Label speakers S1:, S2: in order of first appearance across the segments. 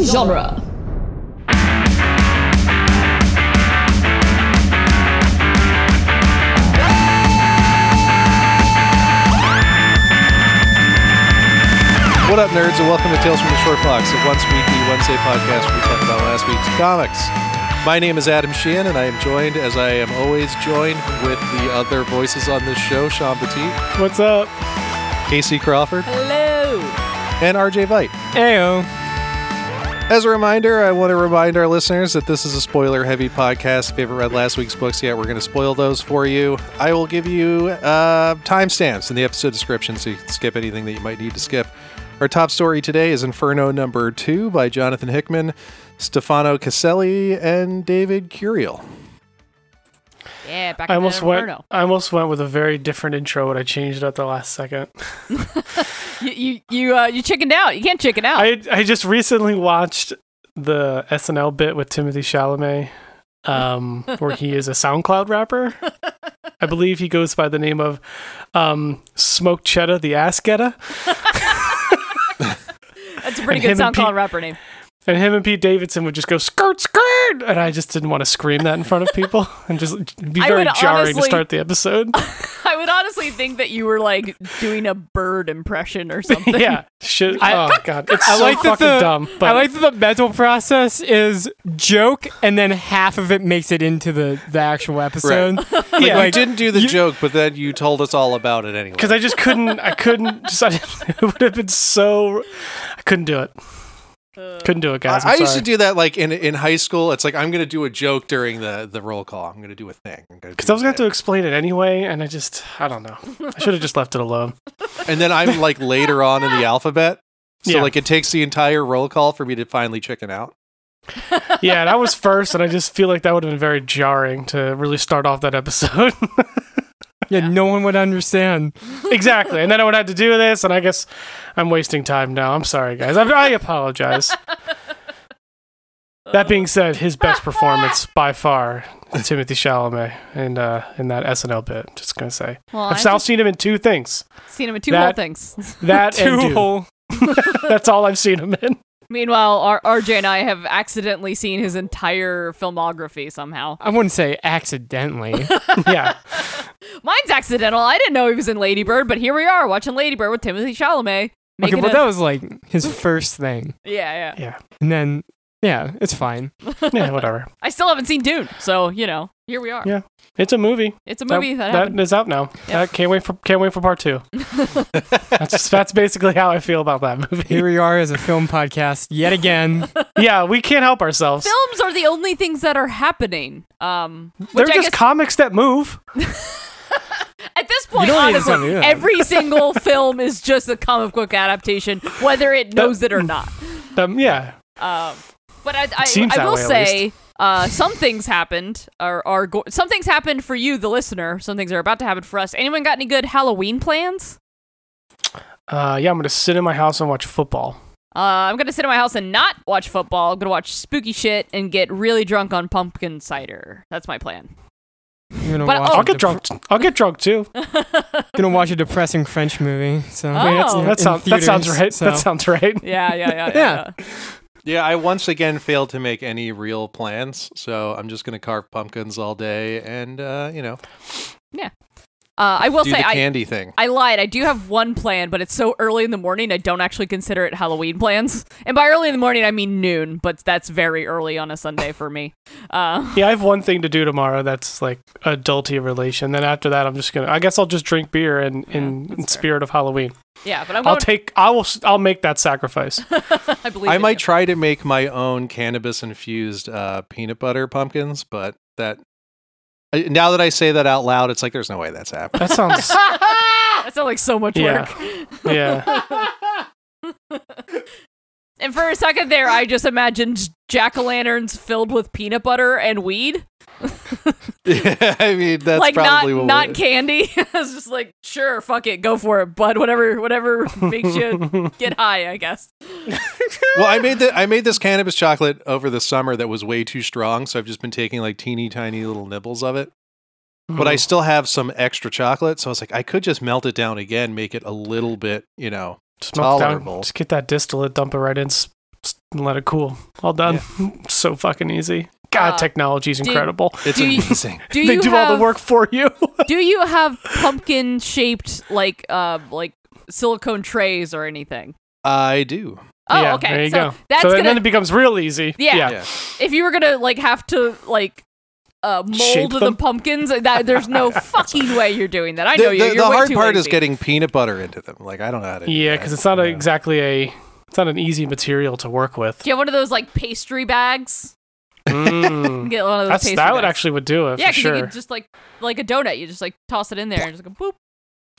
S1: genre.
S2: What up, nerds, and welcome to Tales from the Short Box, a once weekly Wednesday podcast where we talk about last week's comics. My name is Adam Sheehan, and I am joined, as I am always joined, with the other voices on this show Sean Petit,
S3: What's up?
S2: Casey Crawford,
S1: Hello.
S2: and RJ Vite.
S3: Ayo.
S2: As a reminder, I want to remind our listeners that this is a spoiler heavy podcast. If you haven't read last week's books yet, we're going to spoil those for you. I will give you uh, timestamps in the episode description so you can skip anything that you might need to skip. Our top story today is Inferno Number Two by Jonathan Hickman, Stefano Caselli, and David Curiel.
S1: Yeah, back
S3: I almost
S1: in
S3: went.
S1: Inferno.
S3: I almost went with a very different intro, but I changed it at the last second.
S1: Oh. You you you, uh, you chickened out. You can't chicken out.
S3: I I just recently watched the SNL bit with Timothy Chalamet, um, where he is a SoundCloud rapper. I believe he goes by the name of um, Smoke Cheddar, the Ass Getter,
S1: That's a pretty
S3: and
S1: good
S3: him and
S1: SoundCloud
S3: Pete-
S1: rapper name.
S3: and him and Pete Davidson would just go skirt skirt, and I just didn't want to scream that in front of people and just be
S1: I
S3: very
S1: would
S3: jarring
S1: honestly-
S3: to start the episode.
S1: I would honestly think that you were like doing a bird impression or something.
S3: yeah, shit.
S4: I-
S3: oh god, it's
S4: I
S3: so
S4: like that
S3: fucking
S4: the
S3: dumb. But
S4: I like that the mental process is joke, and then half of it makes it into the, the actual episode.
S3: Yeah.
S2: I
S4: like,
S2: didn't do the
S4: you-
S2: joke, but then you told us all about it anyway.
S3: because I just couldn't. I couldn't. Just, I, it would have been so. I couldn't do it.
S4: Uh,
S3: Couldn't do it,
S2: I,
S3: guys.
S2: I
S3: I'm
S2: used to
S3: sorry.
S2: do that like in, in high school. It's like I'm going to do a joke during the, the roll call. I'm going to do a thing.
S3: because I was gonna have to explain it anyway, and I just I don't know. I should have just left it alone.
S2: and then I'm like later on in the alphabet. So
S3: Yeah.
S2: like it takes the entire roll call for me to finally chicken out.
S3: Yeah, and I was first, and I just feel like that would have been very jarring to really start off that episode.
S4: yeah, no one would understand.
S3: exactly, and then I would have to do this, and I guess I'm wasting time now. I'm sorry, guys. I, I apologize. That being said, his best performance by far, is Timothy Chalamet, and uh, in that SNL bit. Just gonna say,
S1: Well,
S3: I've
S1: I've
S3: now seen him in two things.
S1: just seen him in two
S3: that-
S1: whole things.
S3: That and
S4: Two
S3: Dune.
S4: whole.
S3: That's all I've seen him in.
S1: Meanwhile, R- RJ and I have accidentally seen his entire filmography somehow.
S4: I wouldn't say accidentally.
S3: Yeah,
S1: Mine's accidental. I didn't know he was in Lady Bird, but here we are watching Lady Bird with Timothy Chalamet.
S4: okay,
S1: Making
S4: but
S1: a-
S4: that was like his first thing,
S1: yeah, yeah.
S3: yeah,
S4: and then yeah, it's fine.
S3: yeah. Whatever.
S1: I still haven't seen Dune, so you know, here we are.
S3: Yeah. It's a movie.
S1: It's a movie that, happened.
S3: that is out now.
S1: Yeah.
S3: I can't wait for can't wait for part two. that's that's basically how I feel about that movie.
S4: Here we are as a film podcast yet again.
S3: Yeah, we can't help ourselves.
S1: Films are the only things that are happening. Um,
S3: They're
S1: which I
S3: just
S1: guess
S3: comics that move.
S1: at this point,
S4: don't need to
S1: honestly,
S4: tell me that.
S1: every single film is just a comic book adaptation, whether it knows it or not.
S3: Um, yeah,
S1: Um, but I, I,
S3: seems
S1: I
S3: that
S1: will
S3: way, at
S1: say, uh, some things happened, or are go- some things happened for you, the listener. Some things are about to happen for us. Anyone got any good Halloween plans?
S3: uh, yeah. I'm gonna sit in my house and watch football.
S1: Uh, I'm gonna sit in my house and not watch football. I'm gonna watch spooky shit and get really drunk on pumpkin cider. That's my plan.
S4: I'm gonna
S1: But-
S4: watch
S1: oh.
S4: a
S3: I'll get
S4: depre-
S3: drunk. I'll get drunk too.
S4: Gonna watch a depressing French movie. So
S1: I mean, that's- Oh.
S4: In-
S3: That
S4: in
S3: sounds that sounds
S4: theaters,
S3: right.
S4: so-
S3: That sounds right.
S1: Yeah, yeah, yeah, yeah.
S4: Yeah.
S1: yeah.
S2: Yeah, I once again failed to make any real plans, so I'm just going to carve pumpkins all day and uh, you know,
S1: Uh, I will
S2: do
S1: say,
S2: the
S1: I,
S2: candy thing.
S1: I lied. I do have one plan, but it's so early in the morning, I don't actually consider it Halloween plans. And by early in the morning, I mean noon, but that's very early on a Sunday for me. Uh,
S3: Yeah, I have one thing to do tomorrow that's like adulty relation. Then after that, I'm just gonna. I guess I'll just drink beer and in, in spirit of Halloween.
S1: yeah, but I'm
S3: I'll
S1: going,
S3: take. I will. s- I'll make that sacrifice.
S1: I believe
S2: I
S1: in
S2: might try to make my own cannabis infused uh, peanut butter pumpkins, but that I, now that I say that out loud, it's like there's no way that's happening.
S3: That sounds.
S1: you. That sounds like so much
S3: Yeah.
S1: work.
S3: Yeah.
S1: And for a second there, I just imagined jack o' lanterns filled with peanut butter and weed.
S2: I mean, that's
S1: like, not,
S2: probably what
S1: not candy. I was just like, sure, fuck it, go for it, bud. Whatever, whatever makes you get high, I guess.
S2: well, I made the, I made this cannabis chocolate over the summer that was way too strong, so I've just been taking like teeny tiny little nibbles of it. But
S3: Hmm.
S2: I still have some extra chocolate, so I was like, I could just melt it down again, make it a little bit, you know.
S3: just melt it down.
S2: tolerable.
S3: Just get that distillate, dump it right in, s- Just let it cool. All done. so fucking easy. God,
S1: Uh,
S3: technology's
S1: do-
S3: incredible.
S2: It's
S1: Do you-
S2: amazing.
S1: Do
S3: they
S1: you
S3: do
S1: have,
S3: all the work for you.
S1: Do you have pumpkin shaped like uh like silicone trays or anything?
S2: I do.
S1: Oh,
S3: yeah,
S1: okay.
S3: There you
S1: so
S3: go.
S1: that's
S3: so
S1: gonna
S3: then it becomes real easy.
S1: Yeah.
S2: Yeah.
S1: if you were gonna like have to like uh,
S3: Shape
S1: mold the
S3: them?
S1: pumpkins, that there's no fucking way you're doing that. I
S2: The,
S1: know you.
S2: the-
S1: You're
S2: the
S1: way
S2: hard
S1: too
S2: part is
S1: lazy.
S2: getting peanut butter into them. Like I don't know how to. do
S3: Yeah,
S2: that.
S3: because it's not a,
S2: You know.
S3: exactly a it's not an easy material to work with.
S1: Do you have one of those like pastry bags?
S3: Mm.
S1: Get one of those.
S3: That's
S1: pastry
S3: that would
S1: bags.
S3: actually would do it
S1: Yeah,
S3: for
S1: 'cause
S3: sure.
S1: you could just like like a donut. You just like toss it in there and just go boop.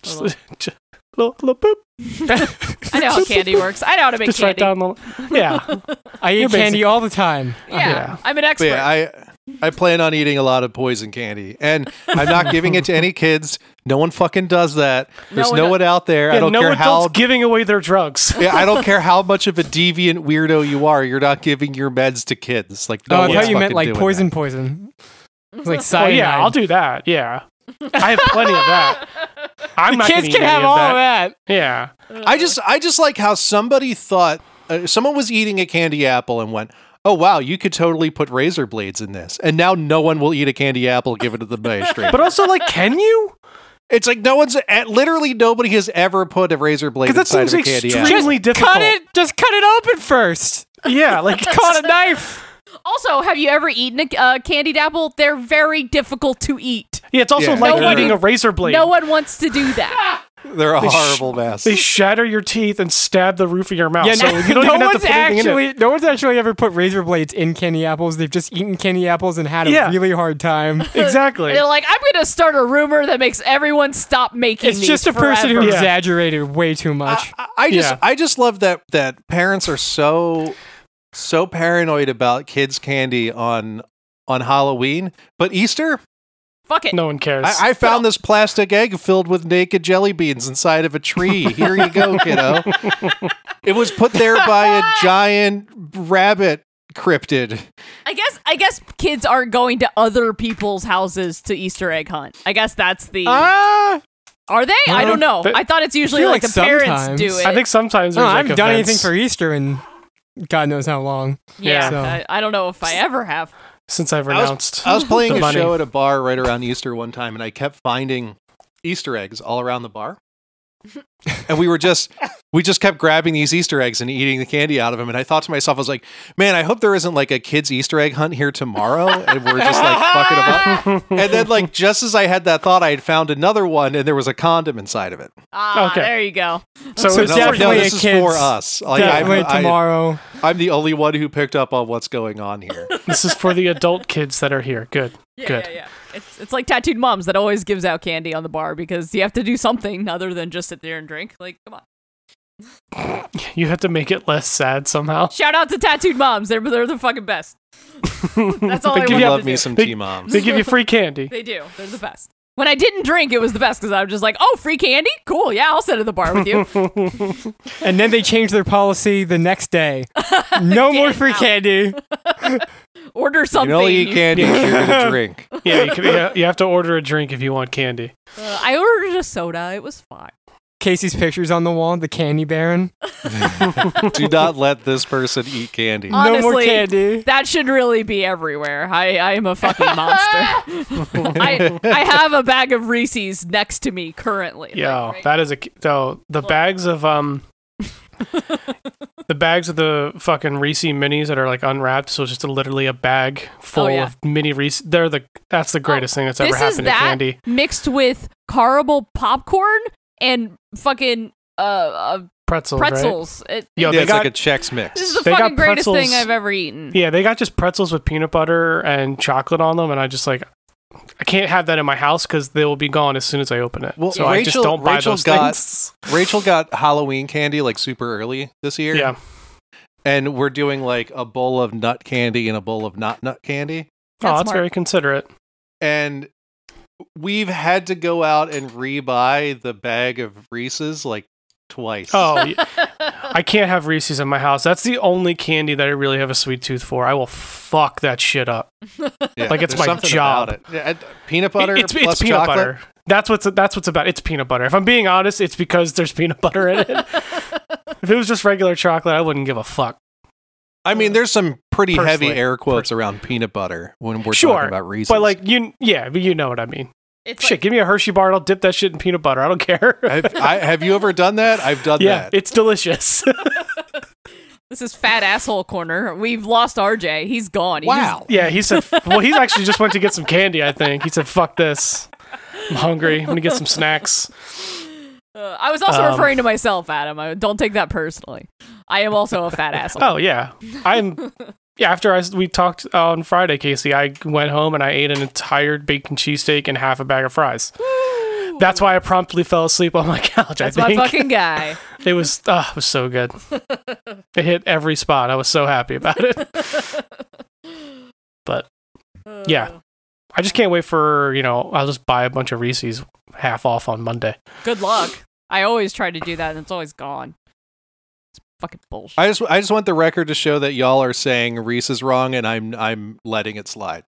S3: Just- just- little- little boop,
S1: I know how candy works. I know how to make
S3: just right
S1: candy.
S3: down the. Yeah,
S4: I eat
S3: You're basic-
S4: candy all the time.
S1: yeah,
S3: yeah.
S1: I'm an expert.
S2: But yeah, I I plan on eating a lot of poison candy, and I'm not giving it to any kids. No one fucking does that. There's
S1: one
S2: no
S1: does-
S2: one out there. I
S3: yeah
S2: don't
S3: no
S2: care
S3: adults
S2: how.
S3: giving away their drugs.
S2: yeah, I don't care how much of a deviant weirdo you are. You're not giving your meds to kids. Like no
S4: oh, I
S2: one's
S4: thought you meant
S2: fucking
S4: like
S2: doing
S4: poison, poison. It's like
S3: Oh
S4: cyanide.
S3: yeah, I'll do that. Yeah, I have plenty of that. I'm not
S4: Kids
S3: gonna
S4: can
S3: eat
S4: have
S3: any
S4: all
S3: of that.
S4: of that.
S3: Yeah,
S2: that. I just I just like how somebody thought uh, someone was eating a candy apple and went. Oh wow, you could totally put razor blades in this, and now no one will eat a candy apple given to the mainstream.
S3: but also like, can you?
S2: It's like no one's at literally nobody has ever put a razor blade
S3: Because that
S2: inside
S3: seems
S2: of a candy apple.
S4: Just
S3: extremely difficult.
S4: Cut it. Just cut it open first.
S3: Yeah, like
S4: Caught a knife.
S1: also, have you ever eaten a uh, candied apple? They're very difficult to eat.
S3: yeah, it's also
S2: Yeah,
S3: like
S2: they're-
S3: eating a razor blade.
S1: No one wants to do that.
S2: They're a
S3: sh-
S2: horrible mess.
S3: They shatter your teeth and stab the roof of your mouth.
S4: Yeah,
S3: Oh, so
S4: no,
S3: you don't
S4: no
S3: even have to
S4: one's
S3: put anything in it.
S4: actually no one's actually ever put razor blades in candy apples. They've just eaten candy apples and had a
S3: Yeah.
S4: really hard time.
S3: Exactly.
S1: They're like, I'm gonna start a rumor that makes everyone stop making.
S4: It's
S1: these
S4: just a person who
S1: forever."
S3: Yeah.
S4: exaggerated way too
S3: Uh,
S4: much.
S2: I, I just
S3: Yeah.
S2: I just love that that parents are so so paranoid about kids candy on on Halloween, but Easter,
S1: Fuck it.
S3: no one cares.
S2: I, I found this plastic egg filled with naked jelly beans inside of a tree. Here you go, kiddo. it was put there by a giant rabbit cryptid.
S1: I guess I guess kids aren't going to other people's houses to Easter egg hunt. I guess that's the
S2: Uh,
S4: Ah,
S1: Are they? I
S4: Uh,
S1: don't know.
S3: but-
S1: I thought it's usually
S4: feel
S1: like,
S4: like
S1: the parents
S4: sometimes-
S1: do it.
S3: I think sometimes
S4: no,
S3: there's
S4: I
S3: like
S4: haven't done anything
S3: events.
S4: for Easter in God knows how long.
S1: yeah.
S4: so-
S1: I, I don't know if I ever have.
S3: since I've
S2: I was-
S3: renounced.
S2: I was playing
S3: the
S2: a
S3: money.
S2: show at a bar right around Easter one time, and I kept finding Easter eggs all around the bar. and we were just we just kept grabbing these Easter eggs and eating the candy out of them. And I thought to myself, I was like, "Man, I hope there isn't like a kids Easter egg hunt here tomorrow, and we're just like fucking them up." And then, like, just as I had that thought, I had found another one, and there was a condom inside of it.
S1: Ah,
S3: Okay.
S1: there you go.
S3: So,
S4: So
S2: And
S3: it's
S2: I was like, no,
S4: definitely
S2: this
S4: a
S2: is
S4: kids-
S2: for us.
S3: Oh,
S2: Like, I'm,
S4: Definitely
S2: I-
S4: tomorrow.
S2: I'm the only one who picked up on what's going on here.
S3: this is for the adult kids that are here. Good.
S1: Yeah,
S3: Good.
S1: yeah, yeah. It's it's like tattooed moms that always gives out candy on the bar because you have to do something other than just sit there and drink. Like, come on.
S3: You have to make it less sad somehow.
S1: Shout out to tattooed moms. They're they're the fucking best. That's all
S3: They
S1: I
S3: give
S1: want
S3: you-
S2: Love
S1: to
S2: me
S1: do.
S2: some
S3: Big-
S2: T moms.
S3: They give you free candy.
S1: They do. They're the best. When I didn't drink, it was the best because I was just like, "Oh, free candy? Cool. Yeah, I'll sit at the bar with you."
S4: And then they changed their policy the next day. No more free
S1: out.
S4: candy.
S1: Order
S2: You
S1: something.
S2: can only eat candy if you're gonna drink.
S3: Yeah, you, can, yeah, you have to order a drink if you want candy.
S1: Uh, I ordered a soda. It was fine.
S4: Casey's pictures on the wall, the candy baron.
S2: Do not let this person eat candy.
S3: Oh,
S4: no more
S1: Honestly,
S4: candy.
S1: That should really be everywhere. I, I am a fucking monster. I, I have a bag of Reese's next to me currently.
S3: Yeah,
S1: Like, right-
S3: that is a so the bags of um the bags of the fucking Reese minis that are like unwrapped, so it's just a, literally a bag full
S1: Oh, yeah. Oh,
S3: of mini Reese. They're the that's the greatest thing that's ever
S1: this is
S3: happened to
S1: that
S3: candy.
S1: mixed with caramel popcorn and fucking uh, uh
S3: Pretzels, right?
S1: pretzels. It,
S3: Yo,
S2: yeah,
S3: they
S2: it's
S3: got
S2: like a Chex mix.
S1: this is the
S3: They got
S1: fucking greatest
S3: pretzels-
S1: thing I've ever eaten.
S3: yeah, they got just pretzels with peanut butter and chocolate on them, and I just like I can't have that in my house because they will be gone as soon as I open it.
S2: Well,
S3: so I just
S2: Rachel-
S3: don't buy
S2: Rachel
S3: those
S2: got-
S3: things.
S2: Rachel got Halloween candy like super early this year.
S3: Yeah. Oh,
S2: And we're doing like a bowl of nut candy and a bowl of not nut candy.
S3: Oh,
S1: That's
S3: that's
S1: smart.
S3: very considerate.
S2: And we've had to go out and rebuy the bag of Reese's like twice.
S3: Oh, y- I can't have Reese's in my house. That's the only candy that I really have a sweet tooth for. I will fuck that shit up.
S2: Yeah,
S3: like, it's
S2: there's
S3: my
S2: something
S3: job.
S2: about it. Yeah, and Peanut butter
S3: It- it's,
S2: plus
S3: it's peanut
S2: chocolate.
S3: butter. That's what's that's what's about. It's peanut butter. If I'm being honest, it's because there's peanut butter in it. if it was just regular chocolate, I wouldn't give a fuck.
S2: I mean, there's some pretty heavy
S3: Personally.
S2: air quotes around peanut butter when we're
S3: Sure,
S2: talking about reasons.
S3: But like you, yeah, but you know what I mean.
S1: It's
S3: shit, give me a Hershey bar. and I'll dip that shit in peanut butter. I don't care.
S2: have, I, have you ever done that? I've done
S3: yeah,
S2: that.
S3: it's delicious.
S1: This is fat asshole corner. We've lost RJ. He's gone. He just-
S2: wow.
S3: yeah, he said. Well, he actually just went to get some candy. I think he said, "Fuck this, I'm hungry. I'm gonna get some snacks."
S1: uh, I was also
S3: Um,
S1: referring to myself, Adam. I, don't take that personally. I am also a fat asshole.
S3: Oh yeah, I'm. Yeah, after I, we talked on Friday, Casey, I went home and I ate an entire bacon cheesesteak and half a bag of fries. That's why I promptly fell asleep on my couch.
S1: That's
S3: I
S1: my
S3: think
S1: fucking guy.
S3: it was ah, it was so good. it hit every spot. I was so happy about it. But
S1: Oh.
S3: Yeah. I just can't wait for you know. I'll just buy a bunch of Reese's half off on Monday.
S1: Good luck. I always try to do that, and it's always gone. It's fucking bullshit.
S2: I just I just want the record to show that y'all are saying Reese is wrong, and I'm I'm letting it slide.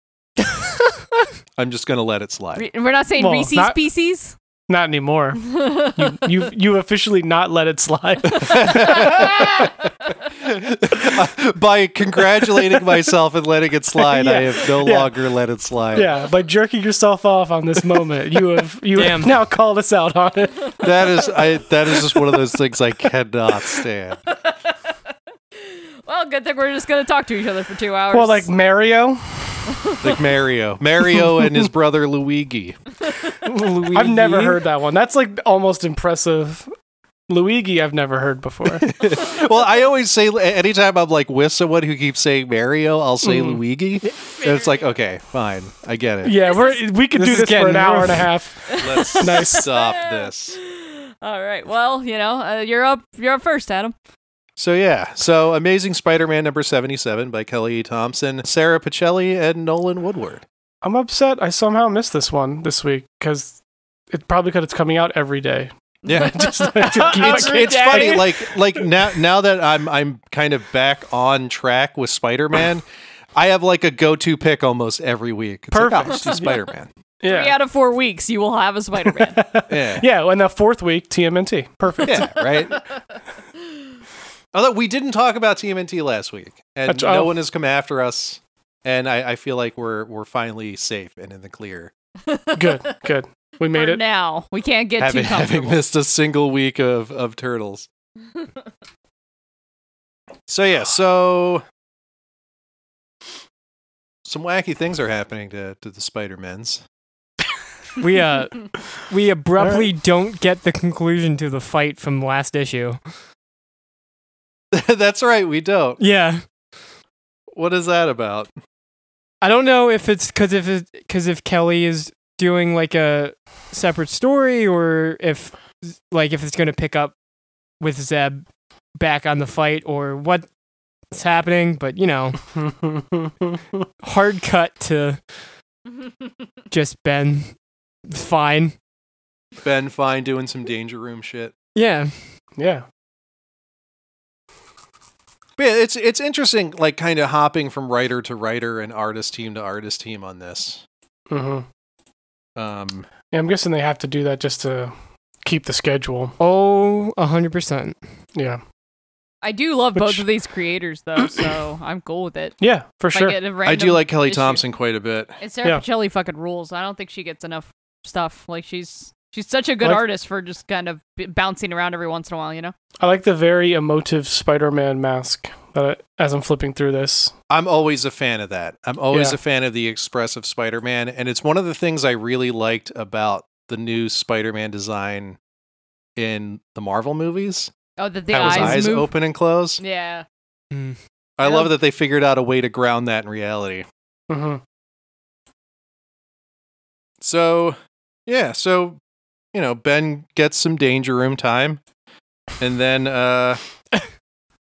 S2: I'm just gonna let it slide.
S1: Re- We're not saying
S3: Well,
S1: Reese's
S3: not-
S1: Pieces.
S3: Not anymore. You you you officially not let it slide.
S2: By congratulating myself and letting it slide, I
S3: Yeah,
S2: have no
S3: yeah.
S2: longer let it slide.
S3: yeah, by jerking yourself off on this moment, you have you
S4: Damn.
S3: have now called us out on it.
S2: That is I that is just one of those things I cannot stand.
S1: well, good thing we're just gonna talk to each other for two hours.
S3: Well, like Mario,
S2: Like Mario. Mario and his brother Luigi.
S3: I've never heard that one. That's like almost impressive. Luigi, I've never heard before.
S2: Well, I always say anytime I'm like with someone who keeps saying Mario, I'll say Luigi. And it's like, okay, fine. I get it.
S3: Mm. yeah, we're we could
S4: This
S3: do
S4: is
S3: this for an
S4: getting
S3: hour
S4: rough.
S3: and a half.
S2: Let's
S3: Nice.
S2: stop this.
S1: all right. Well, you know, uh, you're up. You're up first, Adam.
S2: So yeah, so Amazing Spider-Man number 77 by Kelly E. Thompson, Sarah Pacelli, and Nolan Woodward.
S3: I'm upset. I somehow missed this one this week because it probably could it's coming out every day.
S2: Yeah.
S3: Just- just
S2: it's,
S3: keep-
S2: it's funny like like now now that I'm I'm kind of back on track with Spider-Man, I have like a go-to pick almost every week. It's like, oh,
S3: Perfect.
S2: let's do Spider-Man.
S1: Three
S3: yeah.
S1: out of four weeks, you will have a Spider Man.
S2: Yeah.
S3: Yeah, and the fourth week, TMNT. Perfect.
S2: Yeah, right? Although we didn't talk about TMNT last week, and
S3: That's-
S2: no
S3: oh.
S2: one has come after us, and I, I feel like we're we're finally safe and in the clear,
S3: Good, good. We made it.
S1: now. We can't get
S2: having
S1: too
S2: having
S1: comfortable.
S2: missed a single week of of turtles. so yeah, so some wacky things are happening to to the Spider Men's.
S4: We uh, we abruptly don't get the conclusion to the fight from last issue.
S2: That's right, we don't.
S4: Yeah,
S2: What is that about?
S4: I don't know if it's because if it because if Kelly is doing like a separate story or if like if it's gonna pick up with Zeb back on the fight or what's happening. But you know, hard cut to just Ben. Fine.
S2: Ben Fine doing some Danger Room shit.
S4: Yeah.
S3: yeah.
S2: But yeah, it's it's interesting, like kind of hopping from writer to writer and artist team to artist team on this.
S3: hmm
S2: Um,
S3: yeah. I'm guessing they have to do that just to keep the schedule.
S4: Oh, a hundred percent.
S3: Yeah.
S1: I do love both
S3: Which-
S1: of these creators, though, so I'm cool with it.
S3: Yeah, for
S1: If I
S3: sure.
S1: get a
S2: I do
S1: random
S2: like Kelly
S1: issue-
S2: Thompson quite a bit.
S1: And Sarah
S3: Yeah.
S1: Pacelli fucking rules. I don't think she gets enough stuff. Like she's she's such a good
S3: Like-
S1: artist for just kind of b- bouncing around every once in a while. You know.
S3: I like the very emotive Spider-Man mask that I, as I'm flipping through this.
S2: I'm always a fan of that. I'm always
S3: Yeah.
S2: a fan of the expressive Spider-Man, and it's one of the things I really liked about the new Spider-Man design in the Marvel movies.
S1: Oh, the, the
S2: How his
S1: eyes,
S2: eyes
S1: move.
S2: open and close.
S1: Yeah.
S2: I
S1: Yeah.
S2: love that they figured out a way to ground that in reality.
S3: hmm
S2: So, yeah, so you know, Ben gets some danger room time and then uh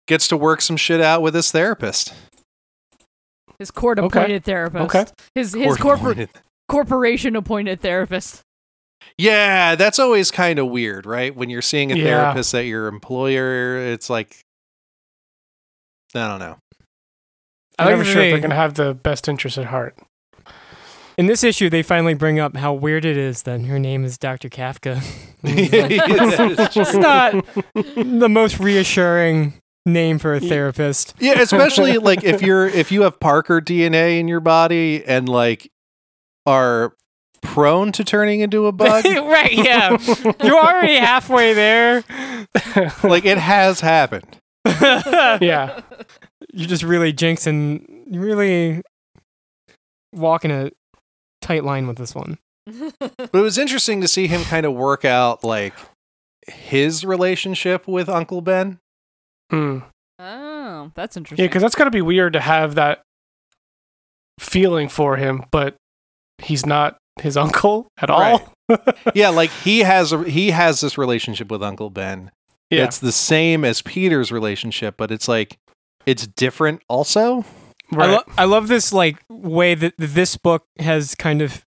S2: gets to work some shit out with his therapist.
S1: His court-appointed therapist.
S3: Okay.
S1: His his corporate
S2: Court-appointed.
S1: corporation-appointed therapist.
S2: Yeah, that's always kind of weird, right? When you're seeing a
S3: Yeah.
S2: therapist at your employer, it's like I don't know.
S4: I
S3: I'm
S4: like
S3: never
S4: that
S3: sure if
S4: they-
S3: they're gonna have the best interest at heart.
S4: In this issue, they finally bring up how weird it is that her name is Dr. Kafka.
S2: That is true.
S4: it's not the most reassuring name for a therapist.
S2: Yeah, especially like if you're if you have Parker DNA in your body and like are prone to turning into a bug,
S4: right? Yeah, you're already halfway there.
S2: like it has happened.
S3: yeah.
S4: you're just really jinxing. You're really walking a tight line with this one.
S2: But it was interesting to see him kind of work out like his relationship with Uncle Ben.
S3: Mm.
S1: oh, that's interesting.
S3: Yeah, because that's gotta be weird to have that feeling for him, but he's not his uncle at all.
S2: Right. Yeah, like he has a, he has this relationship with Uncle Ben.
S3: Yeah.
S2: It's the same as Peter's relationship, but it's like it's different also.
S3: right.
S4: I, lo- I love this like way that that this book has kind of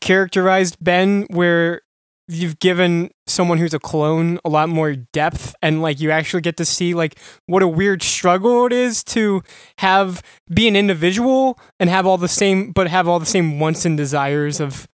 S4: characterized Ben, where you've given someone who's a clone a lot more depth, and like you actually get to see like what a weird struggle it is to have be an individual and have all the same, but have all the same wants and desires of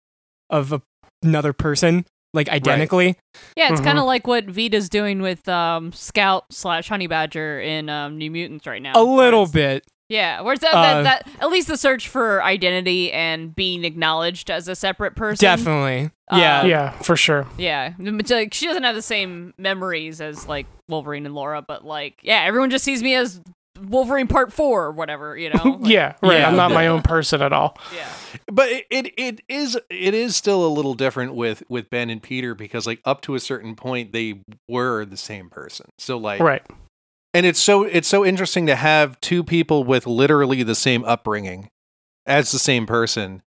S4: of a, another person, like identically.
S1: Yeah, it's
S3: Mhm.
S1: kind of like what Vita's doing with um, Scout slash Honey Badger in um, New Mutants right now.
S4: A
S1: where
S4: little
S1: it's-
S4: bit.
S1: Yeah, where's that,
S4: Uh,
S1: that, that? At least the search for identity and being acknowledged as a separate person.
S4: Definitely. yeah.
S1: Uh,
S3: yeah, for sure.
S1: Yeah, It's like, she doesn't have the same memories as like Wolverine and Laura, but like, yeah, everyone just sees me as Wolverine Part Four or whatever. You know. Like,
S3: yeah, right.
S4: Yeah.
S3: I'm not my own person at all.
S1: Yeah.
S2: But it, it it is it is still a little different with with Ben and Peter because like up to a certain point they were the same person. So like
S3: Right.
S2: and it's so it's so interesting to have two people with literally the same upbringing as the same person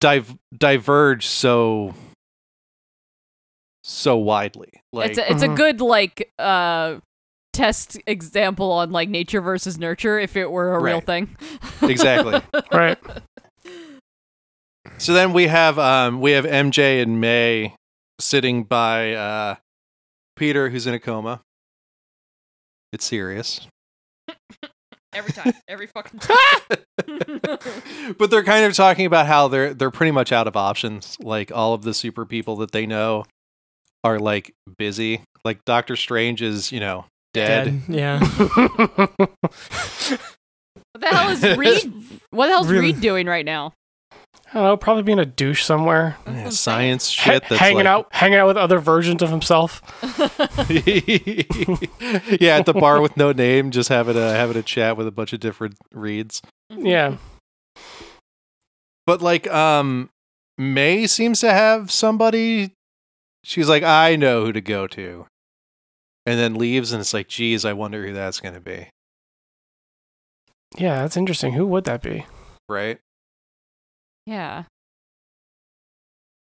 S2: div- diverge so so widely like
S1: it's a, it's a
S4: uh-huh.
S3: Mhm.
S1: good like uh test example on like nature versus nurture if it were a real
S2: Right.
S1: thing.
S2: exactly
S3: Right.
S2: so then we have um we have mj and may sitting by uh peter who's in a coma it's serious
S1: Every time, every fucking time.
S2: but they're kind of talking about how they're they're pretty much out of options. Like all of the super people that they know are like busy. Like Doctor Strange is, you know, dead.
S4: Yeah.
S1: what the hell is Reed? What the hell's
S4: Really?
S1: Reed doing right now?
S3: I don't know, probably being a douche somewhere.
S1: That's
S2: Yeah,
S1: what I'm saying.
S2: science shit
S3: Ha-
S2: that's
S3: hanging
S2: like-
S3: out hanging out with other versions of himself.
S2: yeah, at the bar with no name, just having a having a chat with a bunch of different reads.
S3: Yeah.
S2: But like um May seems to have somebody she's like, I know who to go to. And then leaves and it's like, geez, I wonder who that's gonna be.
S3: Yeah, that's interesting. Who would that be?
S2: Right?
S1: Yeah.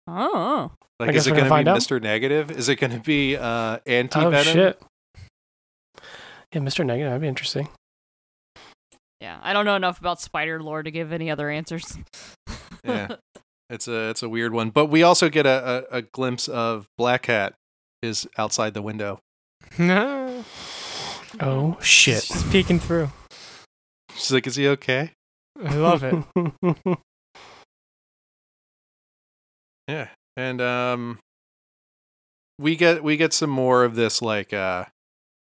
S1: Oh.
S2: Like,
S3: I guess
S2: is it
S3: we're gonna
S2: going to
S3: find
S2: be
S3: out.
S2: Mr. Negative? Is it going to be uh, anti
S3: Oh
S2: Venom?
S3: shit. Yeah, Mr. Negative, that'd be interesting.
S1: Yeah, I don't know enough about spider lore to give any other answers.
S2: Yeah, it's a it's a weird one. But we also get a, a, a glimpse of Black Cat is outside the window.
S4: no.
S3: Oh shit.
S4: She's peeking through.
S2: She's like, "Is he okay?"
S4: I love it.
S2: Yeah, and um, we get we get some more of this like uh,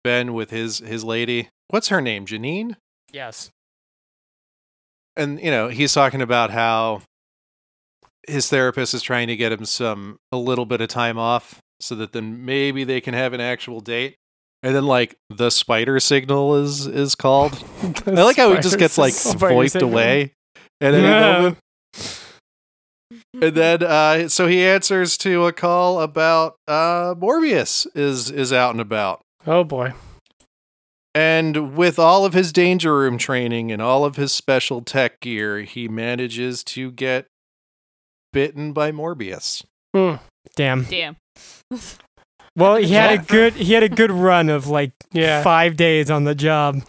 S2: Ben with his his lady. What's her name? Janine.
S4: yes.
S2: and you know he's talking about how his therapist is trying to get him some a little bit of time off so that then maybe they can have an actual date and then like the spider signal is is called i like how he just gets like wiped away and then,
S4: Yeah.
S2: and then uh so he answers to a call about uh morbius is is out and about
S3: Oh boy.
S2: and with all of his danger room training and all of his special tech gear, he manages to get bitten by Morbius.
S3: Hmm.
S4: Damn.
S1: Damn.
S4: Well, he had a
S3: Yeah.
S4: good he had a good run of like
S3: Yeah.
S4: five days on the job.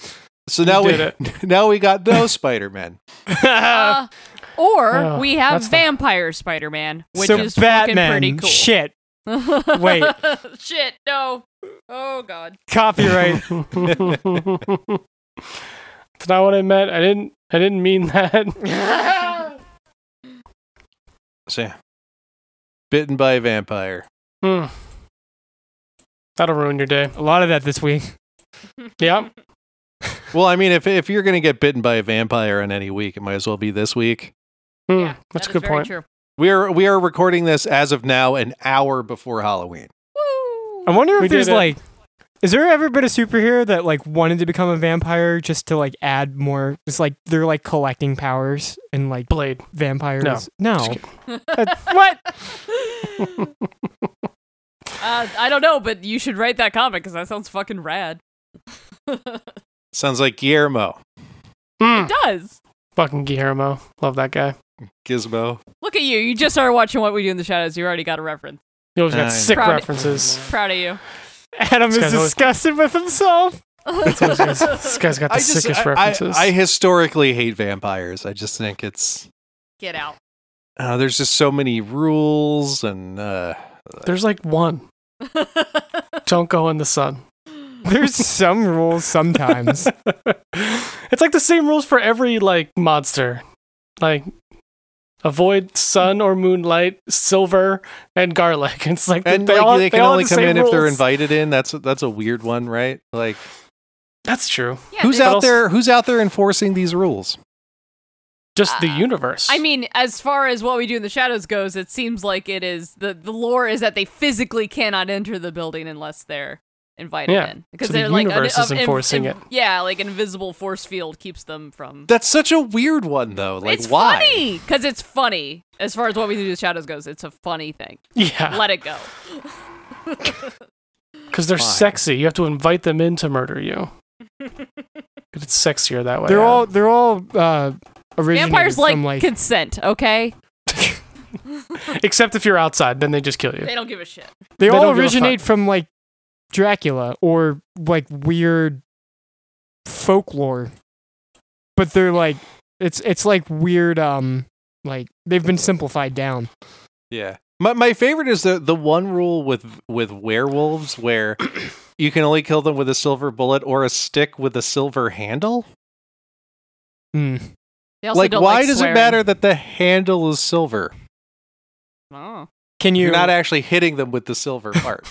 S2: So now
S3: You
S2: we
S3: did
S2: now we got no Spider Man.
S1: Uh, or
S3: Oh,
S1: we have
S3: that's not-
S1: vampire Spider Man, which
S4: so
S1: is
S4: Batman,
S1: fucking pretty cool.
S4: shit, wait.
S1: Shit, no. Oh god.
S4: copyright.
S3: That's not what I meant. I didn't I didn't mean that.
S2: So yeah. bitten by a vampire.
S3: Hmm. That'll ruin your day.
S4: a lot of that this week.
S3: Yep.
S2: Well, I mean, if if you're gonna get bitten by a vampire in any week, it might as well be this week.
S3: Hmm,
S1: Yeah,
S3: that's
S1: that
S3: a good
S1: is very
S3: point.
S1: True.
S2: We are we are recording this as of now, an hour before Halloween.
S1: Woo!
S4: I wonder if
S3: We
S4: there's
S3: did it.
S4: like, is there ever been a superhero that like wanted to become a vampire just to like add more? It's like they're like collecting powers and like
S3: Blade.
S4: vampires.
S3: No. Just
S4: no.
S3: kidding.
S4: That- what?
S1: uh, I don't know, but you should write that comic because that sounds fucking rad.
S2: Sounds like Guillermo
S1: It
S3: Mm,
S1: does.
S3: fucking Guillermo. Love that guy.
S2: Gizmo.
S1: Look at you. You just started watching What We Do in the Shadows. You already got a reference.
S3: You always
S2: I
S3: got sick
S1: know.
S3: references.
S1: Proud of you.
S4: Adam
S3: This
S4: is
S3: guy's always-
S4: disgusted with himself.
S3: This guy's got the sickest
S2: I, I-
S3: references.
S2: I historically hate vampires. I just think it's
S1: Get out.
S2: uh, there's just so many rules and uh,
S3: There's like one. Don't go in the sun.
S4: There's some rules sometimes.
S3: it's like the same rules for every like monster. Like avoid sun or moonlight, silver, and garlic. It's like
S2: and
S3: they,
S2: like,
S3: all,
S2: they can
S3: all have
S2: only
S3: the
S2: come
S3: same
S2: in if they're
S3: rules.
S2: invited in. That's that's a weird one, right? Like
S3: That's true.
S1: Yeah,
S2: who's
S1: they-
S2: out
S3: also-
S2: there? Who's out there enforcing these rules?
S3: Just the
S1: Uh,
S3: universe.
S1: I mean, as far as what we do in the shadows goes, it seems like it is the the lore is that they physically cannot enter the building unless they're invited
S3: Yeah.
S1: in because
S3: So the
S1: they're like
S3: universe is enforcing it.
S1: Yeah, like an invisible force field keeps them from.
S2: That's such a weird one, though. Like
S1: it's
S2: why?
S1: funny because it's funny. As far as what we do in the shadows goes, it's a funny thing.
S3: yeah,
S1: Let it go.
S3: because they're
S2: Fine.
S3: sexy. You have to invite them in to murder you. 'Cause it's sexier that way.
S4: they're
S3: Adam.
S4: all they're all uh, originated
S1: Vampires like,
S4: from like
S1: consent, okay?
S3: except if you're outside, then they just kill you.
S1: They don't give a shit.
S4: they,
S3: They
S4: all
S3: don't give a
S4: originate from like Dracula or like weird folklore. But they're like it's it's like weird um like they've been simplified down.
S2: Yeah. My my favorite is the the one rule with with werewolves where you can only kill them with a silver bullet or a stick with a silver handle.
S4: Mm.
S1: They also
S2: like
S1: don't
S2: why
S1: like
S2: does it
S1: swearing.
S2: matter that the handle is silver?
S1: Oh.
S4: Can you
S2: You're not actually hitting them with the silver part.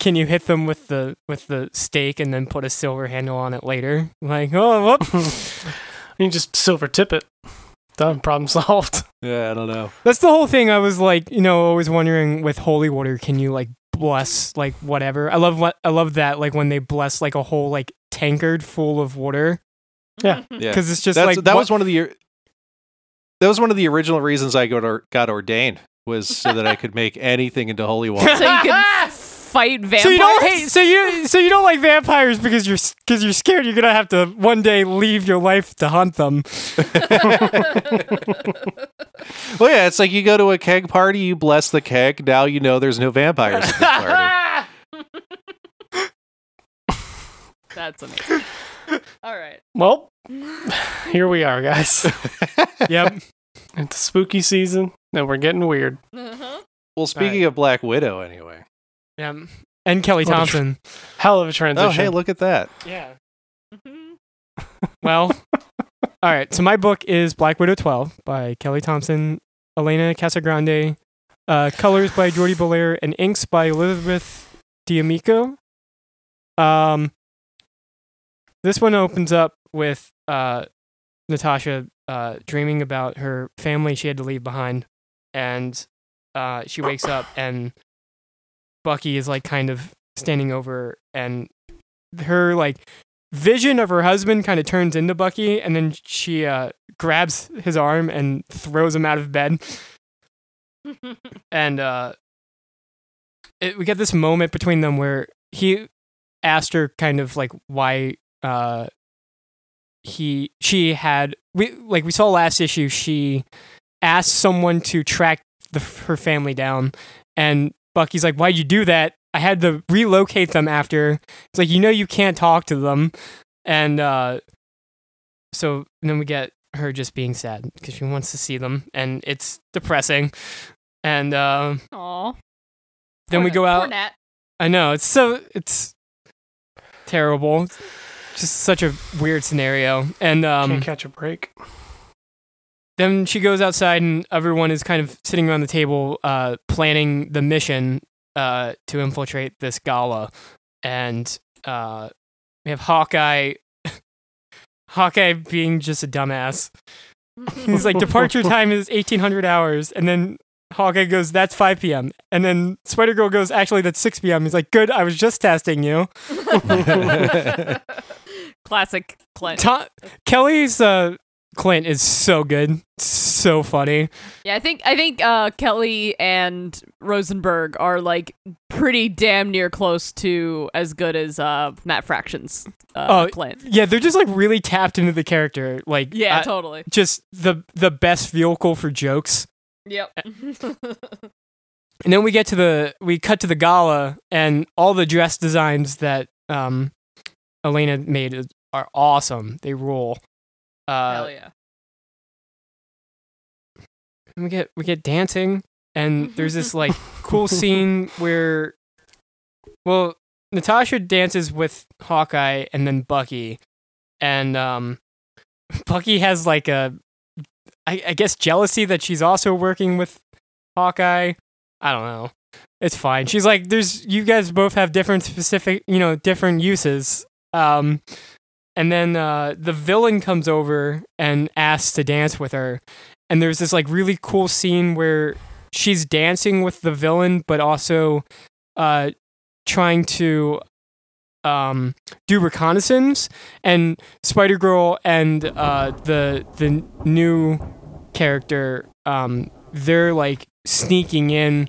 S4: can you hit them with the with the stake and then put a silver handle on it later? Like, oh, whoop.
S3: You just silver tip it. Done. Problem solved.
S2: yeah, I don't know.
S4: That's the whole thing. I was like, you know, always wondering with holy water, can you like bless like whatever? I love what I love that like when they bless like a whole like tankard full of water
S3: Yeah.
S2: Yeah.
S4: because it's just
S2: That's,
S4: like
S2: that
S4: what-
S2: was one of the that was one of the original reasons I got or, got ordained was so that I could make anything into holy water.
S1: So you can fight vampires.
S4: So you don't hate, so you so you don't like vampires because you're because you're scared you're gonna have to one day leave your life to hunt them.
S2: Well, yeah, it's like you go to a keg party, you bless the keg. Now you know there's no vampires at the party.
S1: That's amazing. All right.
S3: Well, here we are, guys.
S4: yep.
S3: It's spooky season, and we're getting weird.
S1: Uh-huh.
S2: Well, speaking of Black Widow, anyway.
S4: Yep. And Kelly
S3: What a tr-
S4: Thompson.
S3: Hell of a
S2: Oh,
S3: transition.
S2: hey, look at that.
S4: yeah.
S1: Mhm.
S4: Well. all right. So my book is Black Widow 12 by Kelly Thompson, Elena Casagrande, uh, colors by Jordi Belair, and inks by Elizabeth D'Amico. Um, this one opens up with uh, Natasha uh, dreaming about her family she had to leave behind, and uh, she wakes up and Bucky is like kind of standing over, and her like vision of her husband kind of turns into Bucky, and then she uh, grabs his arm and throws him out of bed, and uh, it, we get this moment between them where he asked her kind of like why uh he she had we like we saw last issue she asked someone to track the, her family down and bucky's like why'd you do that i had to relocate them after it's like you know you can't talk to them and uh so and then we get her just being sad because she wants to see them and it's depressing and uh,
S1: Aw.
S4: then
S1: Poor
S4: we
S1: Nat-
S4: go
S1: poor
S4: out
S1: Nat.
S4: I know it's so it's terrible. It's Just such a weird scenario. And um,
S3: Can't catch a break.
S4: then she goes outside, and everyone is kind of sitting around the table, uh, planning the mission uh, to infiltrate this gala. And uh, We have Hawkeye. Hawkeye being just a dumbass. He's like, departure time is 1800 hours. And then Hawkeye goes, that's 5 p.m. And then Spider Girl goes, actually, that's 6 p.m. He's like, good, I was just testing you.
S1: Classic Clint.
S4: To- Kelly's uh, Clint is so good. So funny.
S1: Yeah, I think I think uh, Kelly and Rosenberg are like pretty damn near close to as good as uh, Matt Fraction's uh,
S4: Oh,
S1: Clint.
S4: Yeah, they're just like really tapped into the character. Like,
S1: Yeah,
S4: I-
S1: totally.
S4: just the the best vehicle for jokes.
S1: Yep.
S4: And then we get to the we cut to the gala, and all the dress designs that um, Elena made is- are awesome. They rule. Uh,
S1: Hell yeah.
S4: and we get we get dancing, and there's this like cool scene where, well, Natasha dances with Hawkeye and then Bucky, and um, Bucky has like a, I, I guess jealousy that she's also working with Hawkeye. I don't know. It's fine. She's like, there's you guys both have different specific, you know, different uses. Um, and then uh, the villain comes over and asks to dance with her, and there's this like really cool scene where she's dancing with the villain, but also uh, trying to um, do reconnaissance. And Spider Girl and uh, the the new character, um, they're like sneaking in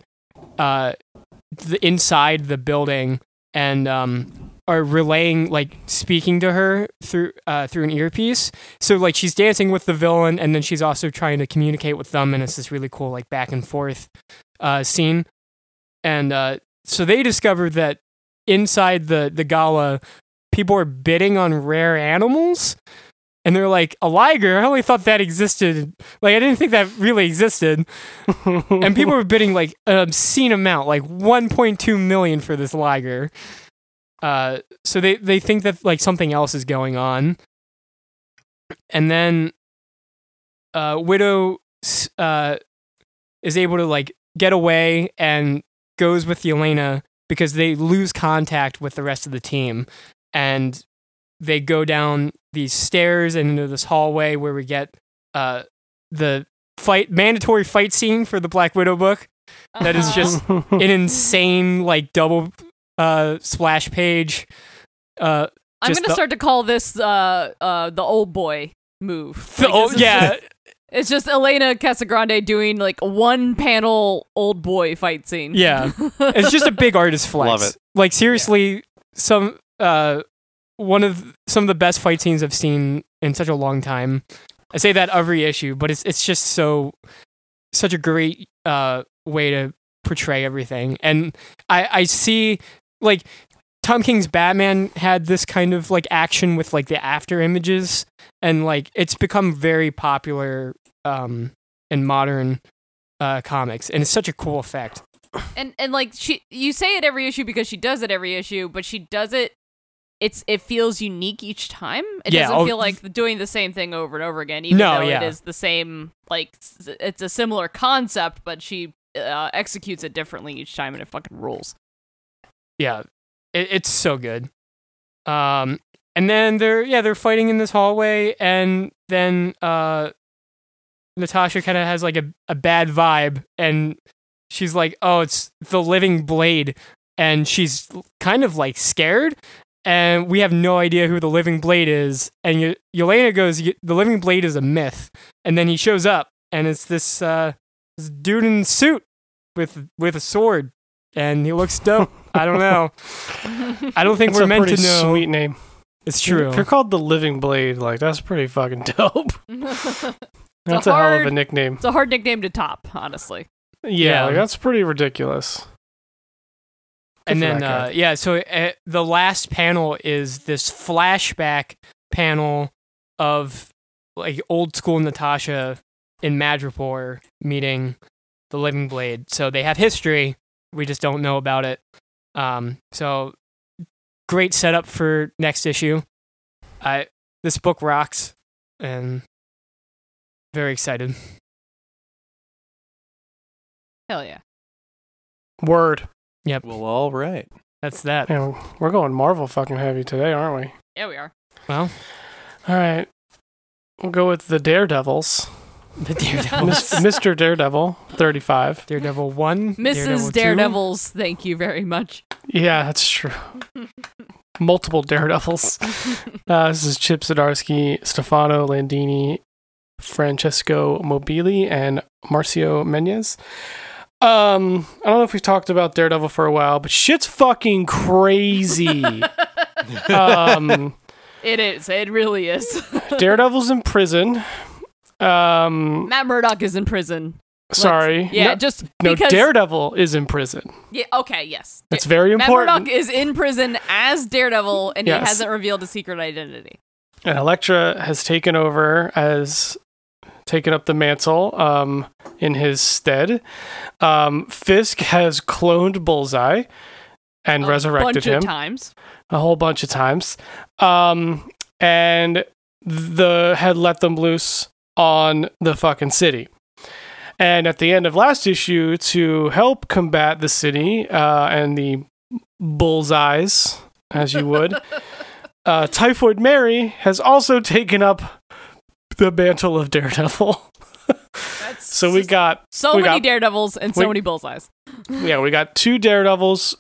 S4: uh, the, inside the building and um, are relaying like speaking to her through uh, through an earpiece. So like she's dancing with the villain, and then she's also trying to communicate with them, and it's this really cool like back and forth uh, scene. And uh, so they discover that inside the the gala, people are bidding on rare animals, and they're like a liger. I only thought that existed. Like I didn't think that really existed. and people were bidding like an obscene amount, like 1.2 million for this liger. Uh, so they they think that like something else is going on and then uh, Widow s- uh, is able to like get away and goes with Elena because they lose contact with the rest of the team, and they go down these stairs and into this hallway where we get uh, the fight mandatory fight scene for the Black Widow book. That is just An insane like double uh, splash page. Uh,
S1: I'm
S4: just
S1: gonna
S4: the-
S1: start to call this uh uh the old boy move.
S4: the,
S1: Like,
S4: oh
S1: this is
S4: yeah,
S1: just- it's just Elena Casagrande doing like one panel old boy fight scene.
S4: Yeah. it's just a big artist flex.
S2: Love it.
S4: Like seriously, some uh one of some of the best fight scenes I've seen in such a long time. I say that every issue, but it's it's just so such a great uh way to portray everything. And I I see like Tom King's Batman had this kind of like action with like the after images and like it's become very popular um in modern uh comics and it's such a cool effect.
S1: and and like she you say it every issue because she does it every issue but she does it it's it feels unique each time it
S4: Yeah,
S1: doesn't
S4: oh,
S1: feel like doing the same thing over and over again even
S4: No,
S1: though
S4: yeah.
S1: it is the same like s- it's a similar concept but she uh, executes it differently each time and it fucking rules
S4: yeah it, it's so good um and then they're yeah they're fighting in this hallway and then uh natasha kind of has like a, a bad vibe and she's like oh it's the living blade and she's kind of like scared and we have no idea who the living blade is and y- yelena goes "Y- the living blade is a myth and then he shows up and it's this uh this dude in suit with with a sword and he looks dope i don't know i don't think
S3: That's
S4: we're
S3: a
S4: meant to
S3: pretty
S4: know
S3: Sweet name.
S4: it's
S3: If
S4: true
S3: you're called the Living Blade, like that's pretty fucking dope.
S1: it's
S3: That's
S1: a
S3: a, hell of a
S1: hard-
S3: nickname.
S1: a hard nickname to top honestly
S3: Yeah,
S4: Yeah.
S3: like, that's pretty ridiculous.
S4: and
S3: for that
S4: then
S3: guy.
S4: uh, yeah so uh, the last panel is this flashback panel of like old school natasha in madripoor meeting the living blade so they have history we just don't know about it um, so great setup for next issue i this book rocks and very excited
S1: hell yeah
S3: Word.
S4: uh,
S2: Well, all right.
S4: that's that
S3: Man, we're going Marvel fucking heavy today, aren't we?
S1: Yeah, we are.
S4: Well,
S3: All right. We'll go with the Daredevils.
S4: the Daredevil,
S3: Mis- Mr. Daredevil, 35.
S4: Daredevil one,
S1: Mrs.
S4: two.
S1: Daredevils, thank you very much.
S3: Yeah, that's true. Multiple Daredevils. Uh, this is Chip Zdarsky, Stefano Landini, Francesco Mobili, and Marcio Menez. Um, I don't know if we've talked about Daredevil for a while, but shit's fucking crazy. um,
S1: It is. It really is.
S3: Daredevil's in prison. Um,
S1: Matt Murdock is in prison. Let's-
S3: sorry.
S1: Yeah,
S3: No-
S1: just
S3: No,
S1: because.
S3: Daredevil is in prison.
S1: yeah, okay, yes.
S3: That's very
S1: Matt
S3: important.
S1: Murdock is in prison as Daredevil, and he
S3: Yes.
S1: hasn't revealed his secret identity.
S3: and Elektra has taken over as taken up the mantle um, in his stead. Um, Fisk has cloned Bullseye and resurrected
S1: bunch
S3: him
S1: of times.
S3: a whole bunch of times, um, and the had let them loose on the fucking city. And at the end of last issue, to help combat the city uh, and the bullseyes, as you would, uh, Typhoid Mary has also taken up the mantle of Daredevil.
S1: That's
S3: so we
S1: just
S3: got
S1: so
S3: we
S1: many
S3: got-
S1: Daredevils and so
S3: we-
S1: many bullseyes.
S3: yeah, we got two daredevils,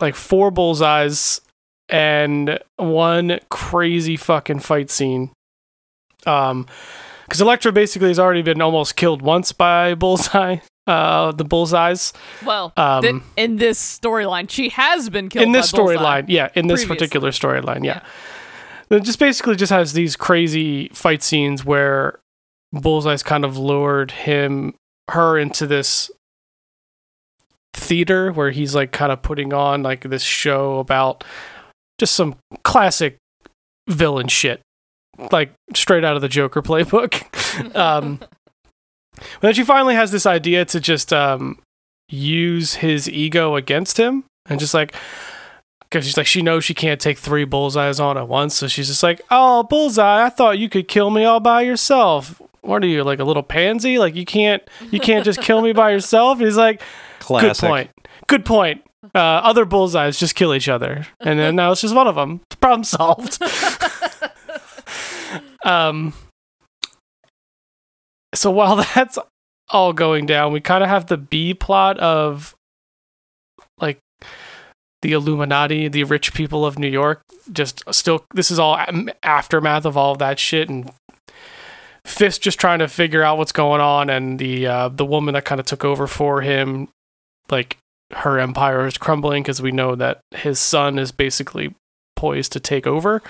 S3: like four bullseyes, and one crazy fucking fight scene. Um, because Elektra basically has already been almost killed once by Bullseye, uh, the Bullseyes.
S1: Well,
S3: Um,
S1: th- in this storyline, she has been killed
S3: in this
S1: by Bullseye.
S3: storyline, yeah, in this
S1: Previously.
S3: particular storyline, yeah. It just basically just has these crazy fight scenes where Bullseye's kind of lured him, her into this theater where he's like kind of putting on like this show about just some classic villain shit, like straight out of the Joker playbook. um, but then she finally has this idea to just um, use his ego against him and just like because she's like she knows she can't take three bullseyes on at once so she's just like oh bullseye i thought you could kill me all by yourself what are you like a little pansy like you can't you can't just kill me by yourself and he's like
S2: Classic.
S3: good point good point uh, other bullseyes just kill each other and then now it's just one of them problem solved um so while that's all going down we kind of have the b plot of like the illuminati the rich people of new york just still this is all am- aftermath of all that shit and Fist just trying to figure out what's going on, and the uh, the woman that kind of took over for him, like her empire is crumbling because we know that his son is basically poised to take over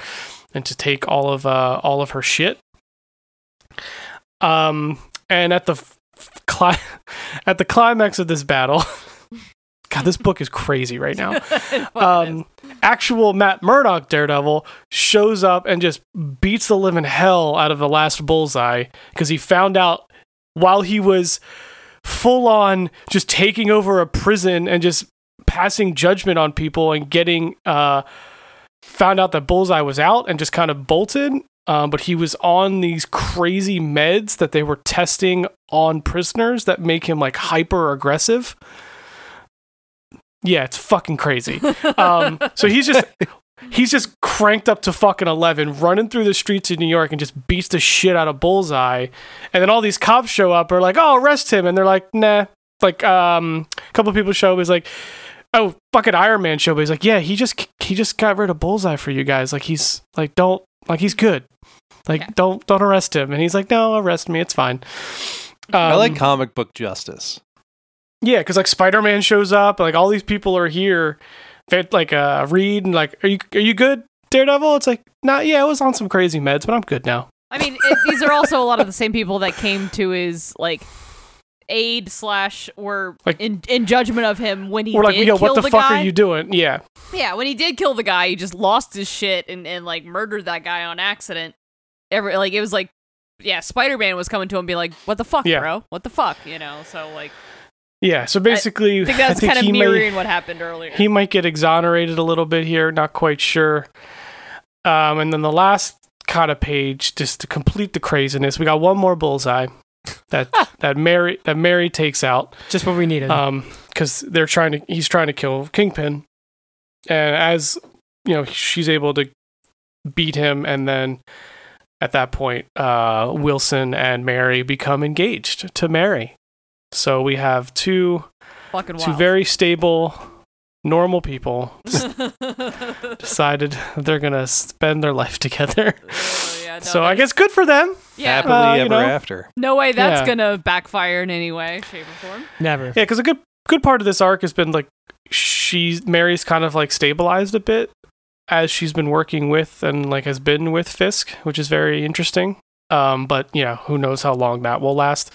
S3: and to take all of uh, all of her shit. Um, and at the f- f- cli- at the climax of this battle, God, this book is crazy right now um, actual Matt Murdock Daredevil shows up and just beats the living hell out of the last bullseye because he found out while he was full on just taking over a prison and just passing judgment on people and getting uh, found out that bullseye was out and just kind of bolted. Um, but he was on these crazy meds that they were testing on prisoners that make him like hyper aggressive. Yeah, it's fucking crazy. Um, so he's just he's just cranked up to fucking eleven, running through the streets of New York and just beats the shit out of Bullseye. And then all these cops show up, are like, "Oh, arrest him!" And they're like, "Nah." Like um, a couple of people show up, is like, "Oh, fucking Iron Man show up." He's like, "Yeah, he just he just got rid of Bullseye for you guys. Like he's like don't like he's good. Like
S1: Yeah.
S3: don't don't arrest him." And he's like, "No, arrest me. It's fine." Um,
S2: I like comic book justice.
S3: yeah, because like Spider Man shows up, like all these people are here. They, like uh, Reed and like, are you are you good, Daredevil? It's like, nah, yeah, I was on some crazy meds, but I'm good now.
S1: I mean, it, these are also a lot of the same people that came to his like aid slash or
S3: Like-
S1: in in judgment of him when he
S3: We're like,
S1: did
S3: yo,
S1: kill
S3: what the,
S1: the
S3: fuck
S1: guy.
S3: are you doing? Yeah,
S1: Yeah, when he did kill the guy, he just lost his shit and, and like murdered that guy on accident. Every like it was like yeah, Spider Man was coming to him and be like, What the fuck,
S3: Yeah.
S1: bro? What the fuck? You know, so like
S3: yeah. So basically,
S1: I think that's kind of
S3: he may-
S1: mirroring what happened earlier.
S3: he might get exonerated a little bit here not quite sure um, and then the last kind of page just to complete the craziness we got one more bullseye that
S1: Ah.
S3: that mary that mary takes out
S4: just what we needed.
S3: um because they're trying to he's trying to kill kingpin and as you know she's able to beat him, and then at that point, uh, Wilson and Mary become engaged to Mary. So we have two
S1: Fucking
S3: two
S1: wild.
S3: very stable, normal people decided they're gonna spend their life together.
S1: Oh, yeah, no,
S3: so I
S1: that-
S3: guess good for them.
S1: yeah,
S2: Happily
S3: Uh, you
S2: ever
S3: know.
S2: after.
S1: no way that's
S3: Yeah.
S1: gonna backfire in any way, shape, or form.
S4: Never.
S3: Yeah, because a good good part of this arc has been like she's Mary's kind of like stabilized a bit as she's been working with and like has been with Fisk, which is very interesting. Um, but you know, who knows how long that will last.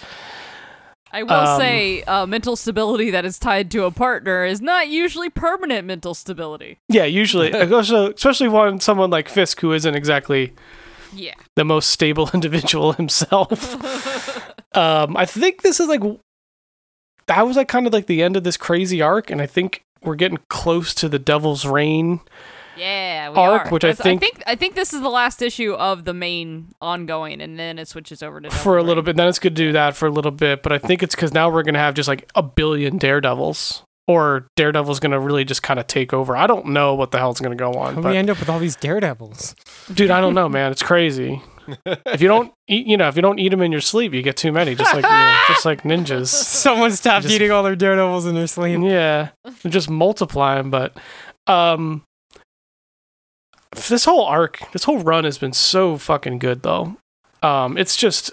S1: I will
S3: Um,
S1: say, uh, mental stability that is tied to a partner is not usually permanent mental stability.
S3: Yeah, usually, also- especially one someone like Fisk who isn't exactly
S1: Yeah.
S3: the most stable individual himself. um, I think this is like w- that was like kind of like the end of this crazy arc, and I think we're getting close to the Devil's Reign.
S1: Yeah, we
S3: Arc,
S1: are.
S3: which I
S1: That's-
S3: think-
S1: I think I think this is the last issue of the main ongoing, and then it switches over to
S3: for a
S1: Delaware.
S3: little bit. Then it's good to do that for a little bit, but I think it's because now we're gonna have just like a billion daredevils, or daredevil's gonna really just kind of take over. I don't know what the hell's gonna go on,
S4: How
S3: but
S4: we end up with all these daredevils?
S3: dude, I don't know, man. It's crazy. if you don't eat, you know, if you don't eat them in your sleep, you get too many, just like you know, just like ninjas.
S4: Someone stopped
S3: Just-
S4: eating all their daredevils in their sleep.
S3: Yeah, They're just multiplying. But um, this whole arc, this whole run has been so fucking good, though. Um, it's just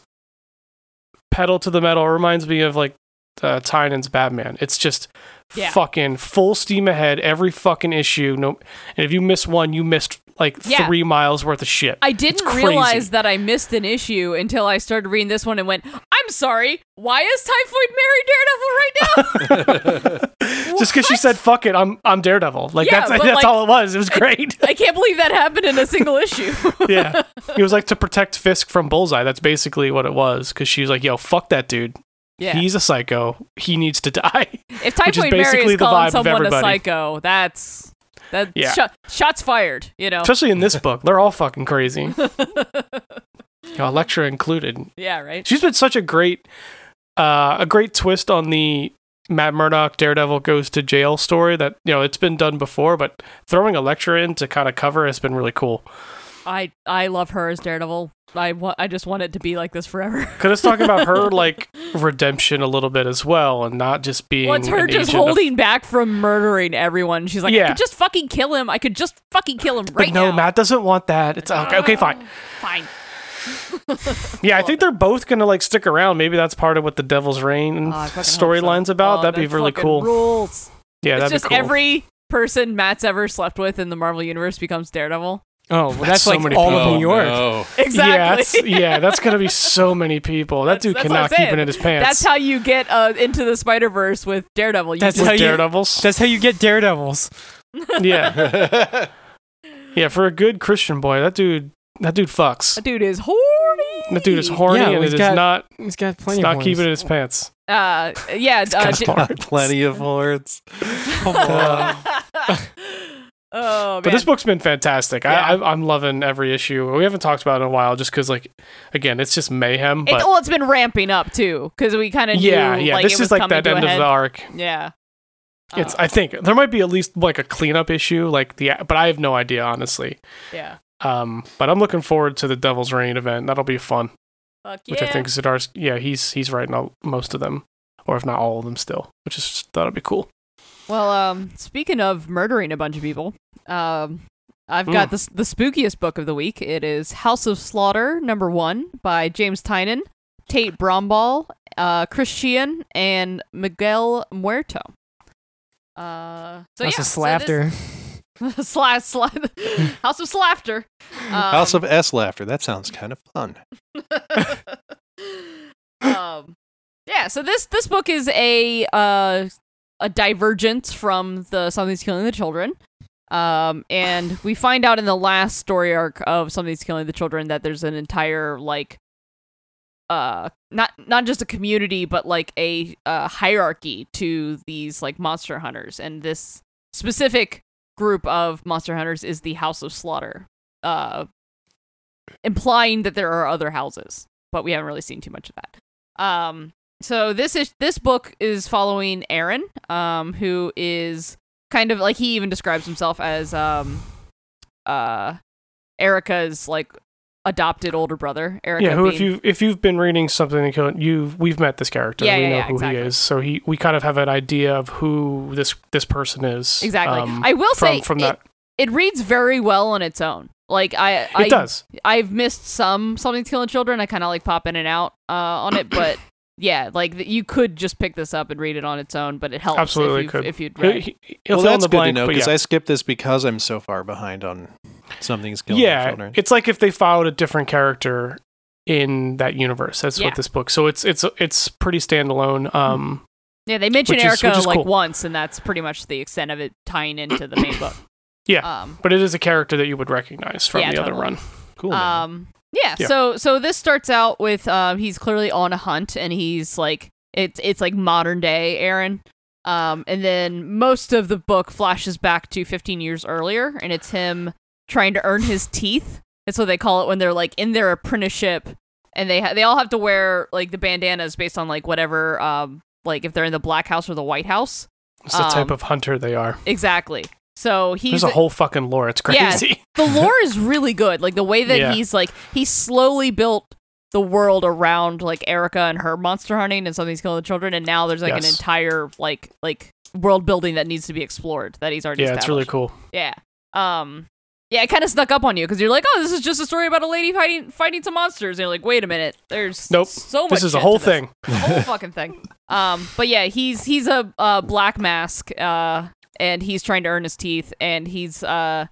S3: pedal to the metal. It reminds me of like uh, Tynan's Batman. It's just
S1: Yeah.
S3: fucking full steam ahead every fucking issue. No, and if you miss one, you missed like
S1: Yeah.
S3: three miles worth of shit.
S1: I didn't
S3: crazy.
S1: realize that I missed an issue until I started reading this one and went, "I'm sorry, why is Typhoid Mary Daredevil right now?"
S3: just because she said "fuck it," I'm I'm Daredevil. Like
S1: Yeah,
S3: that's
S1: but,
S3: that's
S1: like,
S3: all it was. It was great.
S1: I can't believe that happened in a single issue.
S3: yeah. It was like to protect Fisk from Bullseye. That's basically what it was. Because she was like, yo, fuck that dude.
S1: yeah, Oh.
S3: He's a psycho. He needs to die.
S1: if
S3: which is
S1: Typhoid Mary
S3: basically
S1: is
S3: the vibe
S1: calling
S3: of
S1: someone a
S3: everybody.
S1: psycho, that's that
S3: Yeah.
S1: sho- shots fired. You know,
S3: Especially in this book. They're all fucking crazy. Yo, Electra included.
S1: yeah, right.
S3: She's been such a great, uh, a great twist on the Matt Murdock Daredevil goes to jail story that, you know, it's been done before, but throwing Electra in to kind of cover has been really cool.
S1: I I love her as Daredevil. I wa- I just want it to be like this forever.
S3: Because it's talking about her, like, redemption a little bit as well and not just being.
S1: Well, it's her
S3: an
S1: just
S3: agent of-
S1: holding back from murdering everyone. She's like, I
S3: Yeah.
S1: could just fucking kill him. I could just fucking kill him right
S3: but no,
S1: now.
S3: Matt doesn't want that. It's okay. Okay, fine.
S1: Fine.
S3: Yeah, I think they're both gonna like stick around. Maybe that's part of what the Devil's Reign
S1: Ah, I fucking hope so.
S3: storyline's about.
S1: Oh,
S3: that'd be
S1: that
S3: really
S1: fucking
S3: cool.
S1: Rules.
S3: Yeah,
S1: it's
S3: that'd
S1: just
S3: be cool.
S1: every person Matt's ever slept with in the Marvel universe becomes Daredevil.
S4: Oh, well, that's,
S3: so
S4: like
S3: many
S4: all
S3: people.
S4: of
S2: Oh,
S4: New York.
S3: Yeah, that's,
S1: Exactly.
S3: yeah, that's gonna be so many people. That
S1: That's-
S3: dude
S1: that's what
S3: cannot
S1: I'm
S3: keep it
S1: saying.
S3: in his pants.
S1: That's how you get uh, into the Spider Verse with Daredevil. You
S4: That's
S1: just-
S4: how
S3: with
S4: you-
S3: Daredevils.
S4: That's how you get daredevils.
S3: yeah,
S2: Oh.
S3: yeah. For a good Christian boy, that dude, that dude fucks.
S1: that dude is horny.
S3: That dude is horny,
S4: Yeah,
S3: and it
S4: he's
S3: is
S4: got
S3: not
S4: He's got plenty
S3: it's not
S4: of horns.
S3: keeping it in his pants.
S1: Uh, yeah. Uh,
S3: got
S1: J-
S3: horns.
S2: Got plenty of words.
S3: Uh,
S1: oh man.
S3: But this book's been fantastic.
S1: Yeah.
S3: I, I'm, I'm loving every issue. We haven't talked about it in a while, just because, like, again, it's just mayhem.
S1: It-
S3: But
S1: well, it's been ramping up too, because we kind of
S3: yeah,
S1: knew,
S3: yeah,
S1: Like, it
S3: this
S1: was
S3: is like
S1: coming
S3: that
S1: to a
S3: end of
S1: head.
S3: the arc.
S1: Yeah.
S3: It's.
S1: Uh,
S3: I think there might be at least like a cleanup issue, like the. But I have no idea, honestly.
S1: yeah.
S3: Um, but I'm looking forward to the Devil's Reign event. That'll be fun.
S1: Fuck yeah.
S3: Which I think Zidar's. Yeah, he's he's writing all, most of them, or if not all of them, still. Which is that'll be cool.
S1: Well, um, speaking of murdering a bunch of people, um, I've got
S3: Mm.
S1: this the spookiest book of the week. It is House of Slaughter number one by James Tynan, Tate Bromball, uh, Chris Sheehan, and Miguel Muerto. Uh, so
S4: That's
S1: yeah,
S4: a
S1: so this-
S4: slapter.
S1: Sla- sla- House of Slaughter. Um,
S2: House of S laughter. That sounds kind of fun.
S1: um, yeah, so this this book is a uh, a divergence from the something's killing the children. Um, and we find out in the last story arc of something's killing the children that there's an entire like uh not not just a community but like a uh, hierarchy to these like monster hunters and this specific group of monster hunters is the house of slaughter uh implying that there are other houses but we haven't really seen too much of that um so this is this book is following aaron um who is kind of like he even describes himself as um uh Erica is like adopted older brother. Erica.
S3: yeah, who if
S1: being-
S3: you if you've been reading something in Killing, you we've met this character.
S1: Yeah,
S3: we
S1: yeah,
S3: know
S1: yeah,
S3: who
S1: exactly.
S3: he is. So he we kind of have an idea of who this this person is.
S1: exactly.
S3: um,
S1: I will
S3: from
S1: say
S3: from
S1: it,
S3: that
S1: it reads very well on its own. Like I, I
S3: it does.
S1: I've missed some something to killing children. I kind of like pop in and out uh, on it, but yeah, like th- you could just pick this up and read it on its own, but it helps
S3: Absolutely
S1: if, you
S3: could.
S1: if you'd
S3: He-
S1: read.
S3: he- He'll
S2: Well,
S3: fill in
S2: that's
S3: the
S2: good
S3: blank.
S2: to know
S3: but
S2: because
S3: yeah.
S2: I skipped this because I'm so far behind on something's killing
S3: yeah,
S2: children.
S3: it's like if they followed a different character in that universe. That's
S1: Yeah.
S3: what this book. So it's it's it's pretty standalone. Um,
S1: yeah, they mention
S3: which is-
S1: Erica
S3: which is
S1: like
S3: cool.
S1: once, and that's pretty much the extent of it tying into the main book.
S3: Yeah.
S1: Um.
S3: but it is a character that you would recognize from
S1: Yeah,
S3: the other
S1: totally.
S3: run.
S2: cool. man.
S1: Um. Yeah,
S3: Yeah.
S1: So so this starts out with um. He's clearly on a hunt, and he's like it's it's like modern day Aaron. Um. And then most of the book flashes back to 15 years earlier, and it's him trying to earn his teeth. That's what they call it when they're like in their apprenticeship, and they ha- they all have to wear like the bandanas based on like whatever um like if they're in the Black House or the White House.
S3: It's the type
S1: Um,
S3: of hunter they are.
S1: Exactly. So he's
S3: There's a whole fucking lore. It's
S1: Yeah.
S3: crazy.
S1: the lore is really good. Like the way that
S3: Yeah.
S1: he's like he slowly built the world around like Erica and her monster hunting and something's killing the children, and now there's like an
S3: Yes.
S1: entire like like world building that needs to be explored that he's already.
S3: Yeah, it's really
S1: established.
S3: cool.
S1: Yeah. Um. Yeah, it kind of snuck up on you because you're like, oh, this is just a story about a lady fighting fighting some monsters, and you're like, wait a minute, there's
S3: Nope.
S1: so much.
S3: This is a
S1: shit
S3: whole
S1: to this
S3: thing.
S1: whole fucking thing. Um, but yeah, he's he's a uh, black mask, uh, and he's trying to earn his teeth, and he's uh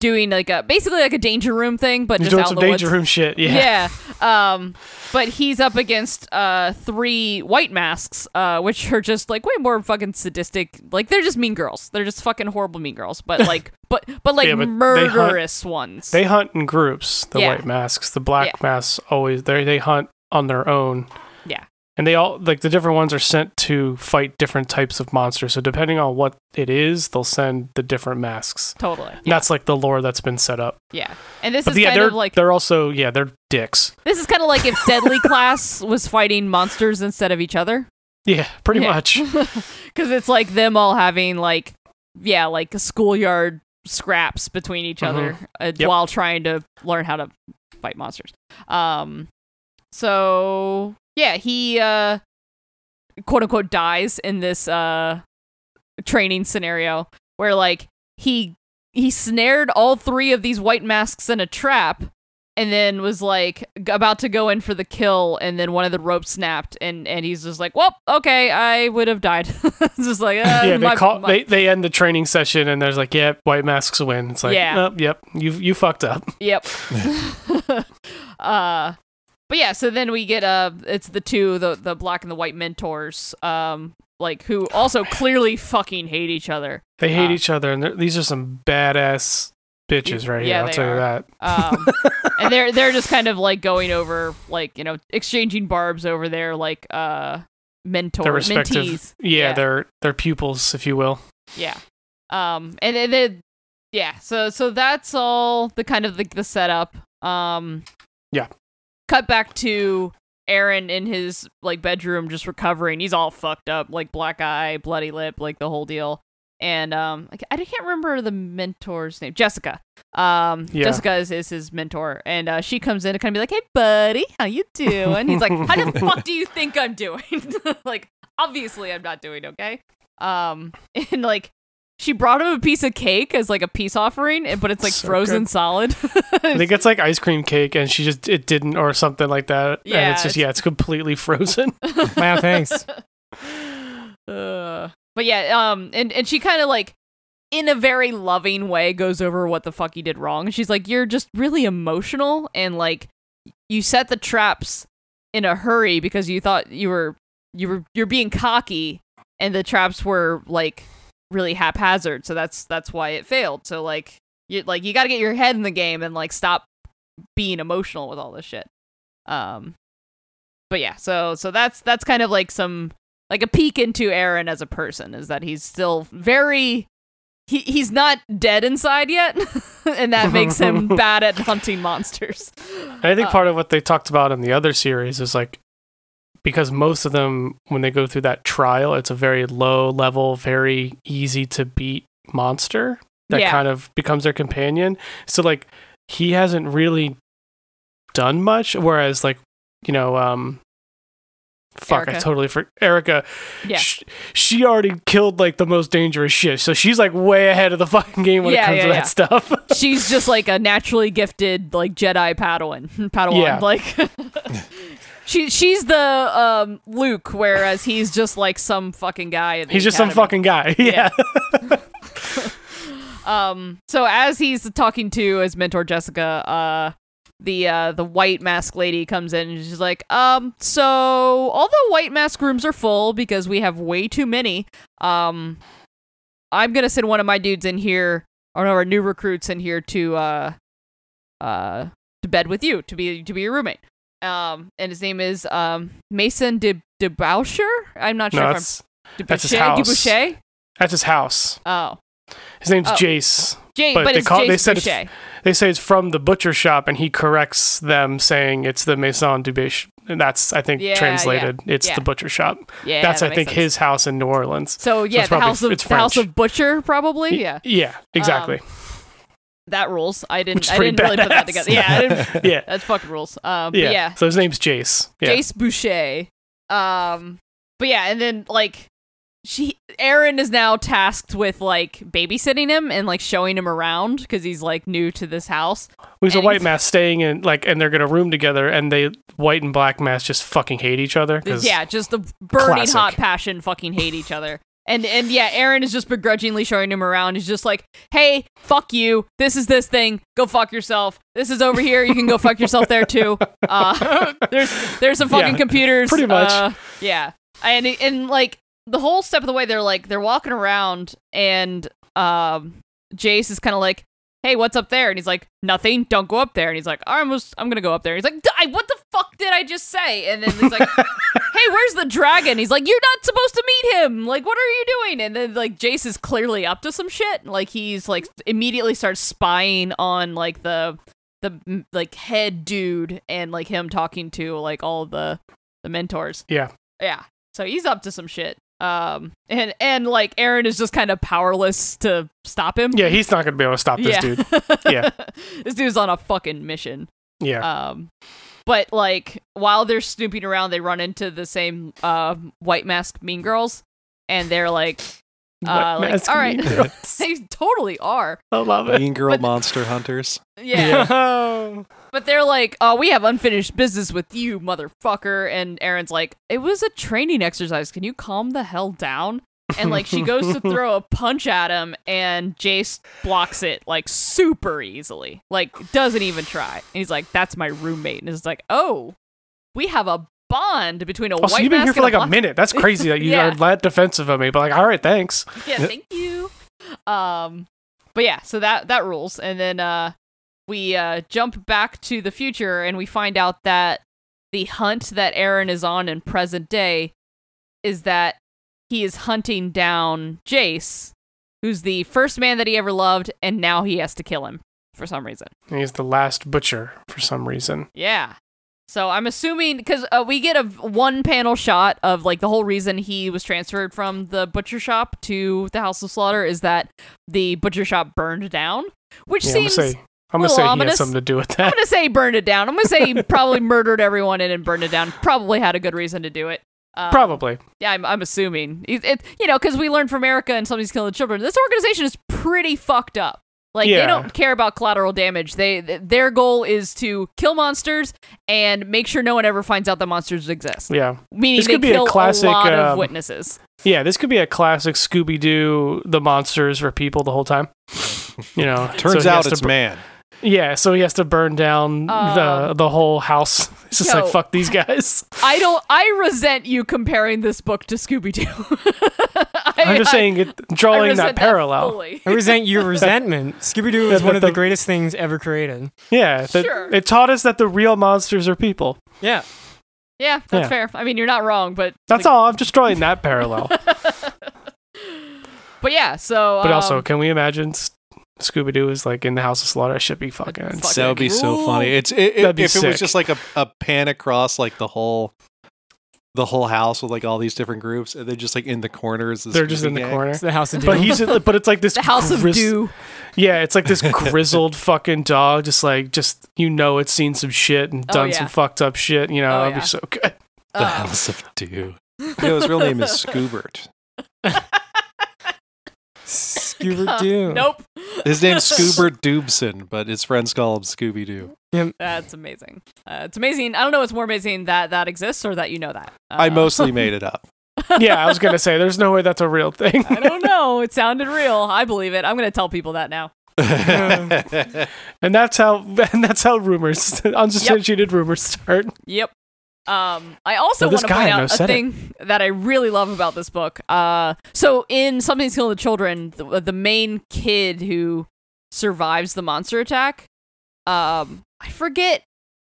S1: doing like a basically like a danger room thing, but
S3: You're
S1: just
S3: doing
S1: out
S3: some
S1: in the
S3: danger
S1: woods.
S3: room shit. Yeah.
S1: Yeah. Um, but he's up against uh three white masks, uh, which are just like way more fucking sadistic. Like they're just mean girls. They're just fucking horrible mean girls. But like, but but like
S3: Yeah, but they hunt-
S1: murderous ones.
S3: They hunt in groups, the
S1: Yeah.
S3: white masks. The black masks always they they hunt on their own.
S1: Yeah.
S3: And they all like the different ones are sent to fight different types of monsters. So depending on what it is, they'll send the different masks.
S1: totally.
S3: And that's like the lore that's been set up.
S1: Yeah. And this
S3: But
S1: is
S3: yeah,
S1: kind
S3: they're
S1: of like
S3: they're also yeah, they're dicks.
S1: This is kind of like if Deadly Class was fighting monsters instead of each other.
S3: Yeah, pretty
S1: Yeah.
S3: much.
S1: Because it's like them all having, like, yeah, like schoolyard scraps between each other uh,
S3: Yep.
S1: while trying to learn how to fight monsters. Um, so, yeah, he, uh, quote unquote, dies in this uh, training scenario where, like, he he snared all three of these white masks in a trap and then was like g- about to go in for the kill and then one of the ropes snapped and and he's just like well okay i would have died It's just like
S3: yeah,
S1: uh,
S3: they
S1: my-
S3: call
S1: my-
S3: they, they end the training session and there's like, yeah, white masks win. It's like,
S1: Yeah.
S3: "Oh, yep, you you fucked up.
S1: yep uh but yeah so then we get uh it's the two the the black and the white mentors um like who also clearly fucking hate each other
S3: They hate
S1: Ah.
S3: each other, and they're- these are some badass bitches right
S1: Yeah,
S3: here. I'll
S1: they
S3: tell
S1: are.
S3: you that.
S1: um, and they're they're just kind of like going over like you know exchanging barbs over their like uh mentor
S3: Their respective,
S1: mentees
S3: yeah,
S1: Yeah.
S3: their their pupils, if you will.
S1: yeah um and then then- yeah so so that's all the kind of the, the setup um
S3: Yeah.
S1: cut back to aaron in his like bedroom just recovering he's all fucked up like black eye bloody lip like the whole deal and um i ca- I can't remember the mentor's name jessica um
S3: Yeah.
S1: jessica is, is his mentor and uh she comes in to kind of be like hey buddy how you doing he's like how the fuck do you think i'm doing like obviously i'm not doing okay um and like she brought him a piece of cake as like a peace offering and- but it's like
S3: So
S1: frozen
S3: good.
S1: solid
S3: I think it's like ice cream cake, and she just it didn't, or something like that.
S1: Yeah,
S3: and it's just
S1: it's-
S3: yeah, it's completely frozen.
S4: Wow, thanks.
S1: uh, but yeah um and and she kind of like in a very loving way goes over what the fuck he did wrong she's like you're just really emotional and like you set the traps in a hurry because you thought you were you were you're being cocky and the traps were like really haphazard so that's that's why it failed so like you like you got to get your head in the game and like stop being emotional with all this shit um but yeah so so that's that's kind of like some like a peek into aaron as a person is that he's still very he he's not dead inside yet and that makes him bad at hunting monsters
S3: And I think
S1: Oh.
S3: part of what they talked about in the other series is like because most of them, when they go through that trial, it's a very low level, very easy to beat monster that
S1: Yeah.
S3: kind of becomes their companion. So like he hasn't really done much. Whereas, like, you know, um, fuck, I
S1: Erica.
S3: totally for Erica.
S1: Yeah.
S3: She, she already killed like the most dangerous shit, so she's like way ahead of the fucking game when
S1: Yeah,
S3: it comes
S1: yeah,
S3: to that
S1: yeah.
S3: stuff.
S1: She's just like a naturally gifted like Jedi Padawan. Padawan.
S3: Yeah.
S1: Like she she's the um Luke, whereas he's just like some fucking guy. in the
S3: He's just some
S1: academy.
S3: fucking guy. Yeah.
S1: Um. So as he's talking to his mentor Jessica, uh, the uh the white mask lady comes in and she's like, um, so all the white mask rooms are full because we have way too many. Um, I'm gonna send one of my dudes in here, or one of our new recruits in here to uh, uh, to bed with you to be to be your roommate. Um, and his name is um Mason de Debaucher. I'm not sure
S3: No,
S1: if I'm
S3: that's that's his
S1: Debaucher-
S3: house.
S1: Debaucher?
S3: that's his house.
S1: Oh,
S3: His name's
S1: Oh.
S3: Jace.
S1: Jane,
S3: But
S1: but,
S3: they
S1: it's
S3: call- they
S1: Jason
S3: said it's-
S1: Boucher.
S3: They say it's from the butcher shop, and he corrects them, saying it's the Maison du Biche. And that's, I think,
S1: Yeah, yeah,
S3: translated. It's
S1: yeah.
S3: the butcher shop.
S1: Yeah,
S3: that's,
S1: that
S3: I
S1: makes
S3: think,
S1: sense.
S3: his house in New Orleans.
S1: So yeah,
S3: it's
S1: the
S3: probably-
S1: house of
S3: it's
S1: the house
S3: French.
S1: of butcher
S3: Y-
S1: probably. Yeah, Um,
S3: Yeah, exactly.
S1: that rules. I
S3: Which is
S1: didn't. I
S3: pretty
S1: didn't really put
S3: badass.
S1: that together. Yeah, I didn't,
S3: yeah.
S1: that's fucking rules. Um, but
S3: Yeah.
S1: yeah,
S3: So his name's Jace. Yeah.
S1: Jace Boucher. Um, but yeah, and then like she, Aaron is now tasked with like babysitting him and like showing him around because he's like new to this house.
S3: Who's a
S1: and
S3: white
S1: he's-
S3: mass staying in, like, and they're going to room together, and they, white and black mass, just fucking hate each other. 'cause-
S1: Yeah, just the burning
S3: Classic.
S1: hot passion fucking hate each other. And and yeah, Aaron is just begrudgingly showing him around. He's just like, "Hey, fuck you. This is this thing. Go fuck yourself. This is over here. You can go fuck yourself there too. Uh, there's there's some fucking
S3: Yeah,
S1: computers.
S3: pretty much.
S1: Uh, yeah. And and like the whole step of the way, they're like they're walking around, and um, Jace is kind of like, "Hey, what's up there?" And he's like, "Nothing. Don't go up there." And he's like, "I'm just, I'm gonna go up there." And he's like, "D- I, "What the fuck did I just say?" And then he's like, "Hey, where's the dragon?" He's like, "You're not supposed to meet him. Like, what are you doing?" And then like Jace is clearly up to some shit. Like he's like immediately starts spying on like the the mm, like head dude and like him talking to like all the the mentors.
S3: Yeah.
S1: Yeah. So he's up to some shit. Um and and like Aaron is just kind of powerless to stop him.
S3: Yeah, he's not going to be able to stop this dude. Yeah.
S1: this dude's on a fucking mission.
S3: Yeah.
S1: Um, but like while they're snooping around, they run into the same uh, white mask mean girls, and they're like,
S3: White
S1: uh, like,
S3: mask
S1: all right.
S3: mean girls.
S1: they totally are.
S3: I love it.
S2: Mean Girl
S1: But-
S2: Monster Hunters.
S1: Yeah.
S4: Yeah.
S1: But they're like, oh, we have unfinished business with you, motherfucker. And Aaron's like, it was a training exercise. Can you calm the hell down? And like she goes to throw a punch at him, and Jace blocks it like super easily. Like doesn't even try. And he's like, "That's my roommate." And it's like, "Oh, we have a bond between a
S3: Oh,
S1: white
S3: so you've been
S1: mask
S3: here for
S1: and
S3: like
S1: a
S3: a
S1: black
S3: minute. That's crazy that you
S1: Yeah.
S3: are that defensive of me. But like, all right, thanks.
S1: yeah, thank you. Um, but yeah, so that that rules. And then uh, we uh, jump back to the future, and we find out that the hunt that Aaron is on in present day is that he is hunting down Jace, who's the first man that he ever loved, and now he has to kill him for some reason.
S3: And He's the last butcher for some reason.
S1: Yeah. So I'm assuming because uh, we get a one panel shot of like the whole reason he was transferred from the butcher shop to the house of slaughter is that the butcher shop burned down, which
S3: Yeah, I'm gonna
S1: seems.
S3: say I'm gonna
S1: little
S3: say he had
S1: ominous.
S3: something to do with
S1: I'm
S3: that.
S1: gonna say he burned it down. I'm gonna say he probably murdered everyone in and burned it down. Probably had a good reason to do it. Um,
S3: Probably.
S1: Yeah, I'm, I'm assuming. It, it- you know, because we learned from Erica and somebody's killing children. This organization is pretty fucked up. Like
S3: Yeah.
S1: they don't care about collateral damage. They th- their goal is to kill monsters and make sure no one ever finds out the monsters exist.
S3: Yeah.
S1: Meaning
S3: This
S1: they
S3: could be a
S1: kill
S3: classic,
S1: lot of
S3: um,
S1: witnesses.
S3: Yeah, this could be a classic Scooby Doo the monsters were people the whole time. You know. so
S2: Turns
S3: he has
S2: out
S3: to
S2: it's
S3: bur-
S2: man.
S3: Yeah, so he has to burn down the
S1: Um,
S3: the whole house. It's just
S1: yo.
S3: like fuck these guys.
S1: I don't. I resent you comparing this book to Scooby Doo.
S3: I'm just saying it, drawing that parallel.
S4: I resent your resentment. Scooby Doo is
S3: That's
S4: one of
S3: the-
S4: the greatest things ever created.
S3: yeah. that-
S1: Sure.
S3: It taught us that the real monsters are people.
S4: Yeah.
S1: Yeah, that's
S3: Yeah.
S1: fair. I mean, you're not wrong, but
S3: That's all. I'm just drawing that parallel.
S1: But yeah, so
S3: But
S1: um,
S3: also, can we imagine Scooby Doo is like in the House of Slaughter? That should be fucking.
S1: Fuck.
S3: insane.
S2: That would be so
S1: Ooh.
S2: funny. It's it, it-
S3: That'd be
S2: if it
S3: sick.
S2: was just like a, a pan across like the whole the whole house with like all these different groups, and then just like in the corners,
S3: They're just in the corner.
S4: It's the house of doom.
S3: But he's but it's like this
S1: The House of
S3: gris-
S1: Dew.
S3: Yeah, it's like this grizzled fucking dog, just like just you know it's seen some shit and
S1: Oh,
S3: done some
S1: yeah.
S3: fucked up shit. You know,
S1: Oh,
S3: that'd
S1: yeah.
S3: be so good.
S2: The
S1: Uh,
S2: House of Dew. No, his real name is Scoobert.
S4: Scuba Doom.
S1: Nope.
S2: His name's Scoobert Doobson, but his friends call him Scooby Doo.
S1: That's amazing. Uh, it's amazing. I don't know what's more amazing that that exists or that you know that. Uh,
S2: I mostly made it up.
S3: yeah, I was gonna say there's no way that's a real thing.
S1: I don't know. It sounded real. I believe it. I'm going to tell people that now.
S3: and that's how and that's how rumors unsubstantiated rumors start.
S1: Yep. Um, I also
S3: Well,
S1: want
S3: this
S1: to
S3: guy
S1: point
S3: I know
S1: out a
S3: said it.
S1: thing that I really love about this book. Uh, so in Something's Killing the Children, the, the main kid who survives the monster attack, um, I forget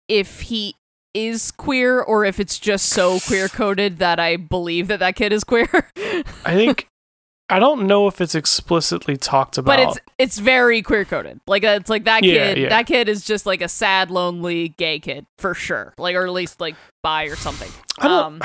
S1: if he is queer or if it's just so queer coded that I believe that that kid is queer.
S3: I think I don't know if it's explicitly talked about.
S1: but it's it's very queer coded. Like uh, it's like that
S3: Yeah,
S1: kid.
S3: yeah.
S1: That kid is just like a sad, lonely gay kid for sure. Like or at least like bi or something.
S3: I don't-
S1: um,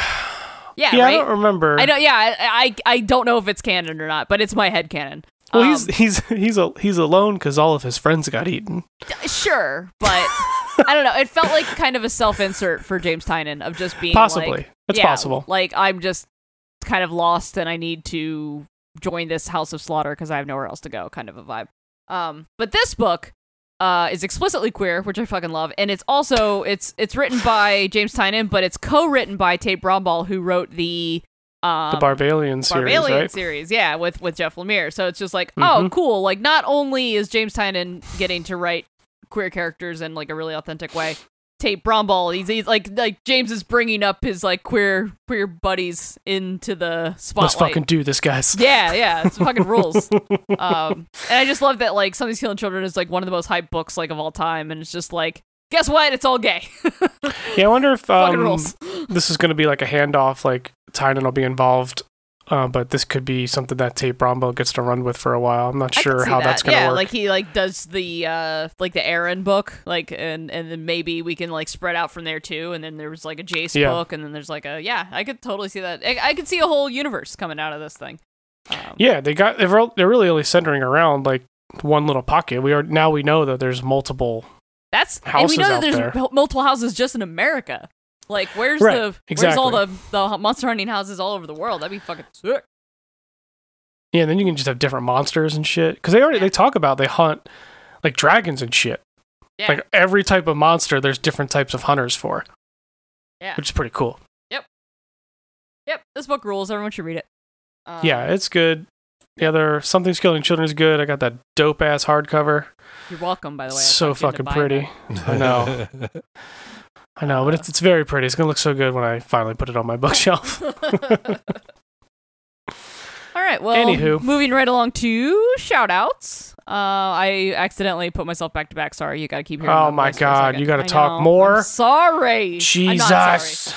S1: yeah,
S3: yeah,
S1: right?
S3: I don't remember.
S1: I don't. Yeah, I, I I don't know if it's canon or not, but it's my head canon.
S3: Well,
S1: Um,
S3: he's he's he's a, he's alone because all of his friends got eaten.
S1: sure, but I don't know. It felt like kind of a self insert for James Tynan of just being
S3: Possibly,
S1: Like,
S3: it's
S1: yeah,
S3: possible.
S1: Like I'm just kind of lost and I need to join this house of slaughter because I have nowhere else to go. Kind of a vibe. Um, but this book uh, is explicitly queer, which I fucking love, and it's also it's it's written by James Tynan, but it's co-written by Tate Bromball, who wrote the um,
S3: the Barbalian series,
S1: Barbalian
S3: right?
S1: series, yeah, with with Jeff Lemire. So it's just like, oh,
S3: Mhm.
S1: cool. Like not only is James Tynan getting to write queer characters in like a really authentic way, Tate Bromball, he's, he's like like James is bringing up his like queer queer buddies into the spotlight.
S3: Let's fucking do this, guys.
S1: yeah, yeah, it's fucking rules. Um, and I just love that like Something's Killing Children is like one of the most hyped books like of all time, and it's just like, guess what? It's all gay.
S3: Yeah, I wonder if
S1: fucking
S3: um,
S1: rules.
S3: this is going to be like a handoff. Like Tynan will be involved, uh, but this could be something that Tate Brombo gets to run with for a while. I'm not
S1: I
S3: sure
S1: could see
S3: how
S1: that.
S3: that's going to
S1: yeah,
S3: work.
S1: like he like does the uh like the Aaron book, like and and then maybe we can like spread out from there too. And then there was like a Jace
S3: Yeah.
S1: book, and then there's like a yeah, I could totally see that. I, I could see a whole universe coming out of this thing. Um,
S3: Yeah, they got they're all- they're really only centering around like one little pocket. We are now we know that there's multiple.
S1: that's and we
S3: Houses
S1: know that
S3: out
S1: there's
S3: there.
S1: mul- multiple houses just in America. Like where's
S3: Right,
S1: the where's all the the monster hunting houses all over the world? That'd be fucking sick.
S3: Yeah, and then you can just have different monsters and shit because they already they talk about they hunt like dragons and shit.
S1: Yeah.
S3: Like uh, every type of monster, there's different types of hunters for.
S1: Yeah.
S3: which is pretty cool.
S1: Yep, this book rules. Everyone should read it. Um,
S3: yeah, it's good. The other something's killing children is good. I got that dope ass hardcover.
S1: you're welcome. By the way, I
S3: so
S1: talked
S3: fucking
S1: you into buying
S3: pretty.
S1: that.
S2: I
S3: know. I know, but it's, it's very pretty. It's gonna look so good when I finally put it on my bookshelf.
S1: All right. Well,
S3: Anywho.
S1: moving right along to shout outs. Uh, I accidentally put myself back to back. Sorry, you got to keep hearing.
S3: Oh my
S1: voice for a
S3: God,
S1: second.
S3: you gotta
S1: I
S3: talk
S1: know.
S3: more?
S1: I'm sorry.
S3: Jesus,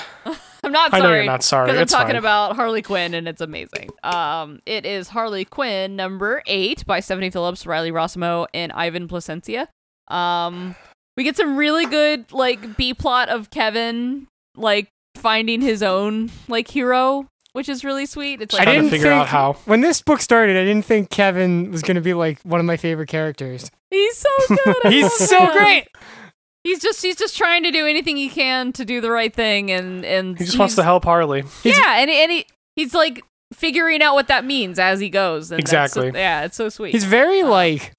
S1: I'm not
S3: I
S1: sorry.
S3: know you're not sorry.
S1: Because I'm
S3: It's
S1: talking
S3: fine.
S1: about Harley Quinn and it's amazing. Um, it is Harley Quinn number eight by Stephanie Phillips, Riley Rossimo, and Ivan Placencia. Um, we get some really good like B plot of Kevin like finding his own like hero, which is really sweet. It's
S3: I
S1: like
S3: Trying to figure out how.
S4: When this book started, I didn't think Kevin was going to be like one of my favorite characters.
S1: he's so good. I
S4: He's
S1: love
S4: so
S1: him.
S4: great.
S1: He's just he's just trying to do anything he can to do the right thing, and and
S3: he just wants to
S1: he's-
S3: help Harley.
S1: Yeah, and and he he's like figuring out what that means as he goes. And that's so-
S3: Exactly.
S1: yeah, it's so sweet.
S4: He's very
S1: Uh.
S4: like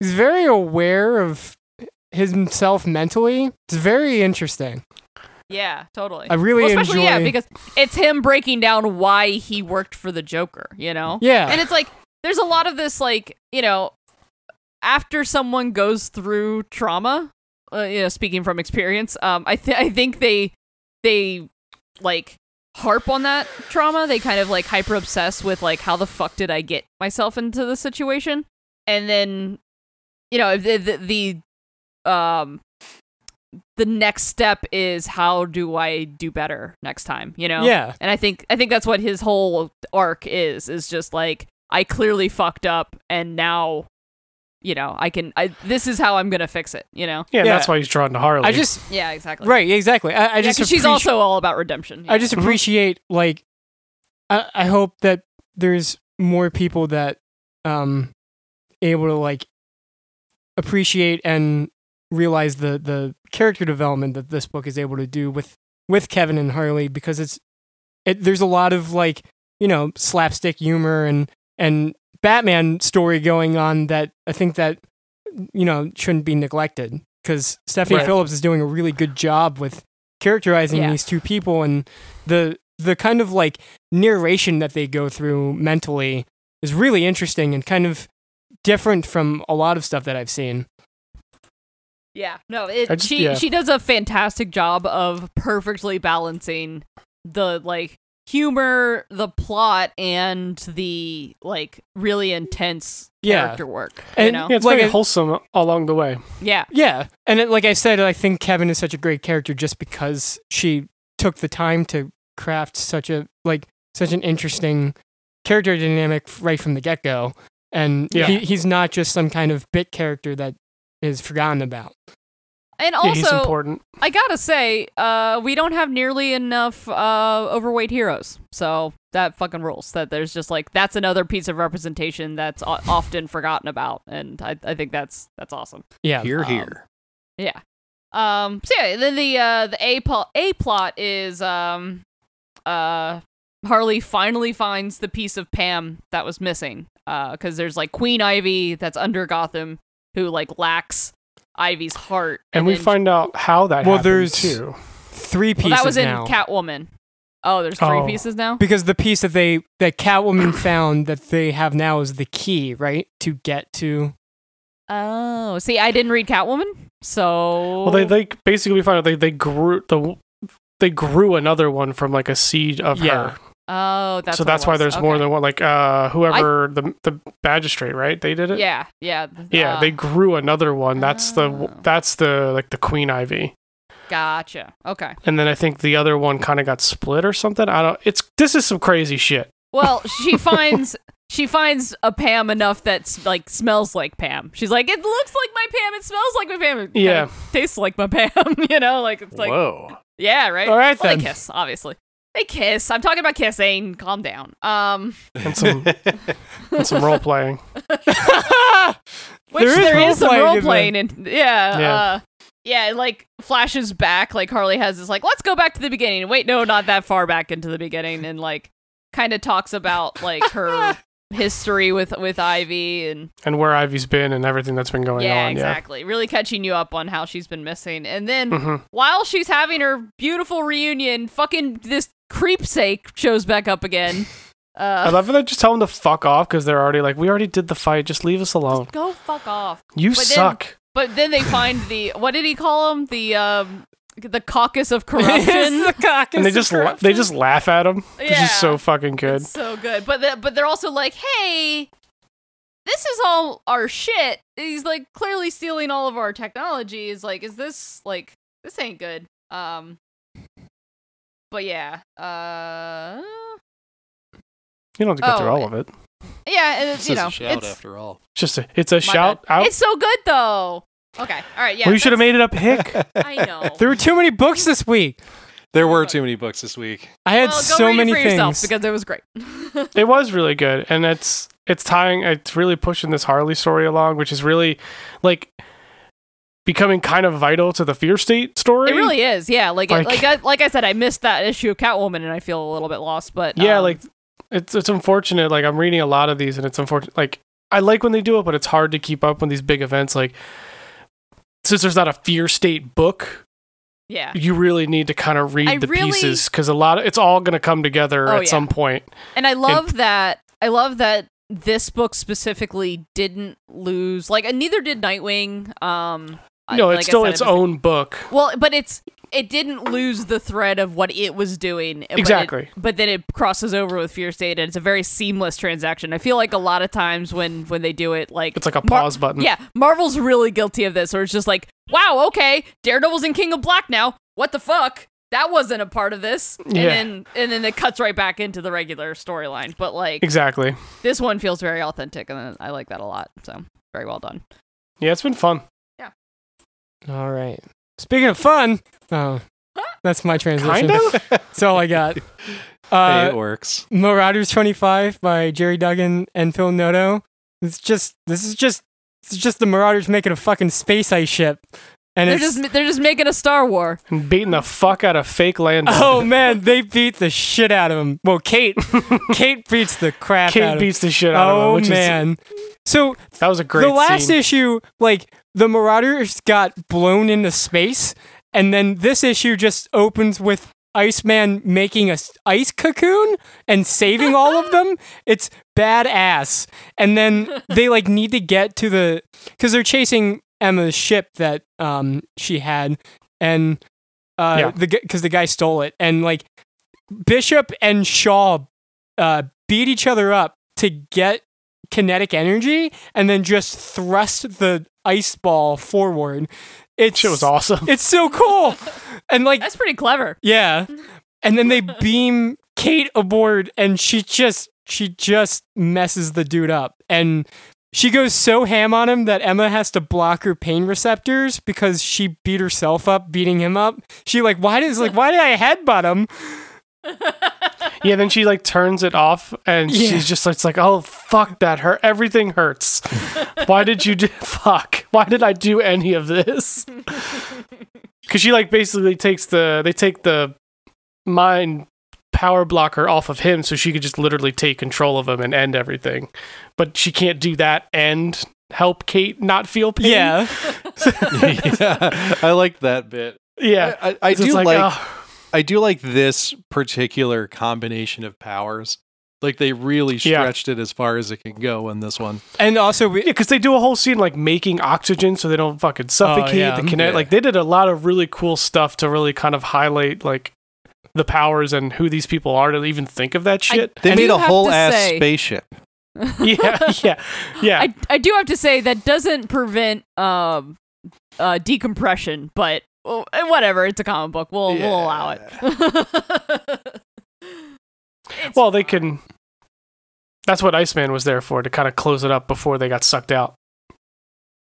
S4: he's very aware of himself mentally. It's very interesting.
S1: yeah, totally.
S4: I really
S1: Well, especially yeah,
S4: enjoy-
S1: because it's him breaking down why he worked for the Joker. You know.
S4: Yeah.
S1: And it's like there's a lot of this like, you know, after someone goes through trauma, uh, you know, speaking from experience, um I th- I think they they like harp on that trauma. They kind of like hyper obsess with like how the fuck did I get myself into this situation? And then you know, the the, the um the next step is how do I do better next time, you know?
S4: Yeah.
S1: And I think I think that's what his whole arc is is just like I clearly fucked up and now you know, I can. I, this is how I'm gonna fix it. You know.
S3: Yeah, and
S4: Yeah.
S3: that's why he's drawn to Harley.
S4: I just
S1: Yeah, exactly.
S4: right, exactly. I, I
S1: Yeah,
S4: just
S1: 'cause she's
S4: appreciate-
S1: also Mm-hmm. all about redemption.
S4: I just appreciate like I, I hope that there's more people that um able to like appreciate and realize the the character development that this book is able to do with with Kevin and Harley because it's it there's a lot of like you know slapstick humor and and Batman story going on that I think that you know shouldn't be neglected because Stephanie
S3: Right.
S4: Phillips is doing a really good job with characterizing
S1: Yeah.
S4: these two people and the the kind of like narration that they go through mentally is really interesting and kind of different from a lot of stuff that I've seen.
S1: Yeah, no, it,
S3: I just-
S1: she
S3: yeah.
S1: she does a fantastic job of perfectly balancing the like humor, the plot, and the like really intense
S4: Yeah.
S1: character work. you
S4: And-
S1: know,
S3: yeah, it's
S4: like
S3: very
S4: a-
S3: wholesome along the way.
S1: yeah,
S4: Yeah, and it, like I said, I think Kevin is such a great character just because she took the time to craft such a like such an interesting character dynamic f- right from the get go, and
S3: Yeah.
S4: he, he's not just some kind of bit character that is forgotten about.
S1: and
S3: yeah, he's
S1: also
S3: important.
S1: I gotta say, uh, we don't have nearly enough uh overweight heroes, so that fucking rules. That there's just like that's another piece of representation that's o- often forgotten about, and I I think that's that's awesome.
S4: Yeah,
S2: Here,
S1: Um,
S2: here.
S1: Yeah. Um. So yeah, then the uh the a plot a plot is um uh Harley finally finds the piece of Pam that was missing. Uh, because there's like Queen Ivy that's under Gotham who like lacks Ivy's heart,
S3: And, we
S1: then-
S3: find out how that
S4: Well,
S3: happened
S4: there's-
S3: too.
S4: three
S1: well,
S4: pieces
S1: that was in
S4: now.
S1: Catwoman. Oh, there's three
S3: Oh.
S1: pieces now.
S4: because the piece that they that Catwoman found that they have now is the key, right, to get to.
S1: Oh, see, I didn't read Catwoman, so
S3: Well, they like basically we find out they they grew the they grew another one from like a seed of
S4: Yeah.
S3: her.
S1: oh, that's
S3: so
S1: what it
S3: that's why
S1: was.
S3: there's
S1: Okay.
S3: more than one. Like uh, whoever the the magistrate, right? They did it.
S1: yeah, yeah, th-
S3: Yeah,
S1: uh,
S3: they grew another one. That's
S1: Oh.
S3: the that's the like the queen ivy,
S1: gotcha. Okay.
S3: and then I think the other one kind of got split or something. I don't. It's this is some crazy shit.
S1: Well, she finds she finds a Pam enough that's like smells like Pam. She's like, it looks like my Pam, it smells like my Pam, it kinda
S3: Yeah.
S1: tastes like my Pam. you know, like it's like,
S2: Whoa.
S1: yeah, right.
S4: All right
S1: well,
S4: then.
S1: they kiss, obviously. They kiss. I'm talking about kissing. Calm down. Um,
S3: And some and some role playing.
S1: which
S4: There is
S1: there
S4: role
S1: is some
S4: playing in
S1: role
S4: the-
S1: playing, and yeah,
S3: Yeah.
S1: Uh, yeah, it like flashes back. Like Harley has this, like, let's go back to the beginning. Wait, no, not that far back into the beginning, and like, kind of talks about like her history with with Ivy and
S3: and where Ivy's been and everything that's been going
S1: yeah,
S3: on.
S1: exactly. Really catching you up on how she's been missing. And then
S3: Yeah. hmm
S1: while she's having her beautiful reunion, fucking this creepsake shows back up again.
S3: I
S1: Uh,
S3: love how they just tell them to fuck off because they're already like, we already did the fight. Just leave us alone.
S1: go fuck off.
S3: You
S1: But then-
S3: suck.
S1: But then they find the what did he call him? The um, the caucus of
S4: It's
S1: corruption.
S4: the cock
S3: And
S4: is
S3: they
S4: the
S3: just la-
S4: corruption.
S3: they just laugh at him. This
S1: Yeah.
S3: is so fucking good.
S1: It's so good. But the, but they're also like, hey, this is all our shit. He's like clearly stealing all of our technology. Is like, is this like this ain't good? Um. But yeah, uh,
S3: You don't have to go
S1: Oh,
S3: through all of it. It's
S1: yeah, and it's,
S2: This
S1: you
S2: is
S1: know,
S2: a shout
S1: it's
S2: after all.
S3: just a, it's a
S1: my
S3: shout
S1: bad.
S3: out.
S1: It's so good though. Okay, all right, yeah.
S3: well, you should have
S1: that's-
S3: made it up, Hick.
S1: I know.
S4: There were too many books this week.
S2: There were too many books this week.
S4: I had
S1: Well, go
S4: so
S1: read
S4: many
S1: it for
S4: things.
S1: yourself because it was great.
S3: it was really good, and it's it's tying. It's really pushing this Harley story along, which is really like becoming kind of vital to the Fear State story.
S1: It really is, yeah. Like, it-
S3: Like-
S1: like, I, like I said, I missed that issue of Catwoman, and I feel a little bit lost. But
S3: yeah
S1: um,
S3: like it's it's unfortunate like i'm reading a lot of these and it's unfortunate like i like when they do it but it's hard to keep up when these big events like since there's not a fear state book
S1: yeah.
S3: you really need to kind of read
S1: I
S3: the
S1: really-
S3: pieces because a lot of it's all going to come together
S1: Oh,
S3: at
S1: yeah.
S3: some point
S1: And I love that. I love that this book specifically didn't lose. Like, and neither did Nightwing. Um, I-
S3: no
S1: like
S3: it's
S1: I
S3: still
S1: said,
S3: its
S1: it was-
S3: own book
S1: Well, but it's it didn't lose the thread of what it was doing. but it-
S3: Exactly.
S1: But, then it crosses over with Fear State, and it's a very seamless transaction. I feel like a lot of times when when they do it, like
S3: it's like a
S1: Mar-
S3: pause button
S1: Yeah, Marvel's really guilty of this, where it's just like, wow, okay, Daredevil's in King of Black now. What the fuck? that wasn't a part of this. And
S3: Yeah.
S1: then and then it cuts right back into the regular storyline. But like
S3: Exactly.
S1: this one feels very authentic and I like that a lot. So very well done.
S3: Yeah, it's been fun.
S4: All right. Speaking of fun, oh, that's my transition.
S3: Kind of.
S4: That's all I got.
S2: hey,
S4: Uh,
S2: it works.
S4: Marauders 25 by Jerry Duggan and Phil Noto. It's just this is just this is just the Marauders making a fucking space ice ship. And
S1: They're
S4: it's
S1: just they're just making a Star War.
S3: And beating the fuck out of fake land.
S4: Oh man, they beat the shit out of him. Well, Kate Kate beats the crap out
S3: Kate
S4: of
S3: beats the shit
S4: him.
S3: out of him.
S4: Oh
S3: which is-
S4: man. So
S3: that was a great.
S4: the last
S3: scene.
S4: issue, like the Marauders got blown into space, and then this issue just opens with Iceman making a s- ice cocoon and saving all of them. It's badass. And then they like need to get to the because they're chasing Emma's ship that um she had, and uh
S3: Yeah.
S4: the because the guy stole it, and like Bishop and Shaw uh, beat each other up to get kinetic energy and then just thrust the ice ball forward. It's
S3: shit was awesome.
S4: It's so cool. and like
S1: That's pretty clever.
S4: yeah. And then they beam Kate aboard and she just she just messes the dude up. And she goes so ham on him that Emma has to block her pain receptors because she beat herself up beating him up. She like why does like why did I headbutt him?
S3: Yeah, then she like turns it off, and
S4: Yeah.
S3: she's just it's like, oh fuck, that hurt. Everything hurts. Why did you do? Fuck. Why did I do any of this? Because she like basically takes the they take the mind power blocker off of him, so she could just literally take control of him and end everything. But she can't do that and help Kate not feel pain.
S4: Yeah.
S2: yeah, I like that bit.
S3: yeah.
S2: I, I, I
S3: 'Cause it's
S2: do like,
S3: oh,
S2: I do like this particular combination of powers. Like they really
S3: Yeah.
S2: stretched it as far as it can go in this one.
S4: And also we,
S3: Yeah, because they do a whole scene like making oxygen so they don't fucking
S1: Oh,
S3: suffocate
S4: yeah.
S1: mm-hmm.
S3: the kinet.
S2: Yeah.
S3: Like they did a lot of really cool stuff to really kind of highlight like the powers and who these people are to even think of that shit.
S2: They
S1: I
S2: made
S1: do
S2: a
S1: have
S2: whole
S1: to
S2: ass
S1: say-
S2: spaceship.
S3: yeah, yeah, yeah.
S1: I, I do have to say that doesn't prevent um uh decompression, but well, eh, whatever, it's a comic book. We'll we'll allow it. It's
S3: well, they can.
S1: fine.
S3: That's what Iceman was there for to kind of close it up before they got sucked out.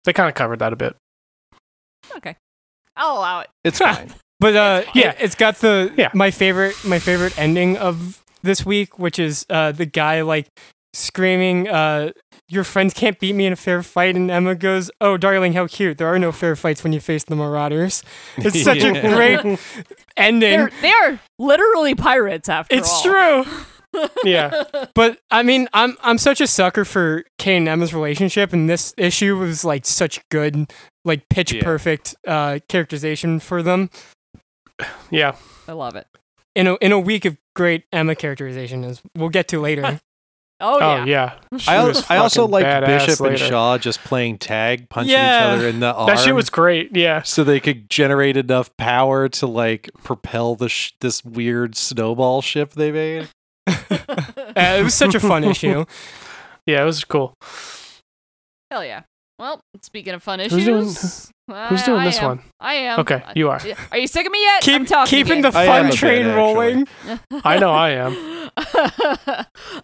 S3: They kind of covered that a bit.
S1: I'll allow it.
S2: It's fine.
S4: But uh,
S3: Yeah.
S4: yeah, it's got the
S3: Yeah.
S4: my favorite my favorite ending of this week, which is uh, the guy like screaming, uh, "Your friends can't beat me in a fair fight," and Emma goes, "Oh, darling, how cute! There are no fair fights when you face the Marauders." It's such a
S2: Yeah.
S4: great ending.
S1: They're they are literally pirates after
S4: it's
S1: all.
S4: true,
S3: Yeah,
S4: but I mean, I'm I'm such a sucker for Kate and Emma's relationship, and this issue was like such good, like pitch
S2: Yeah.
S4: perfect uh, characterization for them
S3: yeah.
S1: I love it.
S4: in a in a week of great Emma characterization, as we'll get to later.
S3: Oh,
S1: Oh, yeah.
S3: yeah. She
S2: I, al-
S3: was
S2: I also
S3: fucking
S2: like
S3: badass
S2: Bishop and
S3: later.
S2: Shaw just playing tag, punching
S4: Yeah.
S2: each other in the arm.
S3: That shit was great. Yeah.
S2: so they could generate enough power to like propel the sh- this weird snowball ship they made.
S4: Uh, it was such a fun issue.
S3: Yeah, it was cool.
S1: Hell yeah. Well, speaking of fun
S3: Who's
S1: issues,
S3: doing-
S1: I-
S3: Who's doing
S1: I
S3: this
S1: am.
S3: one?
S1: I am. Uh,
S3: Okay, you are.
S1: Are you sick of me yet? I'm
S4: Keep
S1: talking
S4: keeping the
S1: again.
S2: I am
S4: fun
S2: a bit,
S4: train
S2: actually.
S4: rolling.
S3: I know I am.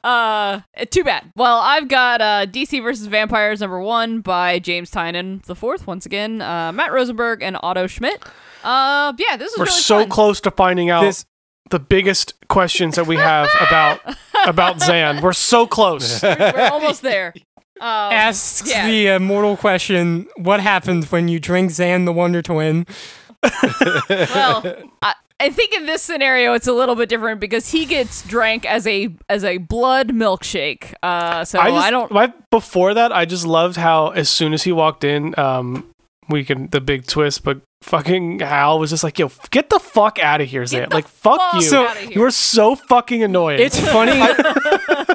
S1: uh, too bad. Well, I've got uh, DC versus Vampires number one by James Tynan the fourth once again. Uh, Matt Rosenberg and Otto Schmidt. Uh, yeah, this is
S3: We're
S1: really
S3: so
S1: fun.
S3: close to finding out
S4: This-
S3: the biggest questions that we have about about Zan. We're so close.
S1: We're almost there. Um,
S4: Asks
S1: yeah.
S4: the immortal question: What happens when you drink Zan the Wonder Twin?
S1: well, I, I think in this scenario it's a little bit different because he gets drank as a as a blood milkshake. Uh, so I,
S3: just,
S1: don't.
S3: my- before that, I just loved how as soon as he walked in, um, we can the big twist, but fucking Hal was just like, "Yo, f- get the fuck out of here, Zan!
S1: the
S3: Like, fuck,
S1: fuck
S3: you!
S1: So- outta here."
S3: You're so fucking annoying."
S4: It's funny.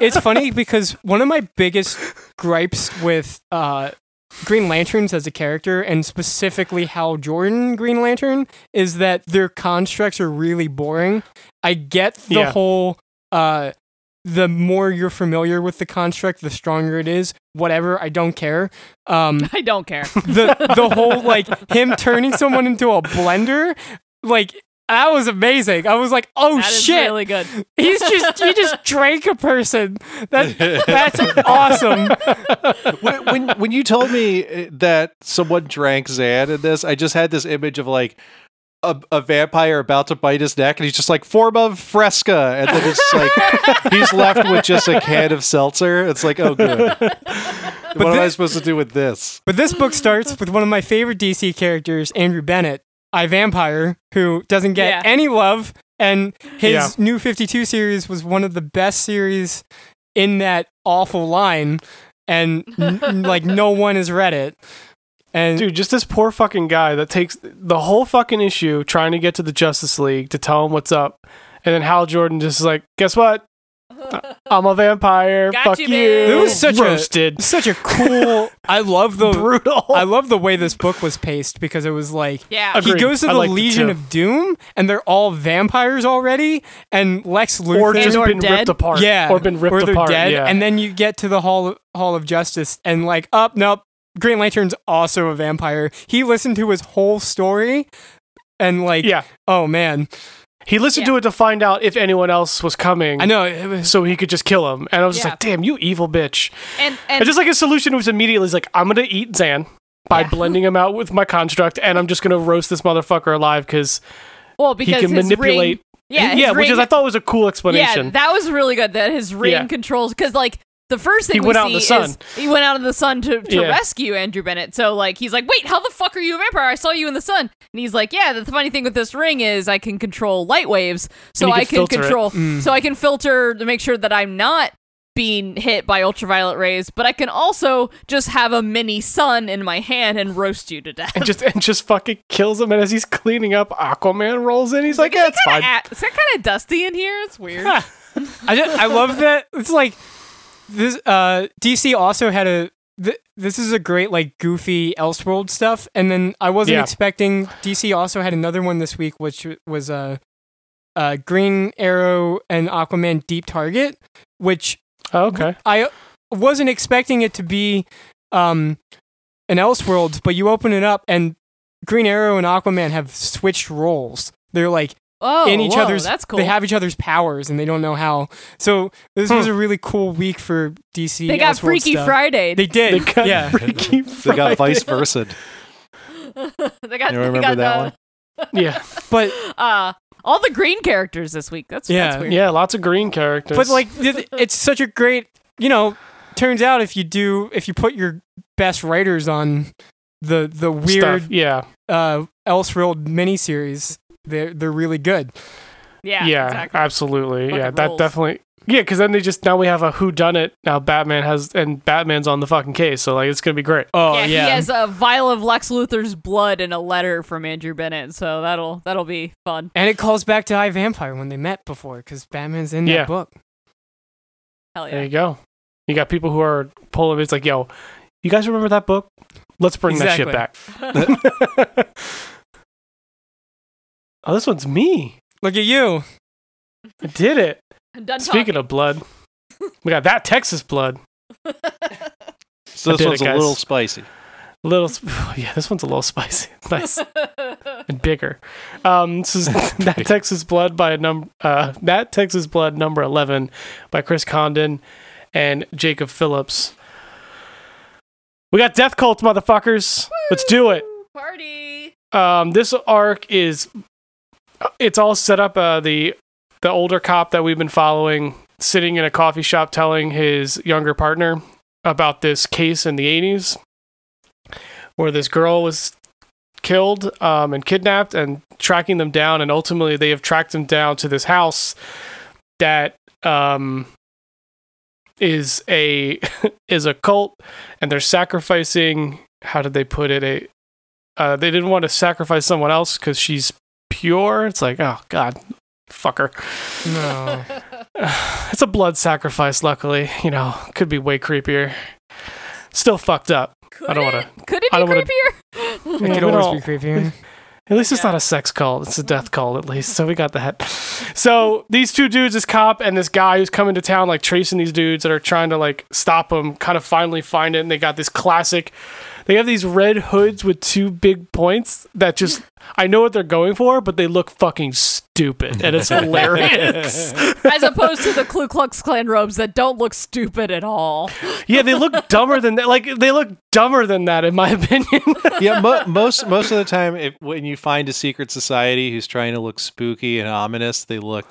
S4: it's funny because one of my biggest gripes with uh, Green Lanterns as a character, and specifically Hal Jordan Green Lantern, is that their constructs are really boring. I get the
S3: Yeah.
S4: whole. Uh, the more you're familiar with the construct, the stronger it is. Whatever, I don't care. Um,
S1: I don't care.
S4: the the whole like him turning someone into a blender like That was amazing. I was like, oh
S1: That is
S4: shit.
S1: really good.
S4: He's just he just drank a person. That that's awesome.
S2: when, when when you told me uh, that someone drank Xan in this, I just had this image of like a, a vampire about to bite his neck, and he's just like form of fresca, and then it's like he's left with just a can of seltzer. It's like, oh, good. what am I
S4: thi-
S2: supposed to do with this?
S4: But this book starts with one of my favorite DC characters, Andrew Bennett, I Vampire, who doesn't get
S1: Yeah.
S4: any love. And his
S3: Yeah.
S4: new 52 series was one of the best series in that awful line. And n- n- like, no one has read it. And
S3: Dude, just this poor fucking guy that takes the whole fucking issue trying to get to the Justice League to tell him what's up. And then Hal Jordan just is like, guess what? I'm a vampire.
S1: Got
S3: Fuck
S1: you,
S3: you.
S1: man.
S4: it was such
S3: roasted.
S4: a such a cool. I love the
S3: brutal.
S4: I love the way this book was paced because it was like
S1: Yeah.
S4: he
S3: Agreed.
S4: goes to
S3: I
S4: the
S3: liked it
S4: Legion
S3: too.
S4: of Doom and they're all vampires already and Lex Luthor
S3: or just
S1: or
S3: been
S1: dead.
S3: ripped apart.
S4: yeah
S3: Or been ripped
S4: or they're
S3: apart.
S4: dead
S3: Yeah.
S4: and then you get to the Hall Hall of Justice and like up nope Green Lantern's also a vampire. He listened to his whole story and like
S3: yeah.
S4: oh man
S3: He listened
S1: Yeah.
S3: to it to find out if anyone else was coming.
S4: I know it was,
S3: So he could just kill him. And I was just
S1: Yeah.
S3: like, damn, you evil bitch.
S1: And
S3: And
S1: and
S3: just like his solution was immediately he's like, I'm gonna eat Zan by
S1: Yeah.
S3: blending him out with my construct, and I'm just gonna roast this motherfucker alive because
S1: well
S3: he
S1: because
S3: can
S1: his
S3: manipulate.
S1: Ring, yeah, his
S3: yeah, which
S1: ring-
S3: is I thought was a cool explanation.
S1: Yeah, that was really good. That his ring
S3: Yeah.
S1: controls because like the first thing
S3: He
S1: we
S3: went
S1: see
S3: out in the
S1: is
S3: sun.
S1: he went out in the sun to, to
S3: Yeah.
S1: rescue Andrew Bennett. So like he's like, wait, how the fuck are you a vampire? I saw you in the sun, and he's like, yeah. The funny thing with this ring is I can control light waves, so
S3: you can
S1: I can
S3: filter it.
S1: control,
S4: Mm.
S1: so I can filter to make sure that I'm not being hit by ultraviolet rays, but I can also just have a mini sun in my hand and roast you to death.
S3: and just and just fucking kills him, and as he's cleaning up, Aquaman rolls in. He's like, "Yeah, it's fine."
S1: Kinda a- is that kind of dusty in here? It's weird.
S4: I just, I love that. It's like this. Uh, DC also had a. Th- this is a great like goofy Elseworld stuff, and then I wasn't
S3: Yeah.
S4: expecting. DC also had another one this week, which w- was uh, uh, Green Arrow and Aquaman Deep Target, which
S3: Oh, okay,
S4: I wasn't expecting it to be um, an Elseworlds, but you open it up and Green Arrow and Aquaman have switched roles. They're like
S1: Oh,
S4: in each
S1: whoa,
S4: other's
S1: that's cool.
S4: they have each other's powers and they don't know how so this was a really cool week for dc
S1: Hmm. They got
S4: Elseworlds
S1: Freaky
S4: stuff.
S1: Friday.
S4: they did
S3: they got
S4: yeah
S3: freaky.
S2: They got
S3: Friday.
S2: vice versa.
S1: they got,
S2: You
S1: they
S2: remember
S1: got,
S2: that
S1: uh,
S2: one?
S3: yeah,
S4: but
S1: Uh, all the green characters this week. That's
S4: Yeah.
S1: that's weird.
S3: yeah, lots of green characters.
S4: but like th- it's such a great you know turns out if you do if you put your best writers on the the
S3: Stuff,
S4: weird
S3: yeah,
S4: uh elseworld miniseries they're they're really good
S1: Yeah,
S3: yeah,
S1: exactly.
S3: absolutely.
S1: Fucking
S3: yeah, that
S1: rules.
S3: definitely. Yeah, because then they just now we have a who done it. Now Batman has and Batman's on the fucking case, so like it's gonna be great.
S4: oh
S1: yeah,
S4: yeah,
S1: he has a vial of Lex Luthor's blood and a letter from Andrew Bennett, so that'll that'll be fun.
S4: and it calls back to i vampire when they met before because batman's in
S3: Yeah.
S4: that book
S1: Hell
S3: There
S1: yeah!
S3: you go. You got people who are pulling. It's like, yo, you guys remember that book? Let's bring
S4: Exactly.
S3: that shit back. oh, this one's me.
S4: look at you
S3: I did it.
S1: I'm done
S3: Speaking
S1: talking.
S3: of blood, we got that Texas blood.
S2: So
S3: I
S2: this
S3: did it,
S2: one's a
S3: guys.
S2: little spicy.
S3: Little, sp- yeah, this one's a little spicy. Nice and bigger. Um, this is that Texas blood by num uh, that Texas blood number eleven by Chris Condon and Jacob Phillips. We got Death Cult, motherfuckers. Let's do it.
S1: Party.
S3: um, this arc is it's all set up uh, the the older cop that we've been following sitting in a coffee shop telling his younger partner about this case in the 80s where this girl was killed um, and kidnapped and tracking them down and ultimately they have tracked them down to this house that um, is a is a cult and they're sacrificing how did they put it a uh, they didn't want to sacrifice someone else because she's pure. It's like, oh god, fuck her.
S4: no
S3: It's a blood sacrifice. Luckily, you know, could be way creepier. Still fucked up.
S1: Could
S3: I don't
S1: it?
S3: wanna-
S1: Could it be
S3: I don't wanna-
S1: creepier?
S4: it
S3: Yeah,
S4: could
S3: we
S4: always
S3: don't-
S4: be creepier
S3: At least it's
S1: Yeah.
S3: not a sex cult. It's a death cult, at least. So we got that. So these two dudes, this cop and this guy who's coming to town, like tracing these dudes that are trying to like stop them, kind of finally find it. And they got this classic. They have these red hoods with two big points that just I know what they're going for, but they look fucking stupid, and it's hilarious.
S1: As opposed to the Ku Klux Klan robes that don't look stupid at all.
S3: yeah, they look dumber than that. Like they look dumber than that, in my opinion.
S2: yeah, mo- most most of the time, if, when you find a secret society who's trying to look spooky and ominous, they look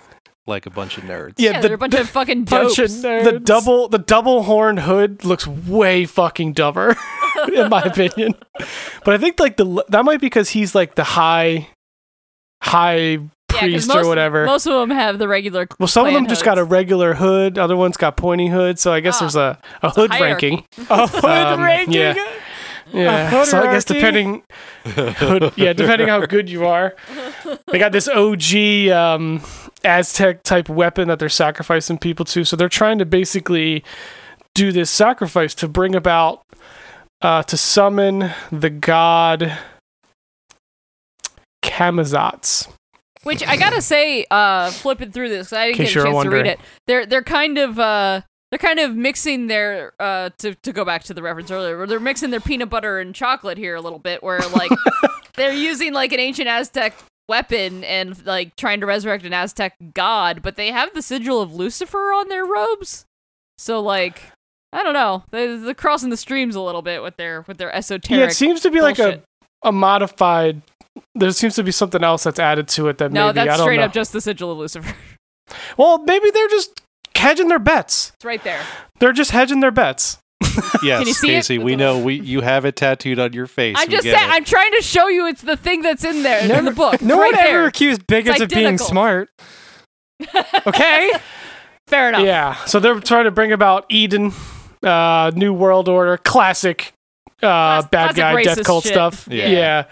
S2: like a bunch of nerds.
S1: Yeah, they're a bunch of fucking dopes.
S4: bunch of
S3: the
S4: nerds.
S3: double the double horn hood looks way fucking dumber in my opinion but i think like the that might be because he's like the high high
S1: Yeah, 'cause
S3: priest
S1: most,
S3: or whatever
S1: Most of them have the regular.
S3: well some of them
S1: Klan
S3: just got a
S1: hoods.
S3: regular hood other ones got pointy hood so i guess
S1: Ah,
S3: there's a, a hood ranking
S4: A hood
S3: Um,
S4: ranking.
S3: yeah. yeah
S4: A
S3: so i guess
S4: hierarchy?
S3: depending hood, yeah depending how good you are they got this og um, aztec type weapon that they're sacrificing people to so they're trying to basically do this sacrifice to bring about uh, to summon the god Kamazats.
S1: Which I gotta say, uh, flipping through this, 'cause I didn't
S3: In case
S1: get a
S3: you were
S1: chance
S3: wondering.
S1: to read it. They're they're kind of uh, they're kind of mixing their uh, to to go back to the reference earlier, where they're mixing their peanut butter and chocolate here a little bit, where like they're using like an ancient Aztec weapon and like trying to resurrect an Aztec god, but they have the sigil of Lucifer on their robes, so like. I don't know. They- They're crossing the streams a little bit with their with their esoteric.
S3: Yeah, it seems to be like
S1: bullshit.
S3: a, a modified. There seems to be something else that's added to it that
S1: no.
S3: maybe I
S1: that's
S3: don't
S1: straight
S3: know.
S1: up just the sigil of Lucifer.
S3: well, maybe they're just hedging their bets.
S1: it's right there.
S3: They're just hedging their bets.
S2: Yes,
S1: Can you see it?
S2: Casey, we know we you have it tattooed on your face.
S1: I'm
S2: we
S1: just
S2: get
S1: saying.
S2: it.
S1: I'm trying to show you it's the thing that's in there in the book.
S4: No
S1: It's
S4: one
S1: right
S4: ever
S1: there.
S4: accused bigots of being
S1: identical.
S4: smart. Okay.
S1: Fair enough.
S3: Yeah, so they're trying to bring about Eden, uh, New World Order, classic uh,
S1: Class-
S3: bad
S1: classic
S3: guy death
S1: racist
S3: cult
S1: shit.
S3: stuff.
S2: Yeah.
S3: Yeah.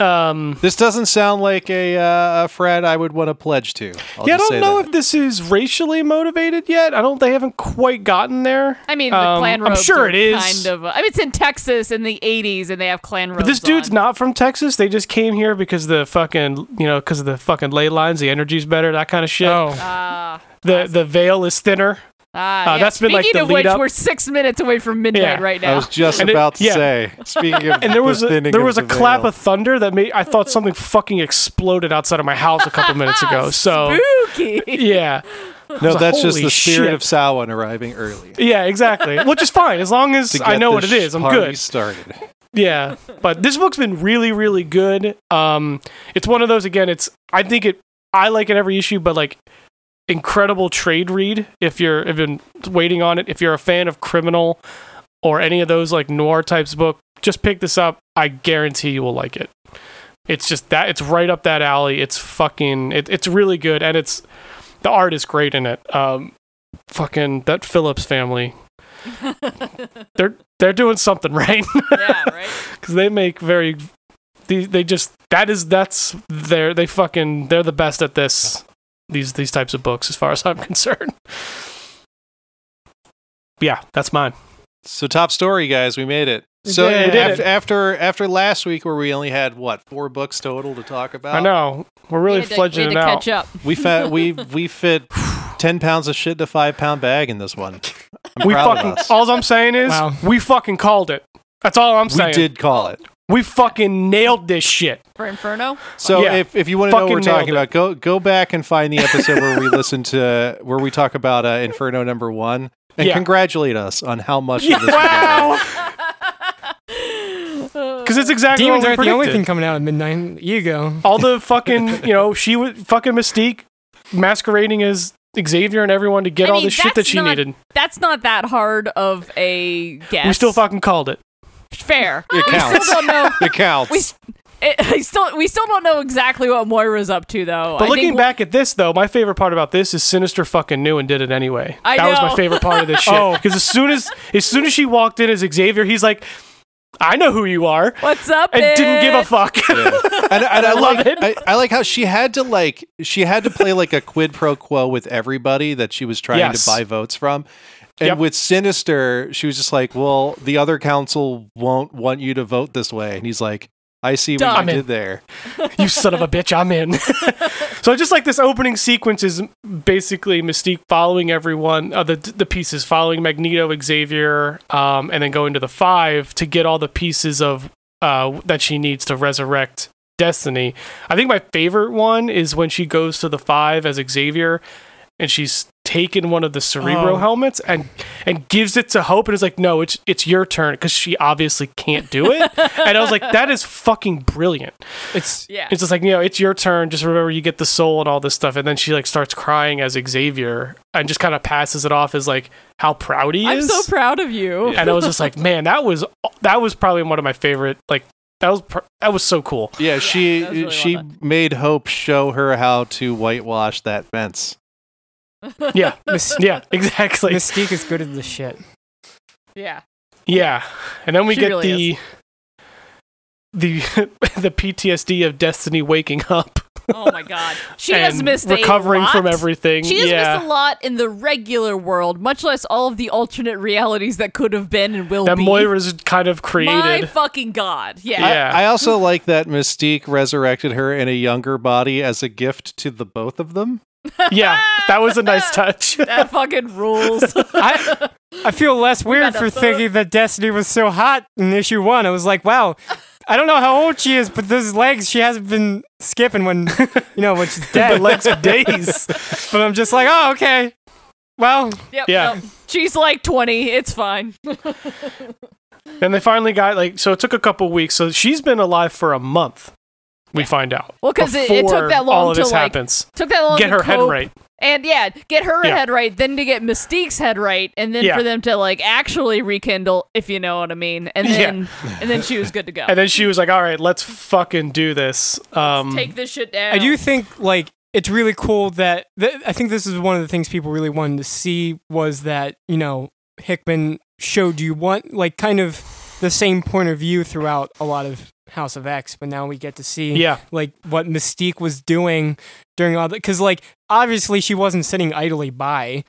S3: Um,
S2: This doesn't sound like a, uh, a frat I would want to pledge to. I'll
S3: yeah, I
S2: just say
S3: don't know
S2: that.
S3: if this is racially motivated yet. I don't. They haven't quite gotten there.
S1: I mean, the
S3: Um,
S1: clan
S3: I'm
S1: robes.
S3: sure
S1: are
S3: it is.
S1: Kind of. I mean, it's in Texas in the '80s, and they have clan robes.
S3: But this dude's
S1: on.
S3: not from Texas. They just came here because the fucking you know because of the fucking ley lines, the energy's better, that kind of shit.
S4: Oh.
S1: Ah,
S3: The the veil is thinner.
S1: ah,
S3: Uh,
S1: yeah.
S3: that's been, like,
S1: Speaking
S3: the
S1: of which,
S3: lead up-
S1: we're six minutes away from midnight
S3: Yeah.
S1: right
S2: I
S1: now.
S2: was just
S3: And it-
S2: about to
S3: yeah.
S2: say. Speaking of,
S3: And there was
S2: the
S3: a,
S2: thinning
S3: there
S2: of
S3: was a
S2: the
S3: clap
S2: veil.
S3: of thunder that made I thought something fucking exploded outside of my house a couple minutes ago. So
S1: Spooky.
S3: yeah.
S2: No, that's just
S3: Holy
S2: the spirit
S3: shit.
S2: of Samhain arriving early.
S3: Yeah, exactly. Which is fine as long as
S2: to
S3: I
S2: get
S3: know
S2: the
S3: what it is. I'm
S2: party
S3: good.
S2: Started.
S3: Yeah, but this book's been really, really good. Um, it's one of those again. It's I think it. I like it every issue, but like incredible trade read if you're if you've been waiting on it. If you're a fan of criminal or any of those like noir types book, just pick this up. I guarantee you will like it. It's just that it's right up that alley. It's fucking. It, it's really good, and it's the art is great in it. Um, fucking that Phillips family. They're they're doing something right.
S1: yeah, right.
S3: because they make very they, they just that is that's their they fucking they're the best at this these these types of books as far as i'm concerned yeah that's mine
S2: So top story, guys, we made it.
S4: We
S2: So
S4: did
S3: it. We did
S2: after,
S3: it.
S2: after after last week, where we only had what four books total to talk about.
S3: i know we're
S1: We
S3: really
S1: had to-
S3: fledgling
S1: we
S3: it
S1: had to
S3: out
S1: catch up.
S2: we fit we we fit ten pounds of shit to five pound bag in this one. I'm
S3: we
S2: proud
S3: fucking
S2: of us.
S3: all i'm saying is
S4: Wow.
S3: we fucking called it that's all i'm
S2: we
S3: saying
S2: did call it.
S3: we fucking nailed this shit
S1: For Inferno,
S2: So
S3: Yeah.
S2: if, if you want to know what
S3: Fucking
S2: we're talking
S3: nailed
S2: about, go go back and find the episode where we listen to where we talk about uh, Inferno number one and
S3: Yeah.
S2: congratulate us on how much of this.
S3: wow because it's exactly
S4: Demons
S3: what we
S4: aren't the only
S3: predicted.
S4: thing coming out at midnight. You go.
S3: all the fucking you know she was fucking mystique masquerading as xavier and everyone to get
S1: I
S3: all
S1: mean,
S3: the shit that
S1: that's
S3: she
S1: not-
S3: needed
S1: that's not that hard of a guess.
S3: we still fucking called it
S1: fair.
S2: It
S1: Still
S2: counts.
S1: don't know.
S2: It counts.
S1: We s- it, I still we still don't know exactly what Moira's up to though.
S3: But
S1: I
S3: looking
S1: think
S3: back at this, though, my favorite part about this is Sinister fucking knew and did it anyway.
S1: I
S3: that was
S1: know.
S3: my favorite part of this shit. because as soon as as soon as she walked in as Xavier, he's like, "I know who you are,"
S1: what's up
S3: and didn't give a
S1: bitch?
S3: fuck.
S2: Yeah. and, and I,
S3: love
S2: like,
S3: it.
S2: I, I like how she had to like she had to play like a quid pro quo with everybody that she was trying
S3: Yes.
S2: to buy votes from. And
S3: Yep.
S2: with Sinister, she was just like, "Well, the other council won't want you to vote this way," and he's like, I see what
S1: Dumb.
S2: you did there.
S3: you son of a bitch, I'm in. so I just like this opening sequence is basically Mystique following everyone, uh, the the pieces following Magneto, Xavier, um, and then going to the five to get all the pieces of uh, that she needs to resurrect Destiny. I think my favorite one is when she goes to the five as Xavier, and she's taken one of the Cerebro
S4: Oh.
S3: helmets and and gives it to Hope, and is like, no, it's it's your turn because she obviously can't do it. and I was like, that is fucking brilliant.
S4: It's
S1: Yeah.
S3: It's just like, you know, it's your turn. Just remember you get the soul and all this stuff. And then she like starts crying as Xavier and just kind of passes it off as like how proud he
S1: I'm
S3: is.
S1: so proud of you.
S3: and I was just like, man, that was that was probably one of my favorite. Like that was pr- that was so cool.
S2: Yeah, she
S1: that was really
S2: she
S1: well done.
S2: made Hope show her how to whitewash that fence.
S3: Yeah,
S4: Mys-
S3: yeah, exactly.
S4: Mystique is good at the shit.
S1: Yeah.
S3: yeah, and then we
S1: She
S3: get
S1: really
S3: the the the PTSD of Destiny waking up.
S1: Oh my god. She has
S3: and
S1: missed
S3: recovering
S1: a lot.
S3: from everything.
S1: She has
S3: yeah.
S1: missed a lot in the regular world, much less all of the alternate realities that could have been and will
S3: that
S1: be.
S3: Moira's kind of
S1: My
S3: created.
S1: fucking god. Yeah.
S2: I-
S3: Yeah.
S2: I, also like that Mystique resurrected her in a younger body as a gift to the both of them.
S3: yeah, that was a nice touch.
S1: That fucking rules.
S4: I I feel less
S1: got
S4: weird
S1: a
S4: for
S1: vote.
S4: thinking that Destiny was so hot in issue one. I was like, wow, I don't know how old she is, but those legs she hasn't been skipping when you know when she's
S3: the
S4: dead.
S3: legs of days.
S4: but I'm just like, oh okay. Well,
S1: yep,
S3: Yeah.
S1: no. She's like 20. It's fine.
S3: And they finally got like so it took a couple weeks. So she's been alive for a month. We find out.
S1: Well, 'cause it- it took
S3: Before
S1: that long
S3: all of
S1: to,
S3: this
S1: like,
S3: happens.
S1: Took that long
S3: Get
S1: to
S3: her head
S1: cope.
S3: right.
S1: And yeah, get her
S3: Yeah.
S1: head right, then to get Mystique's head right, and then
S3: Yeah.
S1: for them to like actually rekindle, if you know what I mean. And
S3: Yeah.
S1: then and then she was good to go.
S3: And then she was like, "All right, let's fucking do this." Um,
S1: Take this shit down.
S4: I do think like it's really cool that th- I think this is one of the things people really wanted to see was that you know Hickman showed you want like kind of the same point of view throughout a lot of House of X, but now we get to see
S3: yeah,
S4: like what Mystique was doing during all that because like obviously she wasn't sitting idly by.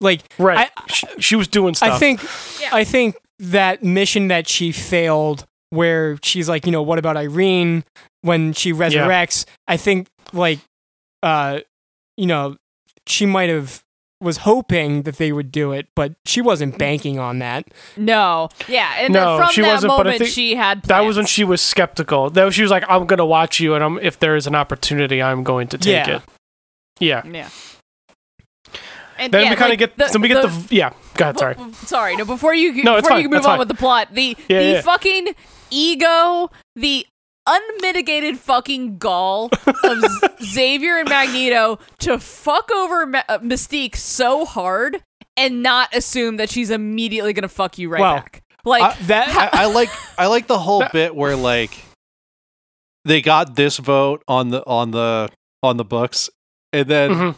S4: Like
S3: right. she, she was doing stuff.
S4: I think
S1: Yeah.
S4: I think that mission that she failed where she's like, you know, what about Irene when she resurrects? I think like uh you know, she might have was hoping that they would do it, but she wasn't banking on that.
S1: No. Yeah. And
S3: No,
S1: then from
S3: she
S1: that
S3: wasn't, but I
S1: moment,
S3: think
S1: she had.
S3: that was when
S1: plans.
S3: she was skeptical. That was- she was like, "I'm gonna watch you, and I'm, if there is an opportunity, I'm going to take
S4: Yeah.
S3: it." Yeah.
S1: Yeah. And
S3: Then
S1: yeah,
S3: we kind
S1: like,
S3: of get. then we get the, yeah. Go ahead.
S1: bu-
S3: Sorry.
S1: sorry. No, before you
S3: No, it's
S1: before
S3: fine,
S1: you move
S3: it's
S1: on
S3: fine.
S1: with the plot, the
S3: Yeah,
S1: the
S3: yeah.
S1: fucking ego, the unmitigated fucking gall of Z- Xavier and Magneto to fuck over Ma- uh, Mystique so hard and not assume that she's immediately gonna fuck you right
S4: Well,
S1: back. Like
S4: that
S2: I, I like I like the whole bit where like they got this vote on the on the on the books, and then
S3: Mhm.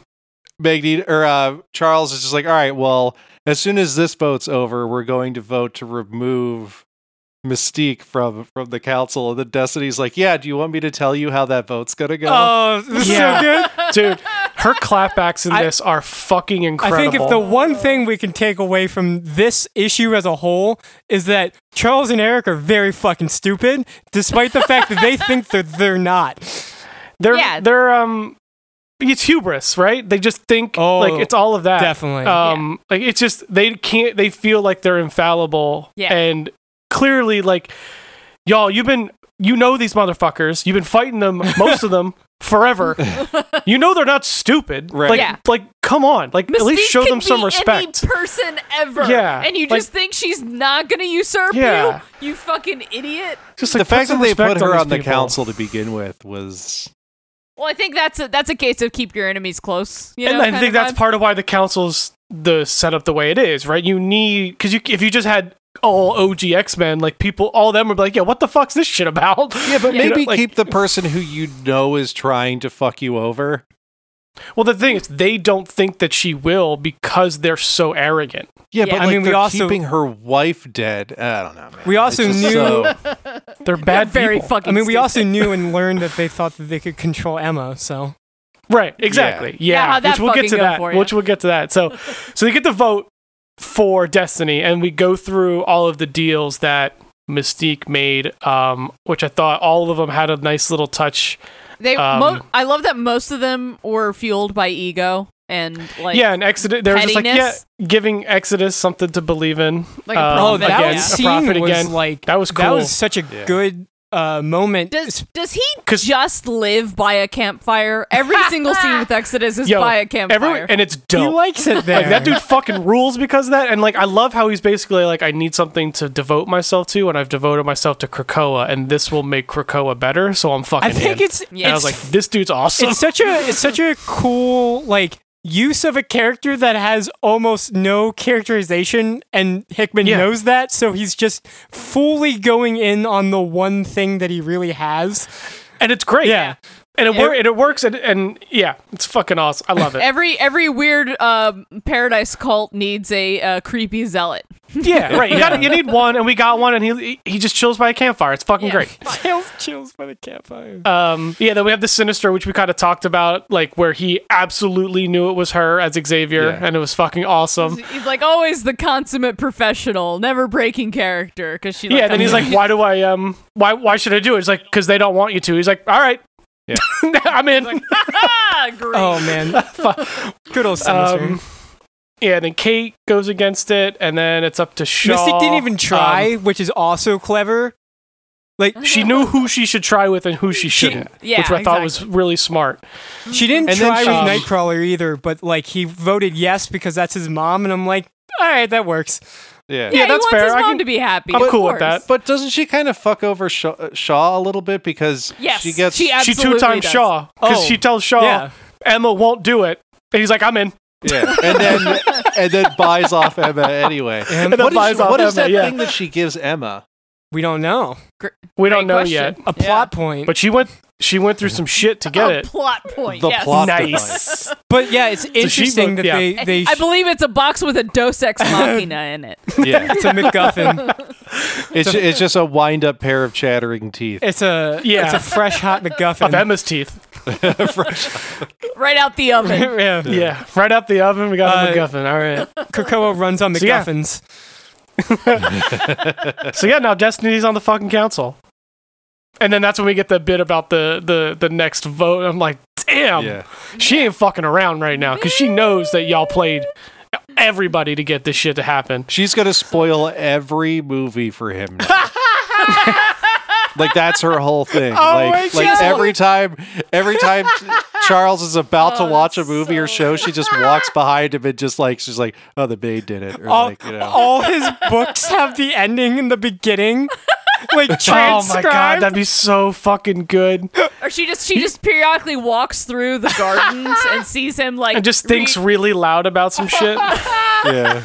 S2: Magneto or uh, Charles is just like, all right, well, as soon as this vote's over, we're going to vote to remove Mystique from from the council. And then Destiny's like, yeah, do you want me to tell you how that vote's gonna go?
S4: Oh, this
S3: Yeah.
S4: is so good.
S3: dude her clapbacks in
S4: I-
S3: this are fucking incredible
S4: I think if the one thing we can take away from this issue as a whole is that Charles and Eric are very fucking stupid, despite the fact that they think that they're not.
S3: they're
S1: Yeah.
S3: they're um it's hubris right they just think
S4: Oh,
S3: like it's all of that
S4: definitely.
S3: um like it's just they can't they feel like they're infallible
S1: Yeah.
S3: and clearly like y'all you've been you know these motherfuckers you've been fighting them most of them forever you know they're not stupid
S2: Right.
S3: like
S1: Yeah.
S3: like come on like at least
S1: Mystique
S3: show
S1: could
S3: them some
S1: be
S3: respect
S1: Any person ever.
S3: Yeah,
S1: And you
S3: like-
S1: just think she's not gonna usurp
S3: Yeah.
S1: you? You fucking idiot.
S3: just
S2: the
S3: like, put
S2: fact
S3: some
S2: that they
S3: respect
S2: put her
S3: these
S2: on the
S3: people.
S2: council to begin with was
S1: Well, I think that's a that's a case of keep your enemies close. You know,
S3: and I
S1: kind
S3: think
S1: of
S3: that's
S1: vibe.
S3: part of why the council's the setup the way it is, right? You need because you if you just had all OG X Men, like people, all of them would be like, yeah, what the fuck's this shit about?
S2: yeah, but
S3: You know,
S2: maybe
S3: like-
S2: keep the person who you know is trying to fuck you over.
S3: Well, the thing is, they don't think that she will because they're so arrogant.
S2: Yeah,
S1: Yeah.
S2: but
S1: I
S2: like
S4: mean, we
S2: they're
S4: also-
S2: keeping her wife dead. I don't know. Man.
S4: We also
S2: It's just
S4: knew-
S2: so-
S3: They're bad
S1: very
S3: people.
S1: fucking.
S4: I mean, we
S1: stupid.
S4: also knew and learned that they thought that they could control Emma, so.
S3: Right, exactly.
S1: Yeah,
S3: Yeah,
S1: how'd that
S3: which we'll get
S1: fucking
S3: to
S1: go
S3: that.
S1: for ya?
S3: Which we'll get to that. So, so they get the vote for Destiny, and we go through all of the deals that Mystique made, um, which I thought all of them had a nice little touch.
S1: They,
S3: Um,
S1: mo- I love that most of them were fueled by ego and like
S3: yeah, and Exodus, they were just like, yeah,
S1: pettiness.
S3: giving Exodus something to believe in.
S1: Like a
S3: Um,
S1: prophet,
S4: oh, that
S1: again,
S4: was
S1: a
S4: scene
S3: prophet
S4: was
S3: again.
S4: like
S3: That was cool.
S4: that was such a
S2: Yeah.
S4: good uh, moment.
S1: Does does he
S3: 'Cause-
S1: just live by a campfire? Every single scene with Exodus is
S3: Yo,
S1: by a campfire.
S3: Everyone, and it's
S4: he
S3: dope.
S4: likes it there.
S3: Like that dude fucking rules because of that, and like I love how he's basically like I need something to devote myself to, and I've devoted myself to Krakoa, and this will make Krakoa better. So I'm fucking.
S4: I think
S3: in.
S4: it's
S1: Yeah.
S3: And I
S4: it's
S3: was like, this dude's awesome.
S4: it's such a it's such a cool like use of a character that has almost no characterization and Hickman
S3: Yeah.
S4: knows that so he's just fully going in on the one thing that he really has.
S3: and it's great.
S4: Yeah.
S3: and it, wor- and it works, and, and yeah, it's fucking awesome. I love it.
S1: Every every weird um paradise cult needs a uh, creepy zealot.
S3: yeah, right. You got you need one, and we got one, and he he just chills by a campfire. It's fucking
S1: Yeah.
S3: great.
S4: Chills chills by the campfire.
S3: Um, yeah, then we have the sinister, which we kind of talked about, like where he absolutely knew it was her as Xavier,
S2: Yeah.
S3: and it was fucking awesome.
S1: He's like always the consummate professional, never breaking character. Because she like,
S3: yeah, then he's like, "Why do I um? Why why should I do it?" He's like, "Cause they don't want you to." He's like, "All right,
S2: Yeah.
S3: I'm in."
S1: ah, great.
S4: Oh man. Good old sinister.
S3: um, yeah, then Kate goes against it, and then it's up to Shaw.
S4: Mystic didn't even
S3: Um,
S4: try, which is also clever. Like
S3: she knew who she should try with and who she shouldn't,
S1: yeah,
S3: which I thought was really smart.
S4: She didn't
S2: And then
S4: try
S2: she-
S4: with Nightcrawler either, but like he voted yes because that's his mom, and I'm like, all right, that works.
S2: Yeah.
S1: yeah,
S3: Yeah, that's
S1: he wants
S3: fair.
S1: his
S3: I
S1: mom
S3: can-
S1: to be happy.
S3: I'm
S1: of
S3: cool with
S1: course.
S3: that.
S2: But doesn't she kind of fuck over Shaw, Shaw a little bit because
S1: Yes,
S2: she gets
S1: she
S3: She
S1: absolutely
S3: two times
S1: does.
S3: Shaw because
S4: Oh,
S3: she tells Shaw
S4: yeah.
S3: Emma won't do it, and he's like, "I'm in."
S2: yeah, and then and then buys off Emma anyway.
S3: And
S4: And
S3: then
S2: What is-
S3: buys off
S2: what is
S3: Emma,
S2: that
S3: yeah.
S2: thing that she gives Emma?
S4: we don't know
S3: We
S1: Great
S3: don't know
S1: question.
S3: yet,
S4: a
S1: Yeah.
S4: plot point, but,
S3: but she went. She went through some shit to
S4: Oh,
S3: get
S1: a
S3: it.
S1: plot point.
S2: The
S1: yes.
S2: plot
S3: Nice.
S4: yeah, it's
S3: vote-
S4: interesting that
S3: yeah.
S4: they they
S1: I believe it's a box with a Dos Ex Machina in it.
S2: Yeah,
S4: it's a MacGuffin.
S2: it's ju- it's just a wind up pair of chattering teeth.
S4: It's a
S3: Yeah.
S4: it's a fresh hot
S3: Of
S4: MacGuffin.
S3: Emma's teeth.
S1: Right out the oven.
S4: yeah,
S3: Yeah, right out the oven. We got
S4: Uh,
S3: a MacGuffin. All right.
S4: Krakoa runs on
S3: So, yeah.
S4: MacGuffins.
S3: So yeah, now Destiny's on the fucking council, and then that's when we get the bit about the the the next vote. I'm like, damn,
S2: Yeah,
S3: she ain't fucking around right now because she knows that y'all played everybody to get this shit to happen.
S2: she's gonna spoil every movie for him. now. like that's her whole thing. like
S4: wait,
S2: like
S4: yes.
S2: every time every time Charles is about
S1: Oh,
S2: to watch a
S1: that's
S2: movie or show,
S1: so
S2: she just walks behind him and just like she's like, oh, the maid did it, or
S4: All,
S2: like you know.
S4: all his books have the ending in the beginning, like
S3: Oh my
S4: transcribed.
S3: god, that'd be so fucking good.
S1: Or she just she just periodically walks through the gardens and sees him like
S3: And just
S1: read-
S3: thinks really loud about some shit.
S2: yeah.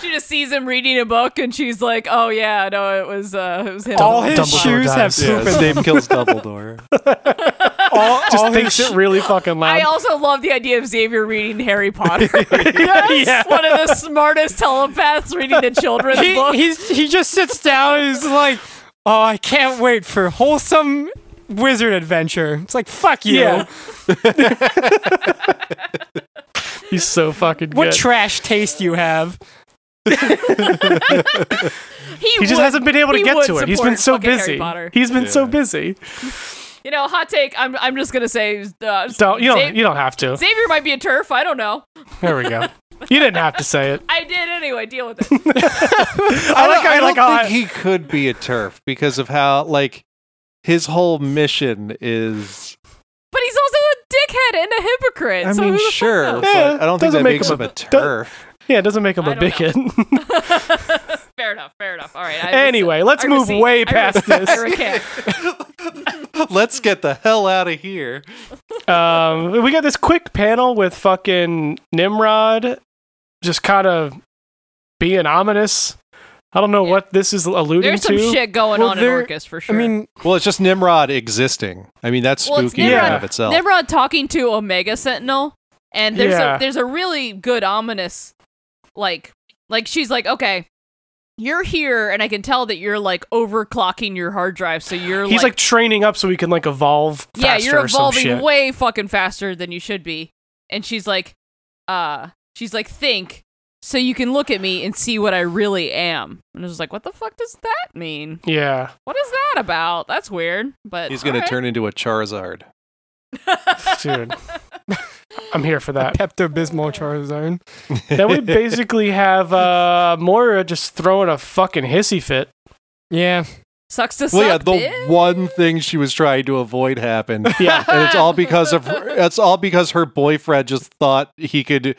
S1: she just sees him reading a book and she's like, "Oh yeah, no, it was uh it was him."
S4: all his
S3: Dumbledore
S4: shoes have
S3: dies.
S2: Yeah,
S4: poop in
S2: his
S4: them.
S2: name kills Dumbledore.
S4: All, all his
S3: Thinks it really fucking
S1: I
S3: loud.
S1: also love the idea of Xavier reading Harry Potter.
S3: Yeah.
S1: One of the smartest telepaths reading the children's
S4: he,
S1: book.
S4: he's, he just sits down and he's like, oh, I can't wait for wholesome wizard adventure. It's like, fuck you.
S3: Yeah. He's so fucking
S4: What
S3: good.
S4: trash taste you have.
S3: he just
S1: would-
S3: hasn't been able to
S1: he
S3: get
S1: would
S3: to it. He's been
S1: support
S3: so
S1: fucking Harry
S3: busy.
S1: Potter.
S3: He's been
S2: Yeah.
S3: so busy.
S1: You know, hot take. I'm I'm just gonna say, uh,
S3: Don't you
S1: Xav-
S3: don't you don't have to.
S1: Xavier might be a turf. I don't know.
S3: There we go. You didn't have to say it.
S1: I did anyway. Deal with it.
S3: I like how
S2: I
S3: you're
S2: don't
S3: like, oh, I-
S2: think he could be a turf because of how like his whole mission is.
S1: But he's also a dickhead and a hypocrite.
S2: I
S1: so
S2: mean,
S1: who the fuck
S2: sure,
S1: knows?
S2: but
S3: Yeah,
S2: I don't think
S3: doesn't
S2: that
S3: make
S2: makes
S3: him
S2: him
S3: a-
S2: a turf.
S3: yeah, it doesn't make him
S1: I
S3: a
S1: don't
S3: bigot.
S1: fair enough. Fair enough. All right. I
S3: anyway, let's
S1: I
S3: move
S1: receive-
S3: way
S1: I
S3: past
S1: receive- I
S3: this.
S1: recant.
S2: Let's get the hell out of here.
S3: Um, we got this quick panel with fucking Nimrod, just kind of being ominous. I don't know
S1: Yeah.
S3: what this is alluding
S1: There's some
S3: to.
S1: shit going
S4: Well,
S1: on in
S4: there-
S1: Orcus for sure.
S4: I mean,
S2: Well, it's just Nimrod existing. I mean, that's
S1: Well, it's
S2: spooky in and
S3: Nimrod-
S2: of itself.
S1: Nimrod talking to Omega Sentinel, and there's
S3: Yeah.
S1: a there's a really good ominous, like like she's like, okay, you're here, and I can tell that you're like overclocking your hard drive, so you're
S3: He's like, training up so he can like evolve.
S1: yeah,
S3: faster
S1: you're
S3: or some
S1: evolving
S3: shit.
S1: way fucking faster than you should be, and she's like, uh, she's like, think, so you can look at me and see what I really am. And I was like, what the fuck does that mean?
S3: Yeah.
S1: What is that about? That's weird. But
S2: He's going to
S1: alright.
S2: turn into a Charizard.
S3: Dude. I'm here for that.
S4: Pepto Bismol Charizard.
S3: That would basically have uh, Moira just throwing a fucking hissy fit.
S4: Yeah.
S1: Sucks to
S2: Well, yeah,
S1: suck,
S2: the
S1: bitch.
S2: one thing she was trying to avoid happened, and
S3: Yeah.
S2: it's all because of it's all because her boyfriend just thought he could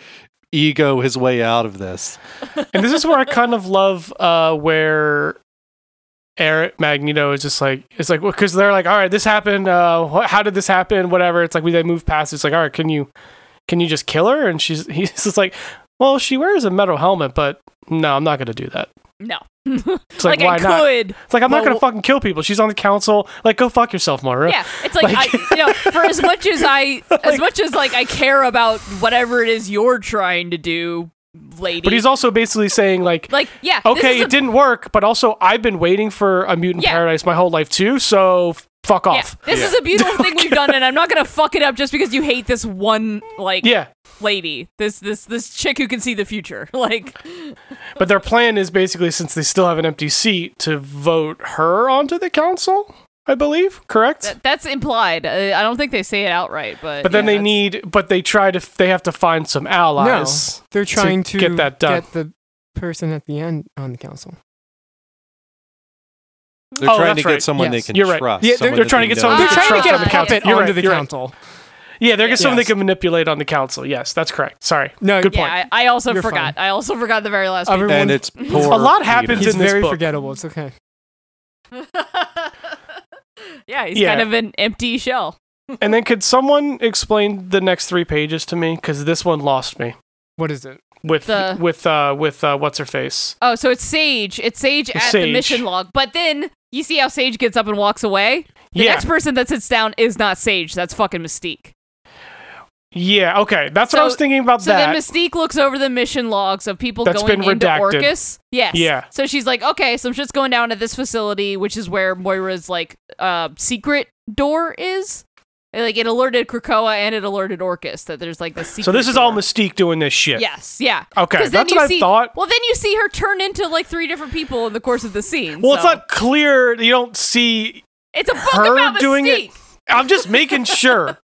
S2: ego his way out of this.
S3: and this is where I kind of love uh, where Eric Magneto is just like it's like because they're like all right this happened uh, wh- how did this happen whatever it's like we they move past it's like all right can you can you just kill her and she's he's just like well she wears a metal helmet but no I'm not gonna do that
S1: No.
S3: it's like,
S1: I
S3: why not
S1: could.
S3: it's like I'm not
S1: Well-
S3: gonna fucking kill people she's on the council like go fuck yourself Mara
S1: Yeah. It's like,
S3: Like-
S1: I you know, for as much as I as much as like I care about whatever it is you're trying to do, lady.
S3: but he's also basically saying like
S1: like, yeah, this
S3: okay
S1: is
S3: it
S1: a-
S3: didn't work but also I've been waiting for a mutant
S1: Yeah.
S3: paradise my whole life too so f- fuck
S1: yeah,
S3: off
S1: this is a beautiful thing we've done, and I'm not gonna fuck it up just because you hate this one like
S3: yeah.
S1: lady, this this this chick who can see the future. Like,
S3: But their plan is basically, since they still have an empty seat, to vote her onto the council. I believe, correct?
S1: That- That's implied. Uh, I don't think they say it outright, but
S3: but then they
S1: yeah,
S3: need,
S1: that's-
S3: but they try to, they have to find some allies.
S4: No. They're trying to,
S3: get that done.
S4: get the person at the end on the council.
S2: They're
S3: Oh,
S2: trying
S3: that's
S2: to get
S3: right.
S2: someone
S4: Yes.
S2: they can
S3: You're right.
S2: trust.
S4: Yeah, they're-
S2: someone
S3: they're
S2: that they
S3: trying to get
S2: know.
S3: someone
S4: They're
S1: Ah,
S4: trying to get the
S1: yeah,
S4: puppet
S1: yeah.
S3: You're
S4: onto
S3: right,
S4: the
S3: you're right.
S4: council.
S3: Yeah, they're
S1: Yes.
S3: someone they
S4: Yes.
S3: can manipulate on the council. Yes, that's correct. Sorry.
S4: No,
S3: Good point.
S1: Yeah, I, I also
S4: You're
S1: forgot. I also forgot the very last.
S4: Other-
S1: People.
S2: And it's poor.
S3: A lot happens
S2: Peter.
S4: He's
S3: in this
S4: very
S3: book.
S4: forgettable. It's okay.
S1: yeah, he's
S3: Yeah.
S1: kind of an empty shell.
S3: and then could someone explain the next three pages to me? Because this one lost me
S4: What is it?
S3: with
S1: The-
S3: with uh, with uh, what's her face.
S1: Oh, so it's Sage. It's Sage at the
S3: Sage.
S1: mission log. But then you see how Sage gets up and walks away. The
S3: yeah.
S1: next person that sits down is not Sage. That's fucking Mystique.
S3: yeah. Okay. That's what
S1: So-
S3: I was thinking about
S1: So
S3: that.
S1: then Mystique looks over the mission logs of people
S3: That's
S1: going
S3: been
S1: into
S3: redacted.
S1: Orcus. Yes.
S3: Yeah.
S1: So she's like, okay, some shit's going down at this facility, which is where Moira's like uh, secret door is. And, like it alerted Krakoa and it alerted Orcus that there's like this secret.
S3: so this is all
S1: door.
S3: Mystique doing this shit.
S1: Yes. Yeah.
S3: Okay.
S1: 'Cause then
S3: That's
S1: you
S3: what
S1: see-
S3: I thought.
S1: Well, then you see her turn into like three different people in the course of the scene.
S3: Well, it's
S1: so-
S3: not clear. You don't see.
S1: It's a book
S3: her
S1: about
S3: doing it.
S1: Mystique.
S3: I'm just making sure.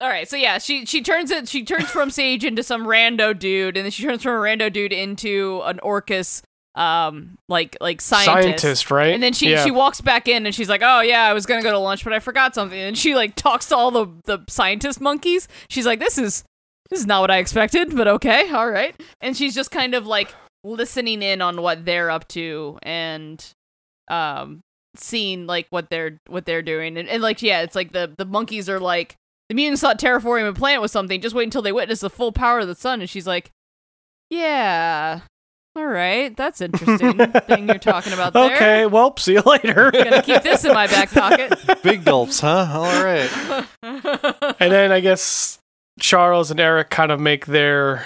S1: All right, so yeah, she she turns it. She turns from Sage into some rando dude, and then she turns from a rando dude into an Orcus, um, like like scientist.
S3: Scientist, right?
S1: And then she
S3: Yeah.
S1: she walks back in, and she's like, "Oh yeah, I was gonna go to lunch, but I forgot something." And she like talks to all the the scientist monkeys. She's like, "This is this is not what I expected, but okay, all right." And she's just kind of like listening in on what they're up to, and um seeing like what they're what they're doing and, and like yeah it's like the the monkeys are like the mutants thought terraforming a planet was something just wait until they witness the full power of the sun and she's like yeah all right that's interesting thing you're talking about there
S3: Okay. Well, see you later.
S1: gonna keep this in my back pocket
S2: Big gulps, huh? All right.
S3: and then I guess Charles and Eric kind of make their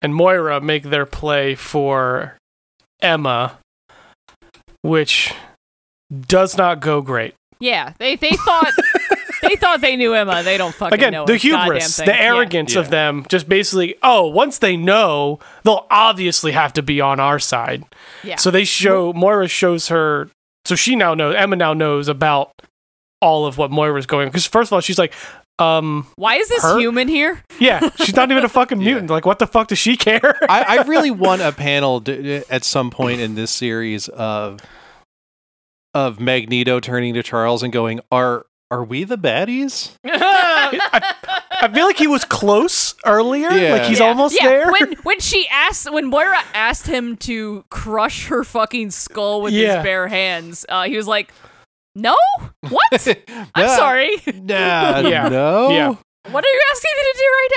S3: and Moira make their play for Emma, which does not go great.
S1: yeah they they thought they thought they knew emma they don't fucking
S3: Again,
S1: know
S3: the
S1: a goddamn
S3: hubris,
S1: thing.
S3: the
S1: Yeah.
S3: arrogance
S2: Yeah.
S3: of them, just basically, oh, once they know, they'll obviously have to be on our side.
S1: yeah,
S3: So they show Moira shows her. So she now knows. Emma now knows about all of what Moira's going. Because first of all, she's like, um,
S1: why is this
S3: her-
S1: human here
S3: yeah, she's not even a fucking
S2: Yeah.
S3: mutant. Like, what the fuck does she care?
S2: I, I really want a panel d- at some point in this series of of Magneto turning to Charles and going, "Are are we the baddies?"
S3: I, I feel like he was close earlier.
S2: Yeah.
S3: Like he's
S1: Yeah.
S3: almost
S1: Yeah,
S3: there.
S1: When when she asked when Moira asked him to crush her fucking skull with
S3: Yeah.
S1: his bare hands, uh, he was like, "No, what? I'm
S2: Nah,
S1: sorry.
S2: Nah,
S3: Yeah.
S2: no.
S3: Yeah.
S1: What are you asking me to do right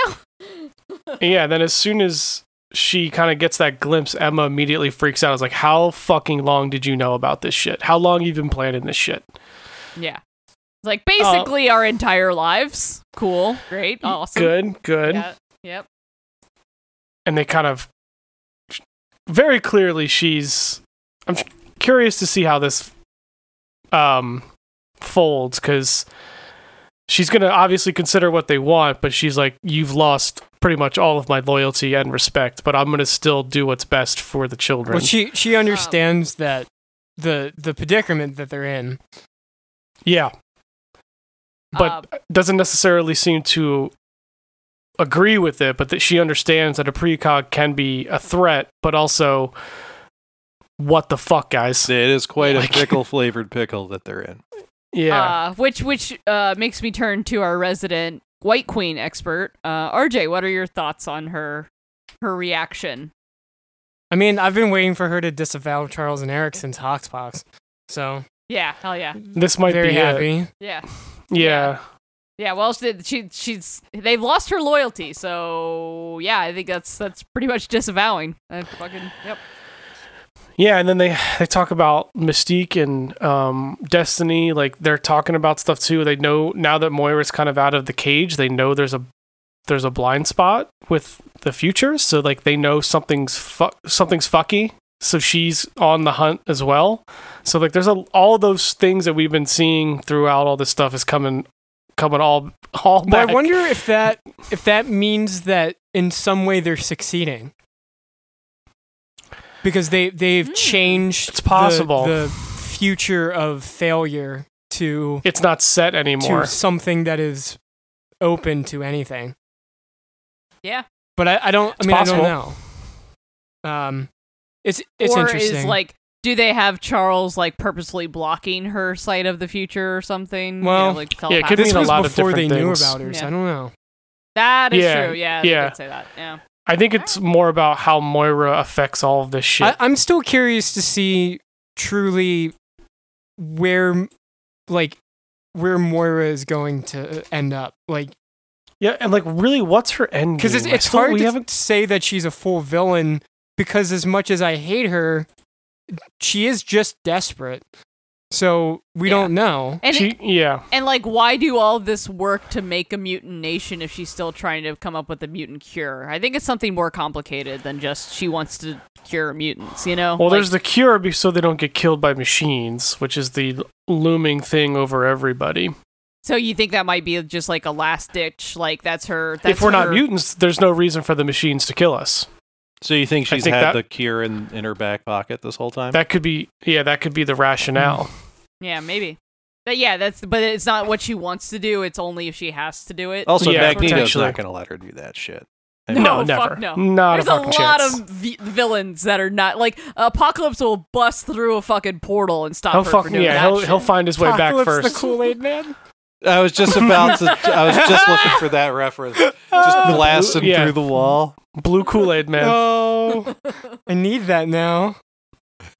S1: now?"
S3: yeah. Then as soon as she kind of gets that glimpse, Emma immediately freaks out. Is like, how fucking long did you know about this shit? How long you been planning this shit?
S1: Yeah, It's like basically our entire lives. Cool, great, awesome.
S3: Good, good.
S1: Yeah. Yep.
S3: and they kind of very clearly she's i'm curious to see how this um folds because she's going to obviously consider what they want, but she's like, you've lost pretty much all of my loyalty and respect, but I'm going to still do what's best for the children.
S4: Well, she she understands that the the predicament that they're in.
S3: yeah, but doesn't necessarily seem to agree with it, but that she understands that a precog can be a threat, but also, what the fuck, guys?
S2: It is quite
S3: Like-
S2: a pickle flavored pickle that they're in.
S3: Yeah.
S1: Uh, which which uh, makes me turn to our resident White Queen expert, uh, RJ. What are your thoughts on her her reaction?
S4: I mean, I've been waiting for her to disavow Charles and Erickson's Hoxpox. So
S1: Yeah, hell yeah,
S3: this might
S4: very
S3: be it.
S4: happy.
S1: yeah,
S3: Yeah.
S1: yeah. Well, she, she she's they've lost her loyalty, so yeah, I think that's that's pretty much disavowing. That fucking yep.
S3: Yeah, and then they they talk about Mystique and um, Destiny. Like they're talking about stuff too. They know now that Moira's kind of out of the cage. They know there's a there's a blind spot with the future. So like they know something's fu- something's fucky. So she's on the hunt as well. So like there's a, all those things that we've been seeing throughout all this stuff is coming coming all all
S4: But
S3: back.
S4: I wonder if that if that means that in some way they're succeeding. Because they they've
S1: Hmm.
S4: changed
S3: It's possible.
S4: the, the future of failure to
S3: it's not set
S4: to
S3: anymore.
S4: something that is open to anything.
S1: Yeah.
S4: But I, I don't I
S3: It's
S4: mean I
S3: possible.
S4: don't know. Um it's it's
S1: or
S4: interesting.
S1: is like, do they have Charles like purposely blocking her sight of the future or something? You know,
S4: Well,
S1: like
S3: it could
S1: telepathy?
S3: mean
S4: this
S3: a
S4: was
S3: lot of
S4: before they
S3: different
S4: knew
S3: things.
S4: about her, so
S1: Yeah.
S4: I don't know.
S1: that is
S3: Yeah,
S1: true. Yeah,
S3: yeah.
S1: yeah. I'd say that. Yeah.
S3: I think it's more about how Moira affects all of this shit.
S4: I, I'm still curious to see truly where, like, where Moira is going to end up. Like,
S3: Yeah, and like, really, what's her end?
S4: because it's,
S3: game? I
S4: it's
S3: still-
S4: hard
S3: We
S4: to
S3: haven't.
S4: say that she's a full villain because as much as I hate her, she is just desperate. So we
S1: Yeah.
S4: don't know.
S1: And
S3: She, yeah,
S1: And like, why do all this work to make a mutant nation if she's still trying to come up with a mutant cure? I think it's something more complicated than just she wants to cure mutants. You
S4: Oh,
S1: know?
S3: well,
S1: Like,
S3: there's the cure be- so they don't get killed by machines, which is the looming thing over everybody.
S1: so you think that might be just like a last ditch? Like that's her. That's
S3: if we're not
S1: her-
S3: mutants, there's no reason for the machines to kill us.
S2: So you think
S3: I
S2: she's
S3: think
S2: had
S3: that-
S2: the cure in, in her back pocket this whole time?
S3: That could be, yeah, that could be the rationale.
S4: Mm.
S1: Yeah, maybe. But yeah, that's. But it's not what she wants to do. It's only if she has to do it.
S2: also,
S3: Yeah,
S2: Magneto's
S3: potentially.
S2: not going to let her do that shit. I mean,
S3: No,
S1: No,
S3: never,
S1: fuck no.
S3: not
S1: There's
S3: a
S1: a,
S3: fucking
S1: lot
S3: chance.
S1: of vi- villains that are not like Apocalypse will bust through a fucking portal and stop
S3: he'll
S1: her from
S3: fucking
S1: doing
S3: yeah,
S1: that
S3: he'll
S1: shit.
S3: he'll find his way back
S4: Apocalypse
S3: first.
S4: the Kool Aid Man.
S2: I was just about to. I was just looking for that reference. Just blasting
S3: Uh, Yeah.
S2: through the wall.
S3: Blue Kool Aid man.
S4: Oh, I need that now.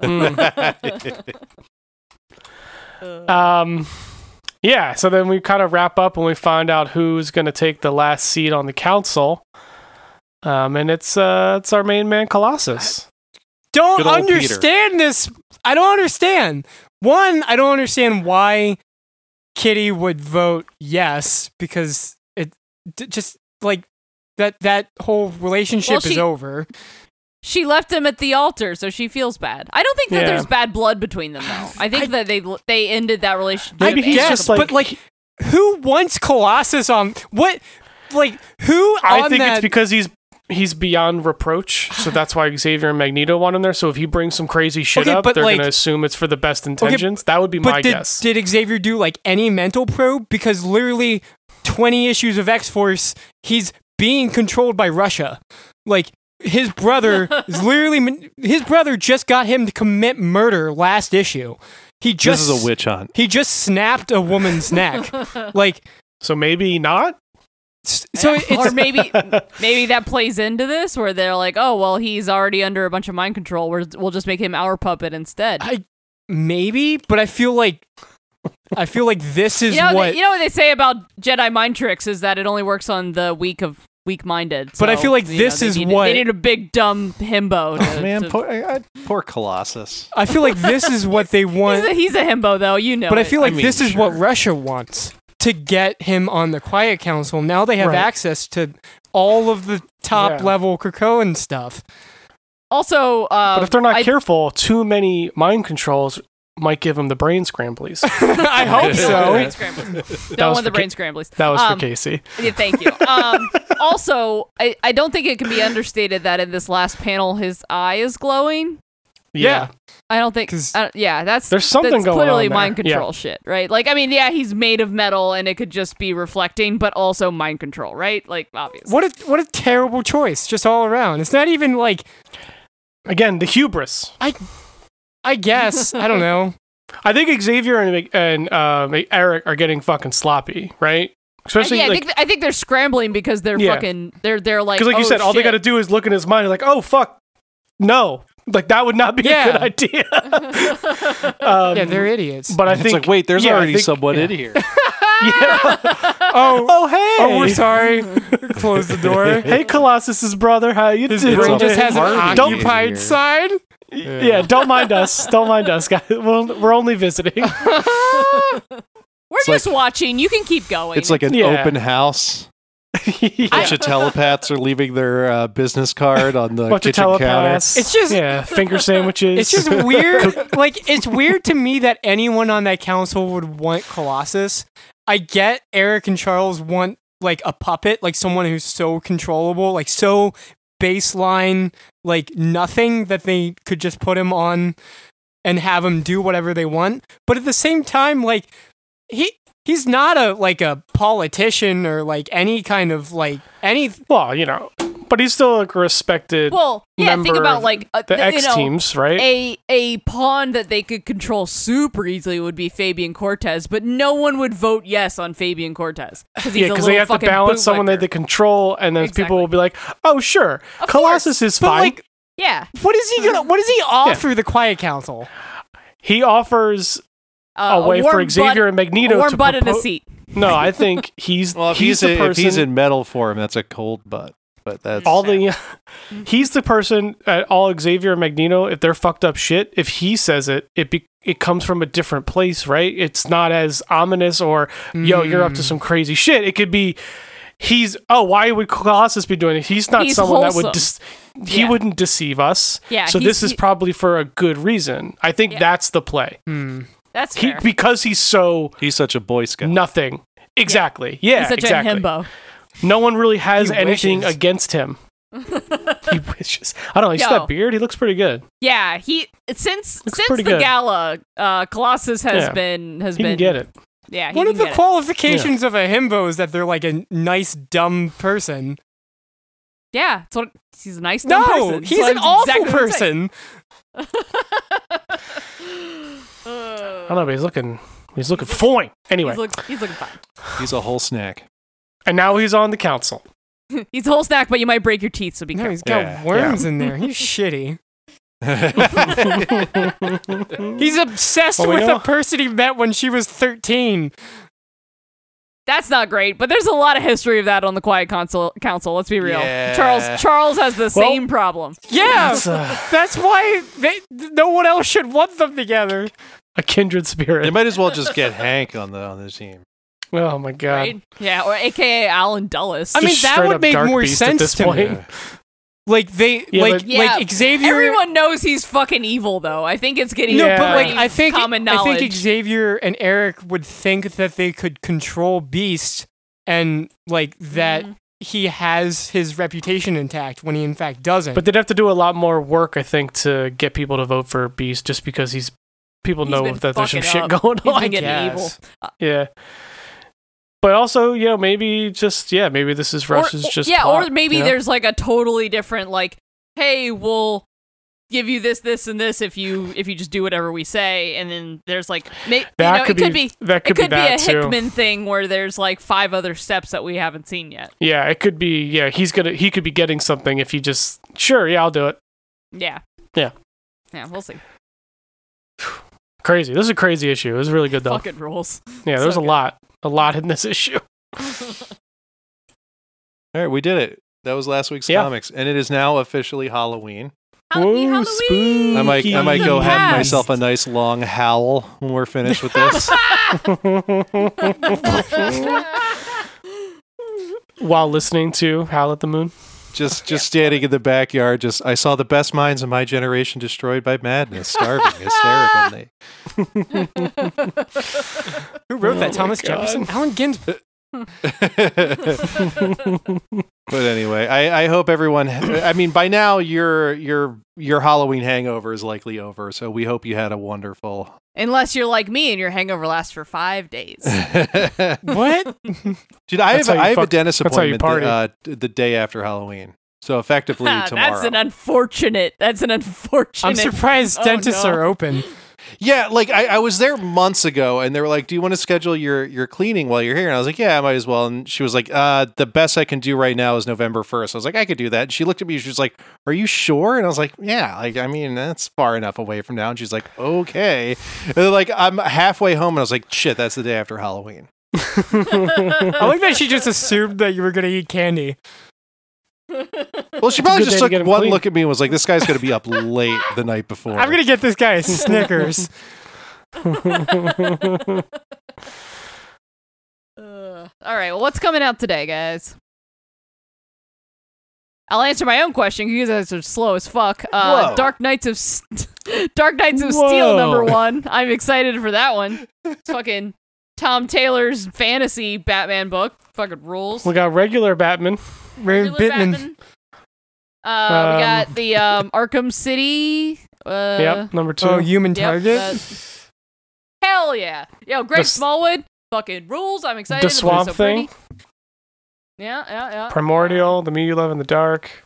S3: Mm.
S1: Uh,
S3: Um, yeah, so then we kind of wrap up and we find out who's going to take the last seat on the council. Um, and it's uh, it's our main man Colossus.
S4: don't
S2: Good old Peter.
S4: understand this. I don't understand. One, I don't understand why Kitty would vote yes because it d- just like that that whole relationship
S1: Well,
S4: is
S1: she-
S4: over.
S1: She left him at the altar, so she feels bad. I don't think that
S3: Yeah.
S1: there's bad blood between them, though. I think that they they ended that relationship.
S3: Maybe he's just
S1: amicably.
S4: guess,
S3: like,
S4: but like who wants Colossus on what like who
S3: I
S4: on
S3: think
S4: that
S3: it's because he's he's beyond reproach, so that's why Xavier and Magneto want him there. So if he brings some crazy shit
S4: Okay,
S3: up,
S4: but,
S3: they're
S4: like-
S3: going to assume it's for the best intentions. that would be my
S4: but did,
S3: guess.
S4: did Xavier do like any mental probe because literally 20 issues of X-Force he's being controlled by Russia like his brother is literally man- his brother just got him to commit murder last issue he just
S2: this is a witch hunt.
S4: he just snapped a woman's neck like
S3: so maybe not.
S4: s- so
S1: or
S4: it's
S1: maybe maybe that plays into this where they're like, oh well, he's already under a bunch of mind control. We're, we'll just make him our puppet instead.
S4: I- maybe but I feel like I feel like this is
S1: You know,
S4: what
S1: they, you know what they say about Jedi mind tricks is that it only works on the weak of weak-minded.
S4: But I
S1: so,
S4: feel like
S1: you know,
S4: this
S1: they
S4: is
S1: need-
S4: what- Oh,
S1: they need a big dumb himbo. To,
S2: Man,
S1: to-
S2: poor, I, I, poor Colossus.
S4: I feel like this is what they
S1: he's,
S4: want,
S1: a, he's a himbo though, you know.
S4: but I
S1: it.
S4: feel like
S2: I mean,
S4: this is what
S2: sure.
S4: Russia wants to get him on the Quiet Council. Now they have
S3: Right.
S4: access to all of the top
S3: Yeah.
S4: level Krakoan stuff.
S1: also. Uh,
S3: But if they're not
S1: Um, I-
S3: careful, too many mind controls might give him the brain scramblies.
S4: I
S1: Don't
S4: hope
S1: want the brain
S4: so.
S1: scramblers.
S3: That
S1: Don't
S3: was
S1: want the
S3: for
S1: brain scramblers.
S3: That was
S1: Um,
S3: for Casey.
S1: Yeah, thank you. Um, also, I, I don't think it can be understated that in this last panel, his eye is glowing.
S3: Yeah.
S1: I don't think.
S4: 'Cause
S1: I don't- yeah, that's
S3: There's something
S1: that's
S3: going
S1: clearly
S3: on. there.
S1: mind
S3: Yeah.
S1: control shit, right? Like, I mean, yeah, he's made of metal, and it could just be reflecting, but also mind control, right? Like, obviously.
S4: What a what a terrible choice, just all around. It's not even like
S3: Again, the hubris.
S4: I guess I don't know.
S3: I think Xavier and and uh, Eric are getting fucking sloppy, right? Especially
S1: yeah, I
S3: like
S1: think I think they're scrambling because they're
S3: Yeah.
S1: fucking they're they're like
S3: because, like you
S1: "Oh,
S3: said, all they
S1: shit."
S3: got to do is look in his mind, like, oh fuck, no, like that would not be a
S4: Yeah.
S3: good idea. um,
S4: Yeah, they're idiots.
S3: But I
S2: It's
S3: think
S2: like, wait, there's
S3: yeah, I
S2: already
S3: think-
S2: someone
S3: yeah.
S2: in here.
S3: Yeah.
S4: oh,
S3: oh hey,
S4: oh, we're sorry. Close the door.
S3: Hey, Colossus's brother, how you
S4: His
S3: doing?
S4: brain
S2: It's a
S4: just has an
S2: party
S3: Don't-
S4: occupied
S2: here.
S4: side.
S3: yeah. don't mind us. Don't mind us, guys. We're, we're only visiting.
S1: We're
S2: It's
S1: just watching. You can keep going.
S2: It's like an
S3: Yeah.
S2: open house.
S3: yeah.
S2: bunch of telepaths are leaving their uh, business card on the
S3: Bunch of
S2: kitchen counter.
S3: telepaths.
S4: It's just-
S3: yeah, finger sandwiches.
S4: It's just weird. like it's weird to me that anyone on that council would want Colossus. I get Eric and Charles want like a puppet, like someone who's so controllable, like so baseline, like nothing that they could just put him on and have him do whatever they want. But at the same time, like he he's not a like a politician or like any kind of like any
S3: well, you know, but he's still like a respected
S1: well, yeah. Think
S3: member
S1: about
S3: of
S1: like a,
S3: the
S1: you
S3: X
S1: know,
S3: teams, right?
S1: a a pawn that they could control super easily would be Fabian Cortez, but no one would vote yes on Fabian Cortez because he's
S3: yeah,
S1: a
S3: because
S1: little
S3: they have to
S1: fucking
S3: balance someone that
S1: bootlicker.
S3: they control, and then people will be like, "Oh, sure,
S1: Of
S3: Colossus is
S4: but
S3: fine."
S4: like
S1: yeah.
S4: what is he gonna what does he offer the quiet council?
S3: he offers
S1: Uh,
S3: a way for
S1: warm
S3: Xavier
S1: butt,
S3: and Magneto
S1: a warm
S3: to
S1: butt and a
S3: propo-
S1: seat.
S3: No, I think he's
S2: Well, if he's,
S3: he's, the
S2: in-
S3: person.
S2: if he's in metal form, that's a cold butt. But that's
S3: all the he's the person at all Xavier and Magneto if they're fucked up shit if he says it it be, it comes from a different place right it's not as ominous or yo you're
S1: Mm.
S3: up to some crazy shit it could be he's oh why would Colossus be doing it he's not
S1: He's
S3: someone that would
S1: wholesome.
S3: des- he
S1: Yeah.
S3: wouldn't deceive us
S1: Yeah,
S3: so
S1: he's-
S3: this is
S1: he-
S3: probably for a good reason I think
S1: Yeah.
S3: that's the play
S4: Hmm.
S1: That's
S3: he
S1: fair.
S3: because he's so
S2: he's such a boy scout.
S3: nothing exactly yeah,
S1: he's such
S3: exactly
S1: a himbo.
S3: no one really has
S4: He
S3: anything
S4: wishes.
S3: against him. he wishes. I don't know. He's got
S1: Yo.
S3: that beard. He looks pretty good.
S1: Yeah, he since
S3: Looks
S1: since the
S3: pretty good.
S1: gala, uh, Colossus has
S3: Yeah.
S1: been has
S3: He
S1: been
S3: can get it.
S1: Yeah, he
S4: One
S1: can
S4: of the
S1: get it.
S4: qualifications of a himbo is that they're like a nice dumb person.
S1: yeah, so he's a nice dumb
S4: No,
S1: person.
S4: he's
S1: So
S4: an
S1: that's
S4: awful
S1: exactly what I'm saying.
S4: person.
S3: I don't know, but he's looking. He's looking fine. Anyway,
S1: He's, look, he's looking fine.
S2: He's a whole snack.
S3: and now he's on the council.
S1: He's a whole snack, but you might break your teeth, so be
S4: No,
S1: careful.
S4: he's got
S2: Yeah,
S4: worms in there. He's shitty. He's obsessed
S3: Well, we
S4: with
S3: know-
S4: a person he met when she was 13.
S1: That's not great, but there's a lot of history of that on the Quiet Council. Council, let's be real.
S2: Yeah.
S1: Charles Charles has the same problem.
S4: Yeah,
S3: That's a,
S4: that's why they, no one else should want them together.
S3: a kindred
S2: they
S3: spirit.
S2: might as well just get Hank on the on the team.
S3: Oh my god.
S1: Right? Yeah, or AKA Alan Dulles.
S4: I mean,
S3: Just
S4: that
S3: straight
S4: would
S3: up
S4: make
S3: Dark
S4: more
S3: Beast
S4: sense
S3: at this
S4: to me.
S3: point.
S4: Like they,
S3: Yeah,
S4: like,
S3: but-
S1: Yeah,
S4: like Xavier.
S1: everyone knows he's fucking evil, though. I think it's getting
S4: No,
S3: Yeah.
S4: but like
S1: pretty
S4: I think
S1: common
S4: I
S1: knowledge.
S4: think Xavier and Eric would think that they could control Beast and like that
S1: Mm-hmm.
S4: he has his reputation intact when he in fact doesn't.
S3: But they'd have to do a lot more work, I think, to get people to vote for Beast, just because he's people
S1: He's
S3: know
S1: been
S3: that there's some
S1: fucking
S3: shit
S1: up.
S3: going
S1: He's
S3: on.
S1: been getting evil.
S3: Yeah. But also, you know, maybe just yeah, maybe this is Rush's
S1: or,
S3: just
S1: yeah, or
S3: plot,
S1: maybe
S3: you know?
S1: there's like a totally different like, hey, we'll give you this, this, and this if you if you just do whatever we say, and then there's like may,
S3: that
S1: you know,
S3: could,
S1: it
S3: be, that
S1: it
S3: could,
S1: could be, a
S3: that too.
S1: Hickman thing where there's like five other steps that we haven't seen yet.
S3: Yeah, it could be. Yeah, he's gonna he could be getting something if he just sure. Yeah, I'll do it.
S1: Yeah.
S3: Yeah.
S1: Yeah, we'll see.
S3: Crazy. This is a crazy issue. It was really good though.
S1: Fucking rules.
S3: yeah,
S1: so
S3: there's a
S1: good.
S3: lot, a lot in this issue.
S2: All right, we did it. That was last week's
S3: Yeah.
S2: comics, and it is now officially Halloween.
S1: Happy
S3: Whoa,
S1: Halloween.
S2: I might I might go have
S1: Yes.
S2: myself a nice long howl when we're finished with this.
S3: While listening to Howl at the Moon.
S2: just just standing in the backyard. Just I saw the best minds of my generation destroyed by madness, starving, hysterical. They-
S4: Who wrote
S3: Oh
S4: that?
S3: my
S4: Thomas
S3: God.
S4: Jefferson? Alan Ginsberg.
S2: but anyway, I, I hope everyone. I mean, by now your your your Halloween hangover is likely over. So we hope you had a wonderful.
S1: Unless you're like me and your hangover lasts for five days.
S2: Dude,
S4: What?
S2: I have
S3: That's how you
S2: I have a
S3: fuck-
S2: dentist
S3: that's how you
S2: appointment the, uh, the day after Halloween. So effectively
S1: Ha,
S2: tomorrow.
S1: Ah, that's an unfortunate. That's an unfortunate.
S4: I'm surprised
S1: Oh,
S4: dentists
S1: no.
S4: are open.
S2: Yeah, like I, I was there months ago, and they were like, "Do you want to schedule your your cleaning while you're here?" And I was like, "Yeah, I might as well." And she was like, "Uh, the best I can do right now is November 1st. I was like, "I could do that." And she looked at me. She was like, "Are you sure?" And I was like, "Yeah, like I mean, that's far enough away from now." And she's like, "Okay." And they're like, "I'm halfway home," and I was like, "Shit, that's the day after Halloween."
S4: I like that she just assumed that you were gonna eat candy.
S2: Well, she probably
S3: good
S2: just
S3: day to
S2: took
S3: get 'em
S2: one
S3: clean.
S2: look at me and was like, "This guy's gonna be up late the night before."
S4: I'm gonna get this guy a Snickers.
S1: Ugh. all right. Well, what's coming out today, guys? I'll answer my own question. 'cause You guys are slow as fuck. Uh,
S2: Whoa.
S1: Dark Knights of S- Dark Knights of Steel
S4: Whoa.
S1: number one. I'm excited for that one. It's fucking Tom Taylor's fantasy Batman book. Fucking rules.
S3: We got regular Batman.
S4: Ray
S1: Regular
S4: Bittman.
S1: Batman. Uh, we
S3: Um,
S1: got the um, Arkham City. Uh,
S3: yep, number two.
S4: Oh, human
S1: Yep,
S4: target.
S1: that- Hell yeah. Yo, Greg
S3: The s-
S1: Smallwood. Fucking rules. I'm excited.
S3: the
S1: It's
S3: Swamp
S1: so
S3: Thing,
S1: pretty. Yeah, yeah, yeah.
S3: Primordial, The Me You Love in the Dark,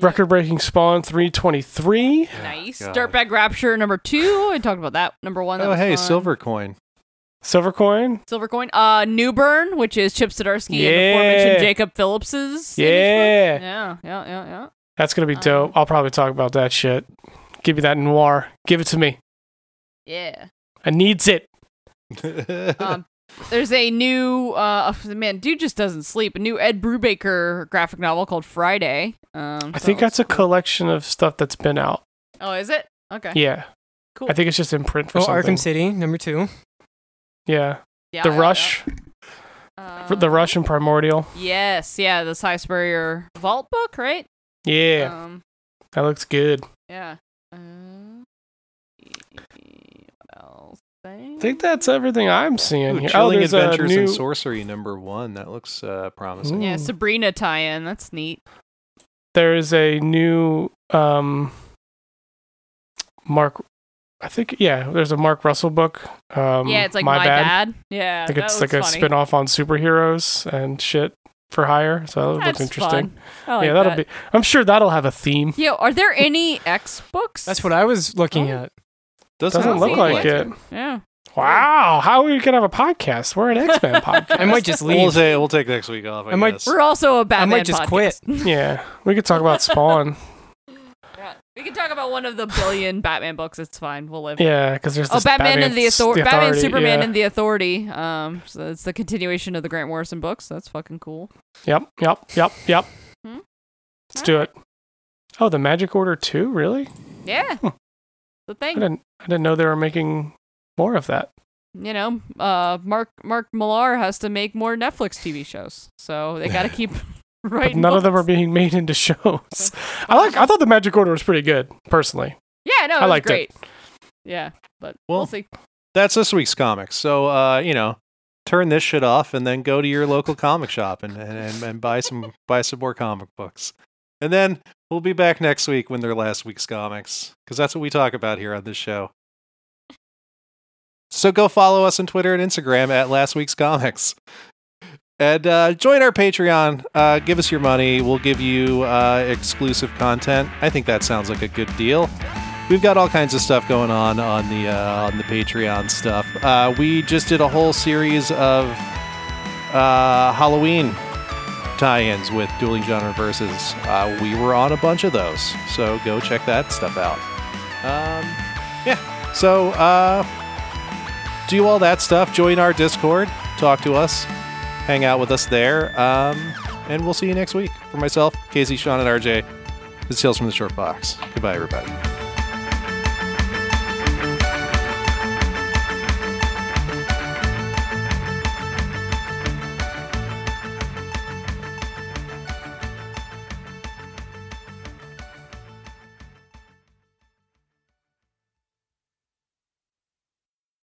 S3: Record Breaking Spawn 323.
S1: Nice.
S2: God.
S1: Dirtbag Rapture number two. I talked about that. Number one. that
S2: Oh,
S1: was
S2: hey,
S1: fun.
S2: silver coin.
S3: Silvercoin.
S1: Silver coin. Uh, Newburn, which is Chip Zdarsky and
S3: Yeah.
S1: aforementioned Jacob Phillips's.
S3: Yeah.
S1: image book. Yeah, yeah, yeah, yeah.
S3: That's going to be dope.
S1: Um,
S3: I'll probably talk about that shit. Give me that noir. Give it to me.
S1: Yeah.
S3: I needs it. Oh,
S1: Um, there's a new uh man, dude just doesn't sleep. A new Ed Brubaker graphic novel called Friday. Um,
S3: I
S1: so-
S3: think that's a collection of stuff that's been out.
S1: Oh, is it? Okay.
S3: Yeah.
S1: Cool.
S3: I think it's just in print for
S4: Oh,
S3: something.
S4: Arkham City, number two.
S3: Yeah.
S1: Yeah,
S3: The
S1: yeah,
S3: Rush.
S1: yeah.
S3: for The
S1: Um,
S3: Rush and Primordial.
S1: Yes, yeah, the Cy Spurrier Vault book, right?
S3: Yeah.
S1: Um,
S3: that looks good.
S1: yeah. Uh, e, what else?
S3: I think that's everything I'm seeing
S2: Ooh,
S3: here. Oh,
S2: Chilling
S3: there's a
S2: Adventures
S3: new.
S2: in Sorcery number one. That looks uh, promising.
S1: Yeah,
S3: Ooh.
S1: Sabrina tie-in. That's neat.
S3: there's a new um Mark I think yeah, there's a Mark Russell book. Um
S1: yeah, it's like
S3: My, Bad.
S1: Yeah,
S3: I think
S1: that
S3: it's
S1: looks
S3: like a
S1: funny.
S3: spin-off on superheroes and shit for hire. So that
S1: That's
S3: looks interesting.
S1: fun. I like
S3: yeah, that'll
S1: that.
S3: be I'm sure that'll have a theme.
S1: Yeah, are there any X books?
S4: That's what I was looking
S1: Oh.
S4: at.
S2: Doesn't,
S3: Doesn't
S1: I
S3: look
S1: see
S3: like
S1: it.
S3: it.
S1: Yeah.
S3: Wow, how are we gonna have a podcast? We're an X-Men podcast.
S4: I might just
S2: We'll,
S4: leave.
S2: say, we'll take next week off. I,
S4: I might-
S2: guess.
S1: We're also a Batman
S4: I might just
S1: podcast.
S4: quit.
S3: Yeah. We could talk about Spawn.
S1: Yeah. We can talk about one of the billion Batman books. It's fine. We'll live.
S3: Yeah, because there's
S1: Oh,
S3: this
S1: Batman, and the,
S3: s-
S1: Author- Batman,
S3: Authority,
S1: Superman,
S3: yeah.
S1: and the Authority. Um, so it's the continuation of the Grant Morrison books. That's fucking cool.
S3: Yep, yep, yep, yep.
S1: Hmm?
S3: Let's do it. Oh, the Magic Order 2? Really?
S1: Yeah,
S3: Hmm. I
S1: the thing.
S3: didn't I didn't know they were making more of that.
S1: you know, uh, Mark Mark Millar has to make more Netflix TV shows, so they got to keep
S3: But
S1: writing.
S3: none of them are
S1: books.
S3: being made into shows. I like I thought the Magic Order was pretty good, personally.
S1: Yeah, no, it
S3: I
S1: was
S3: liked it.
S1: great. Yeah, but we'll
S2: Well,
S1: see.
S2: That's this week's comics. So, uh, you know, turn this shit off and then go to your local comic shop and, and, and, and buy some buy some more comic books. And then we'll be back next week when they're last week's comics because that's what we talk about here on this show. So go follow us on Twitter and Instagram at Last Week's Comics. And uh, join our Patreon. Uh, give us your money. We'll give you uh, exclusive content. I think that sounds like a good deal we've got all kinds of stuff going on on the uh, on the Patreon stuff. Uh, we just did a whole series of uh, Halloween tie-ins with dueling genre verses. Uh, we were on a bunch of those, so go check that stuff out. Um, yeah. So uh, do all that stuff. Join our Discord. Talk to us. Hang out with us there. Um, and we'll see you next week. For myself, Casey, Sean, and RJ, this is Tales from the Short Box. Goodbye, everybody.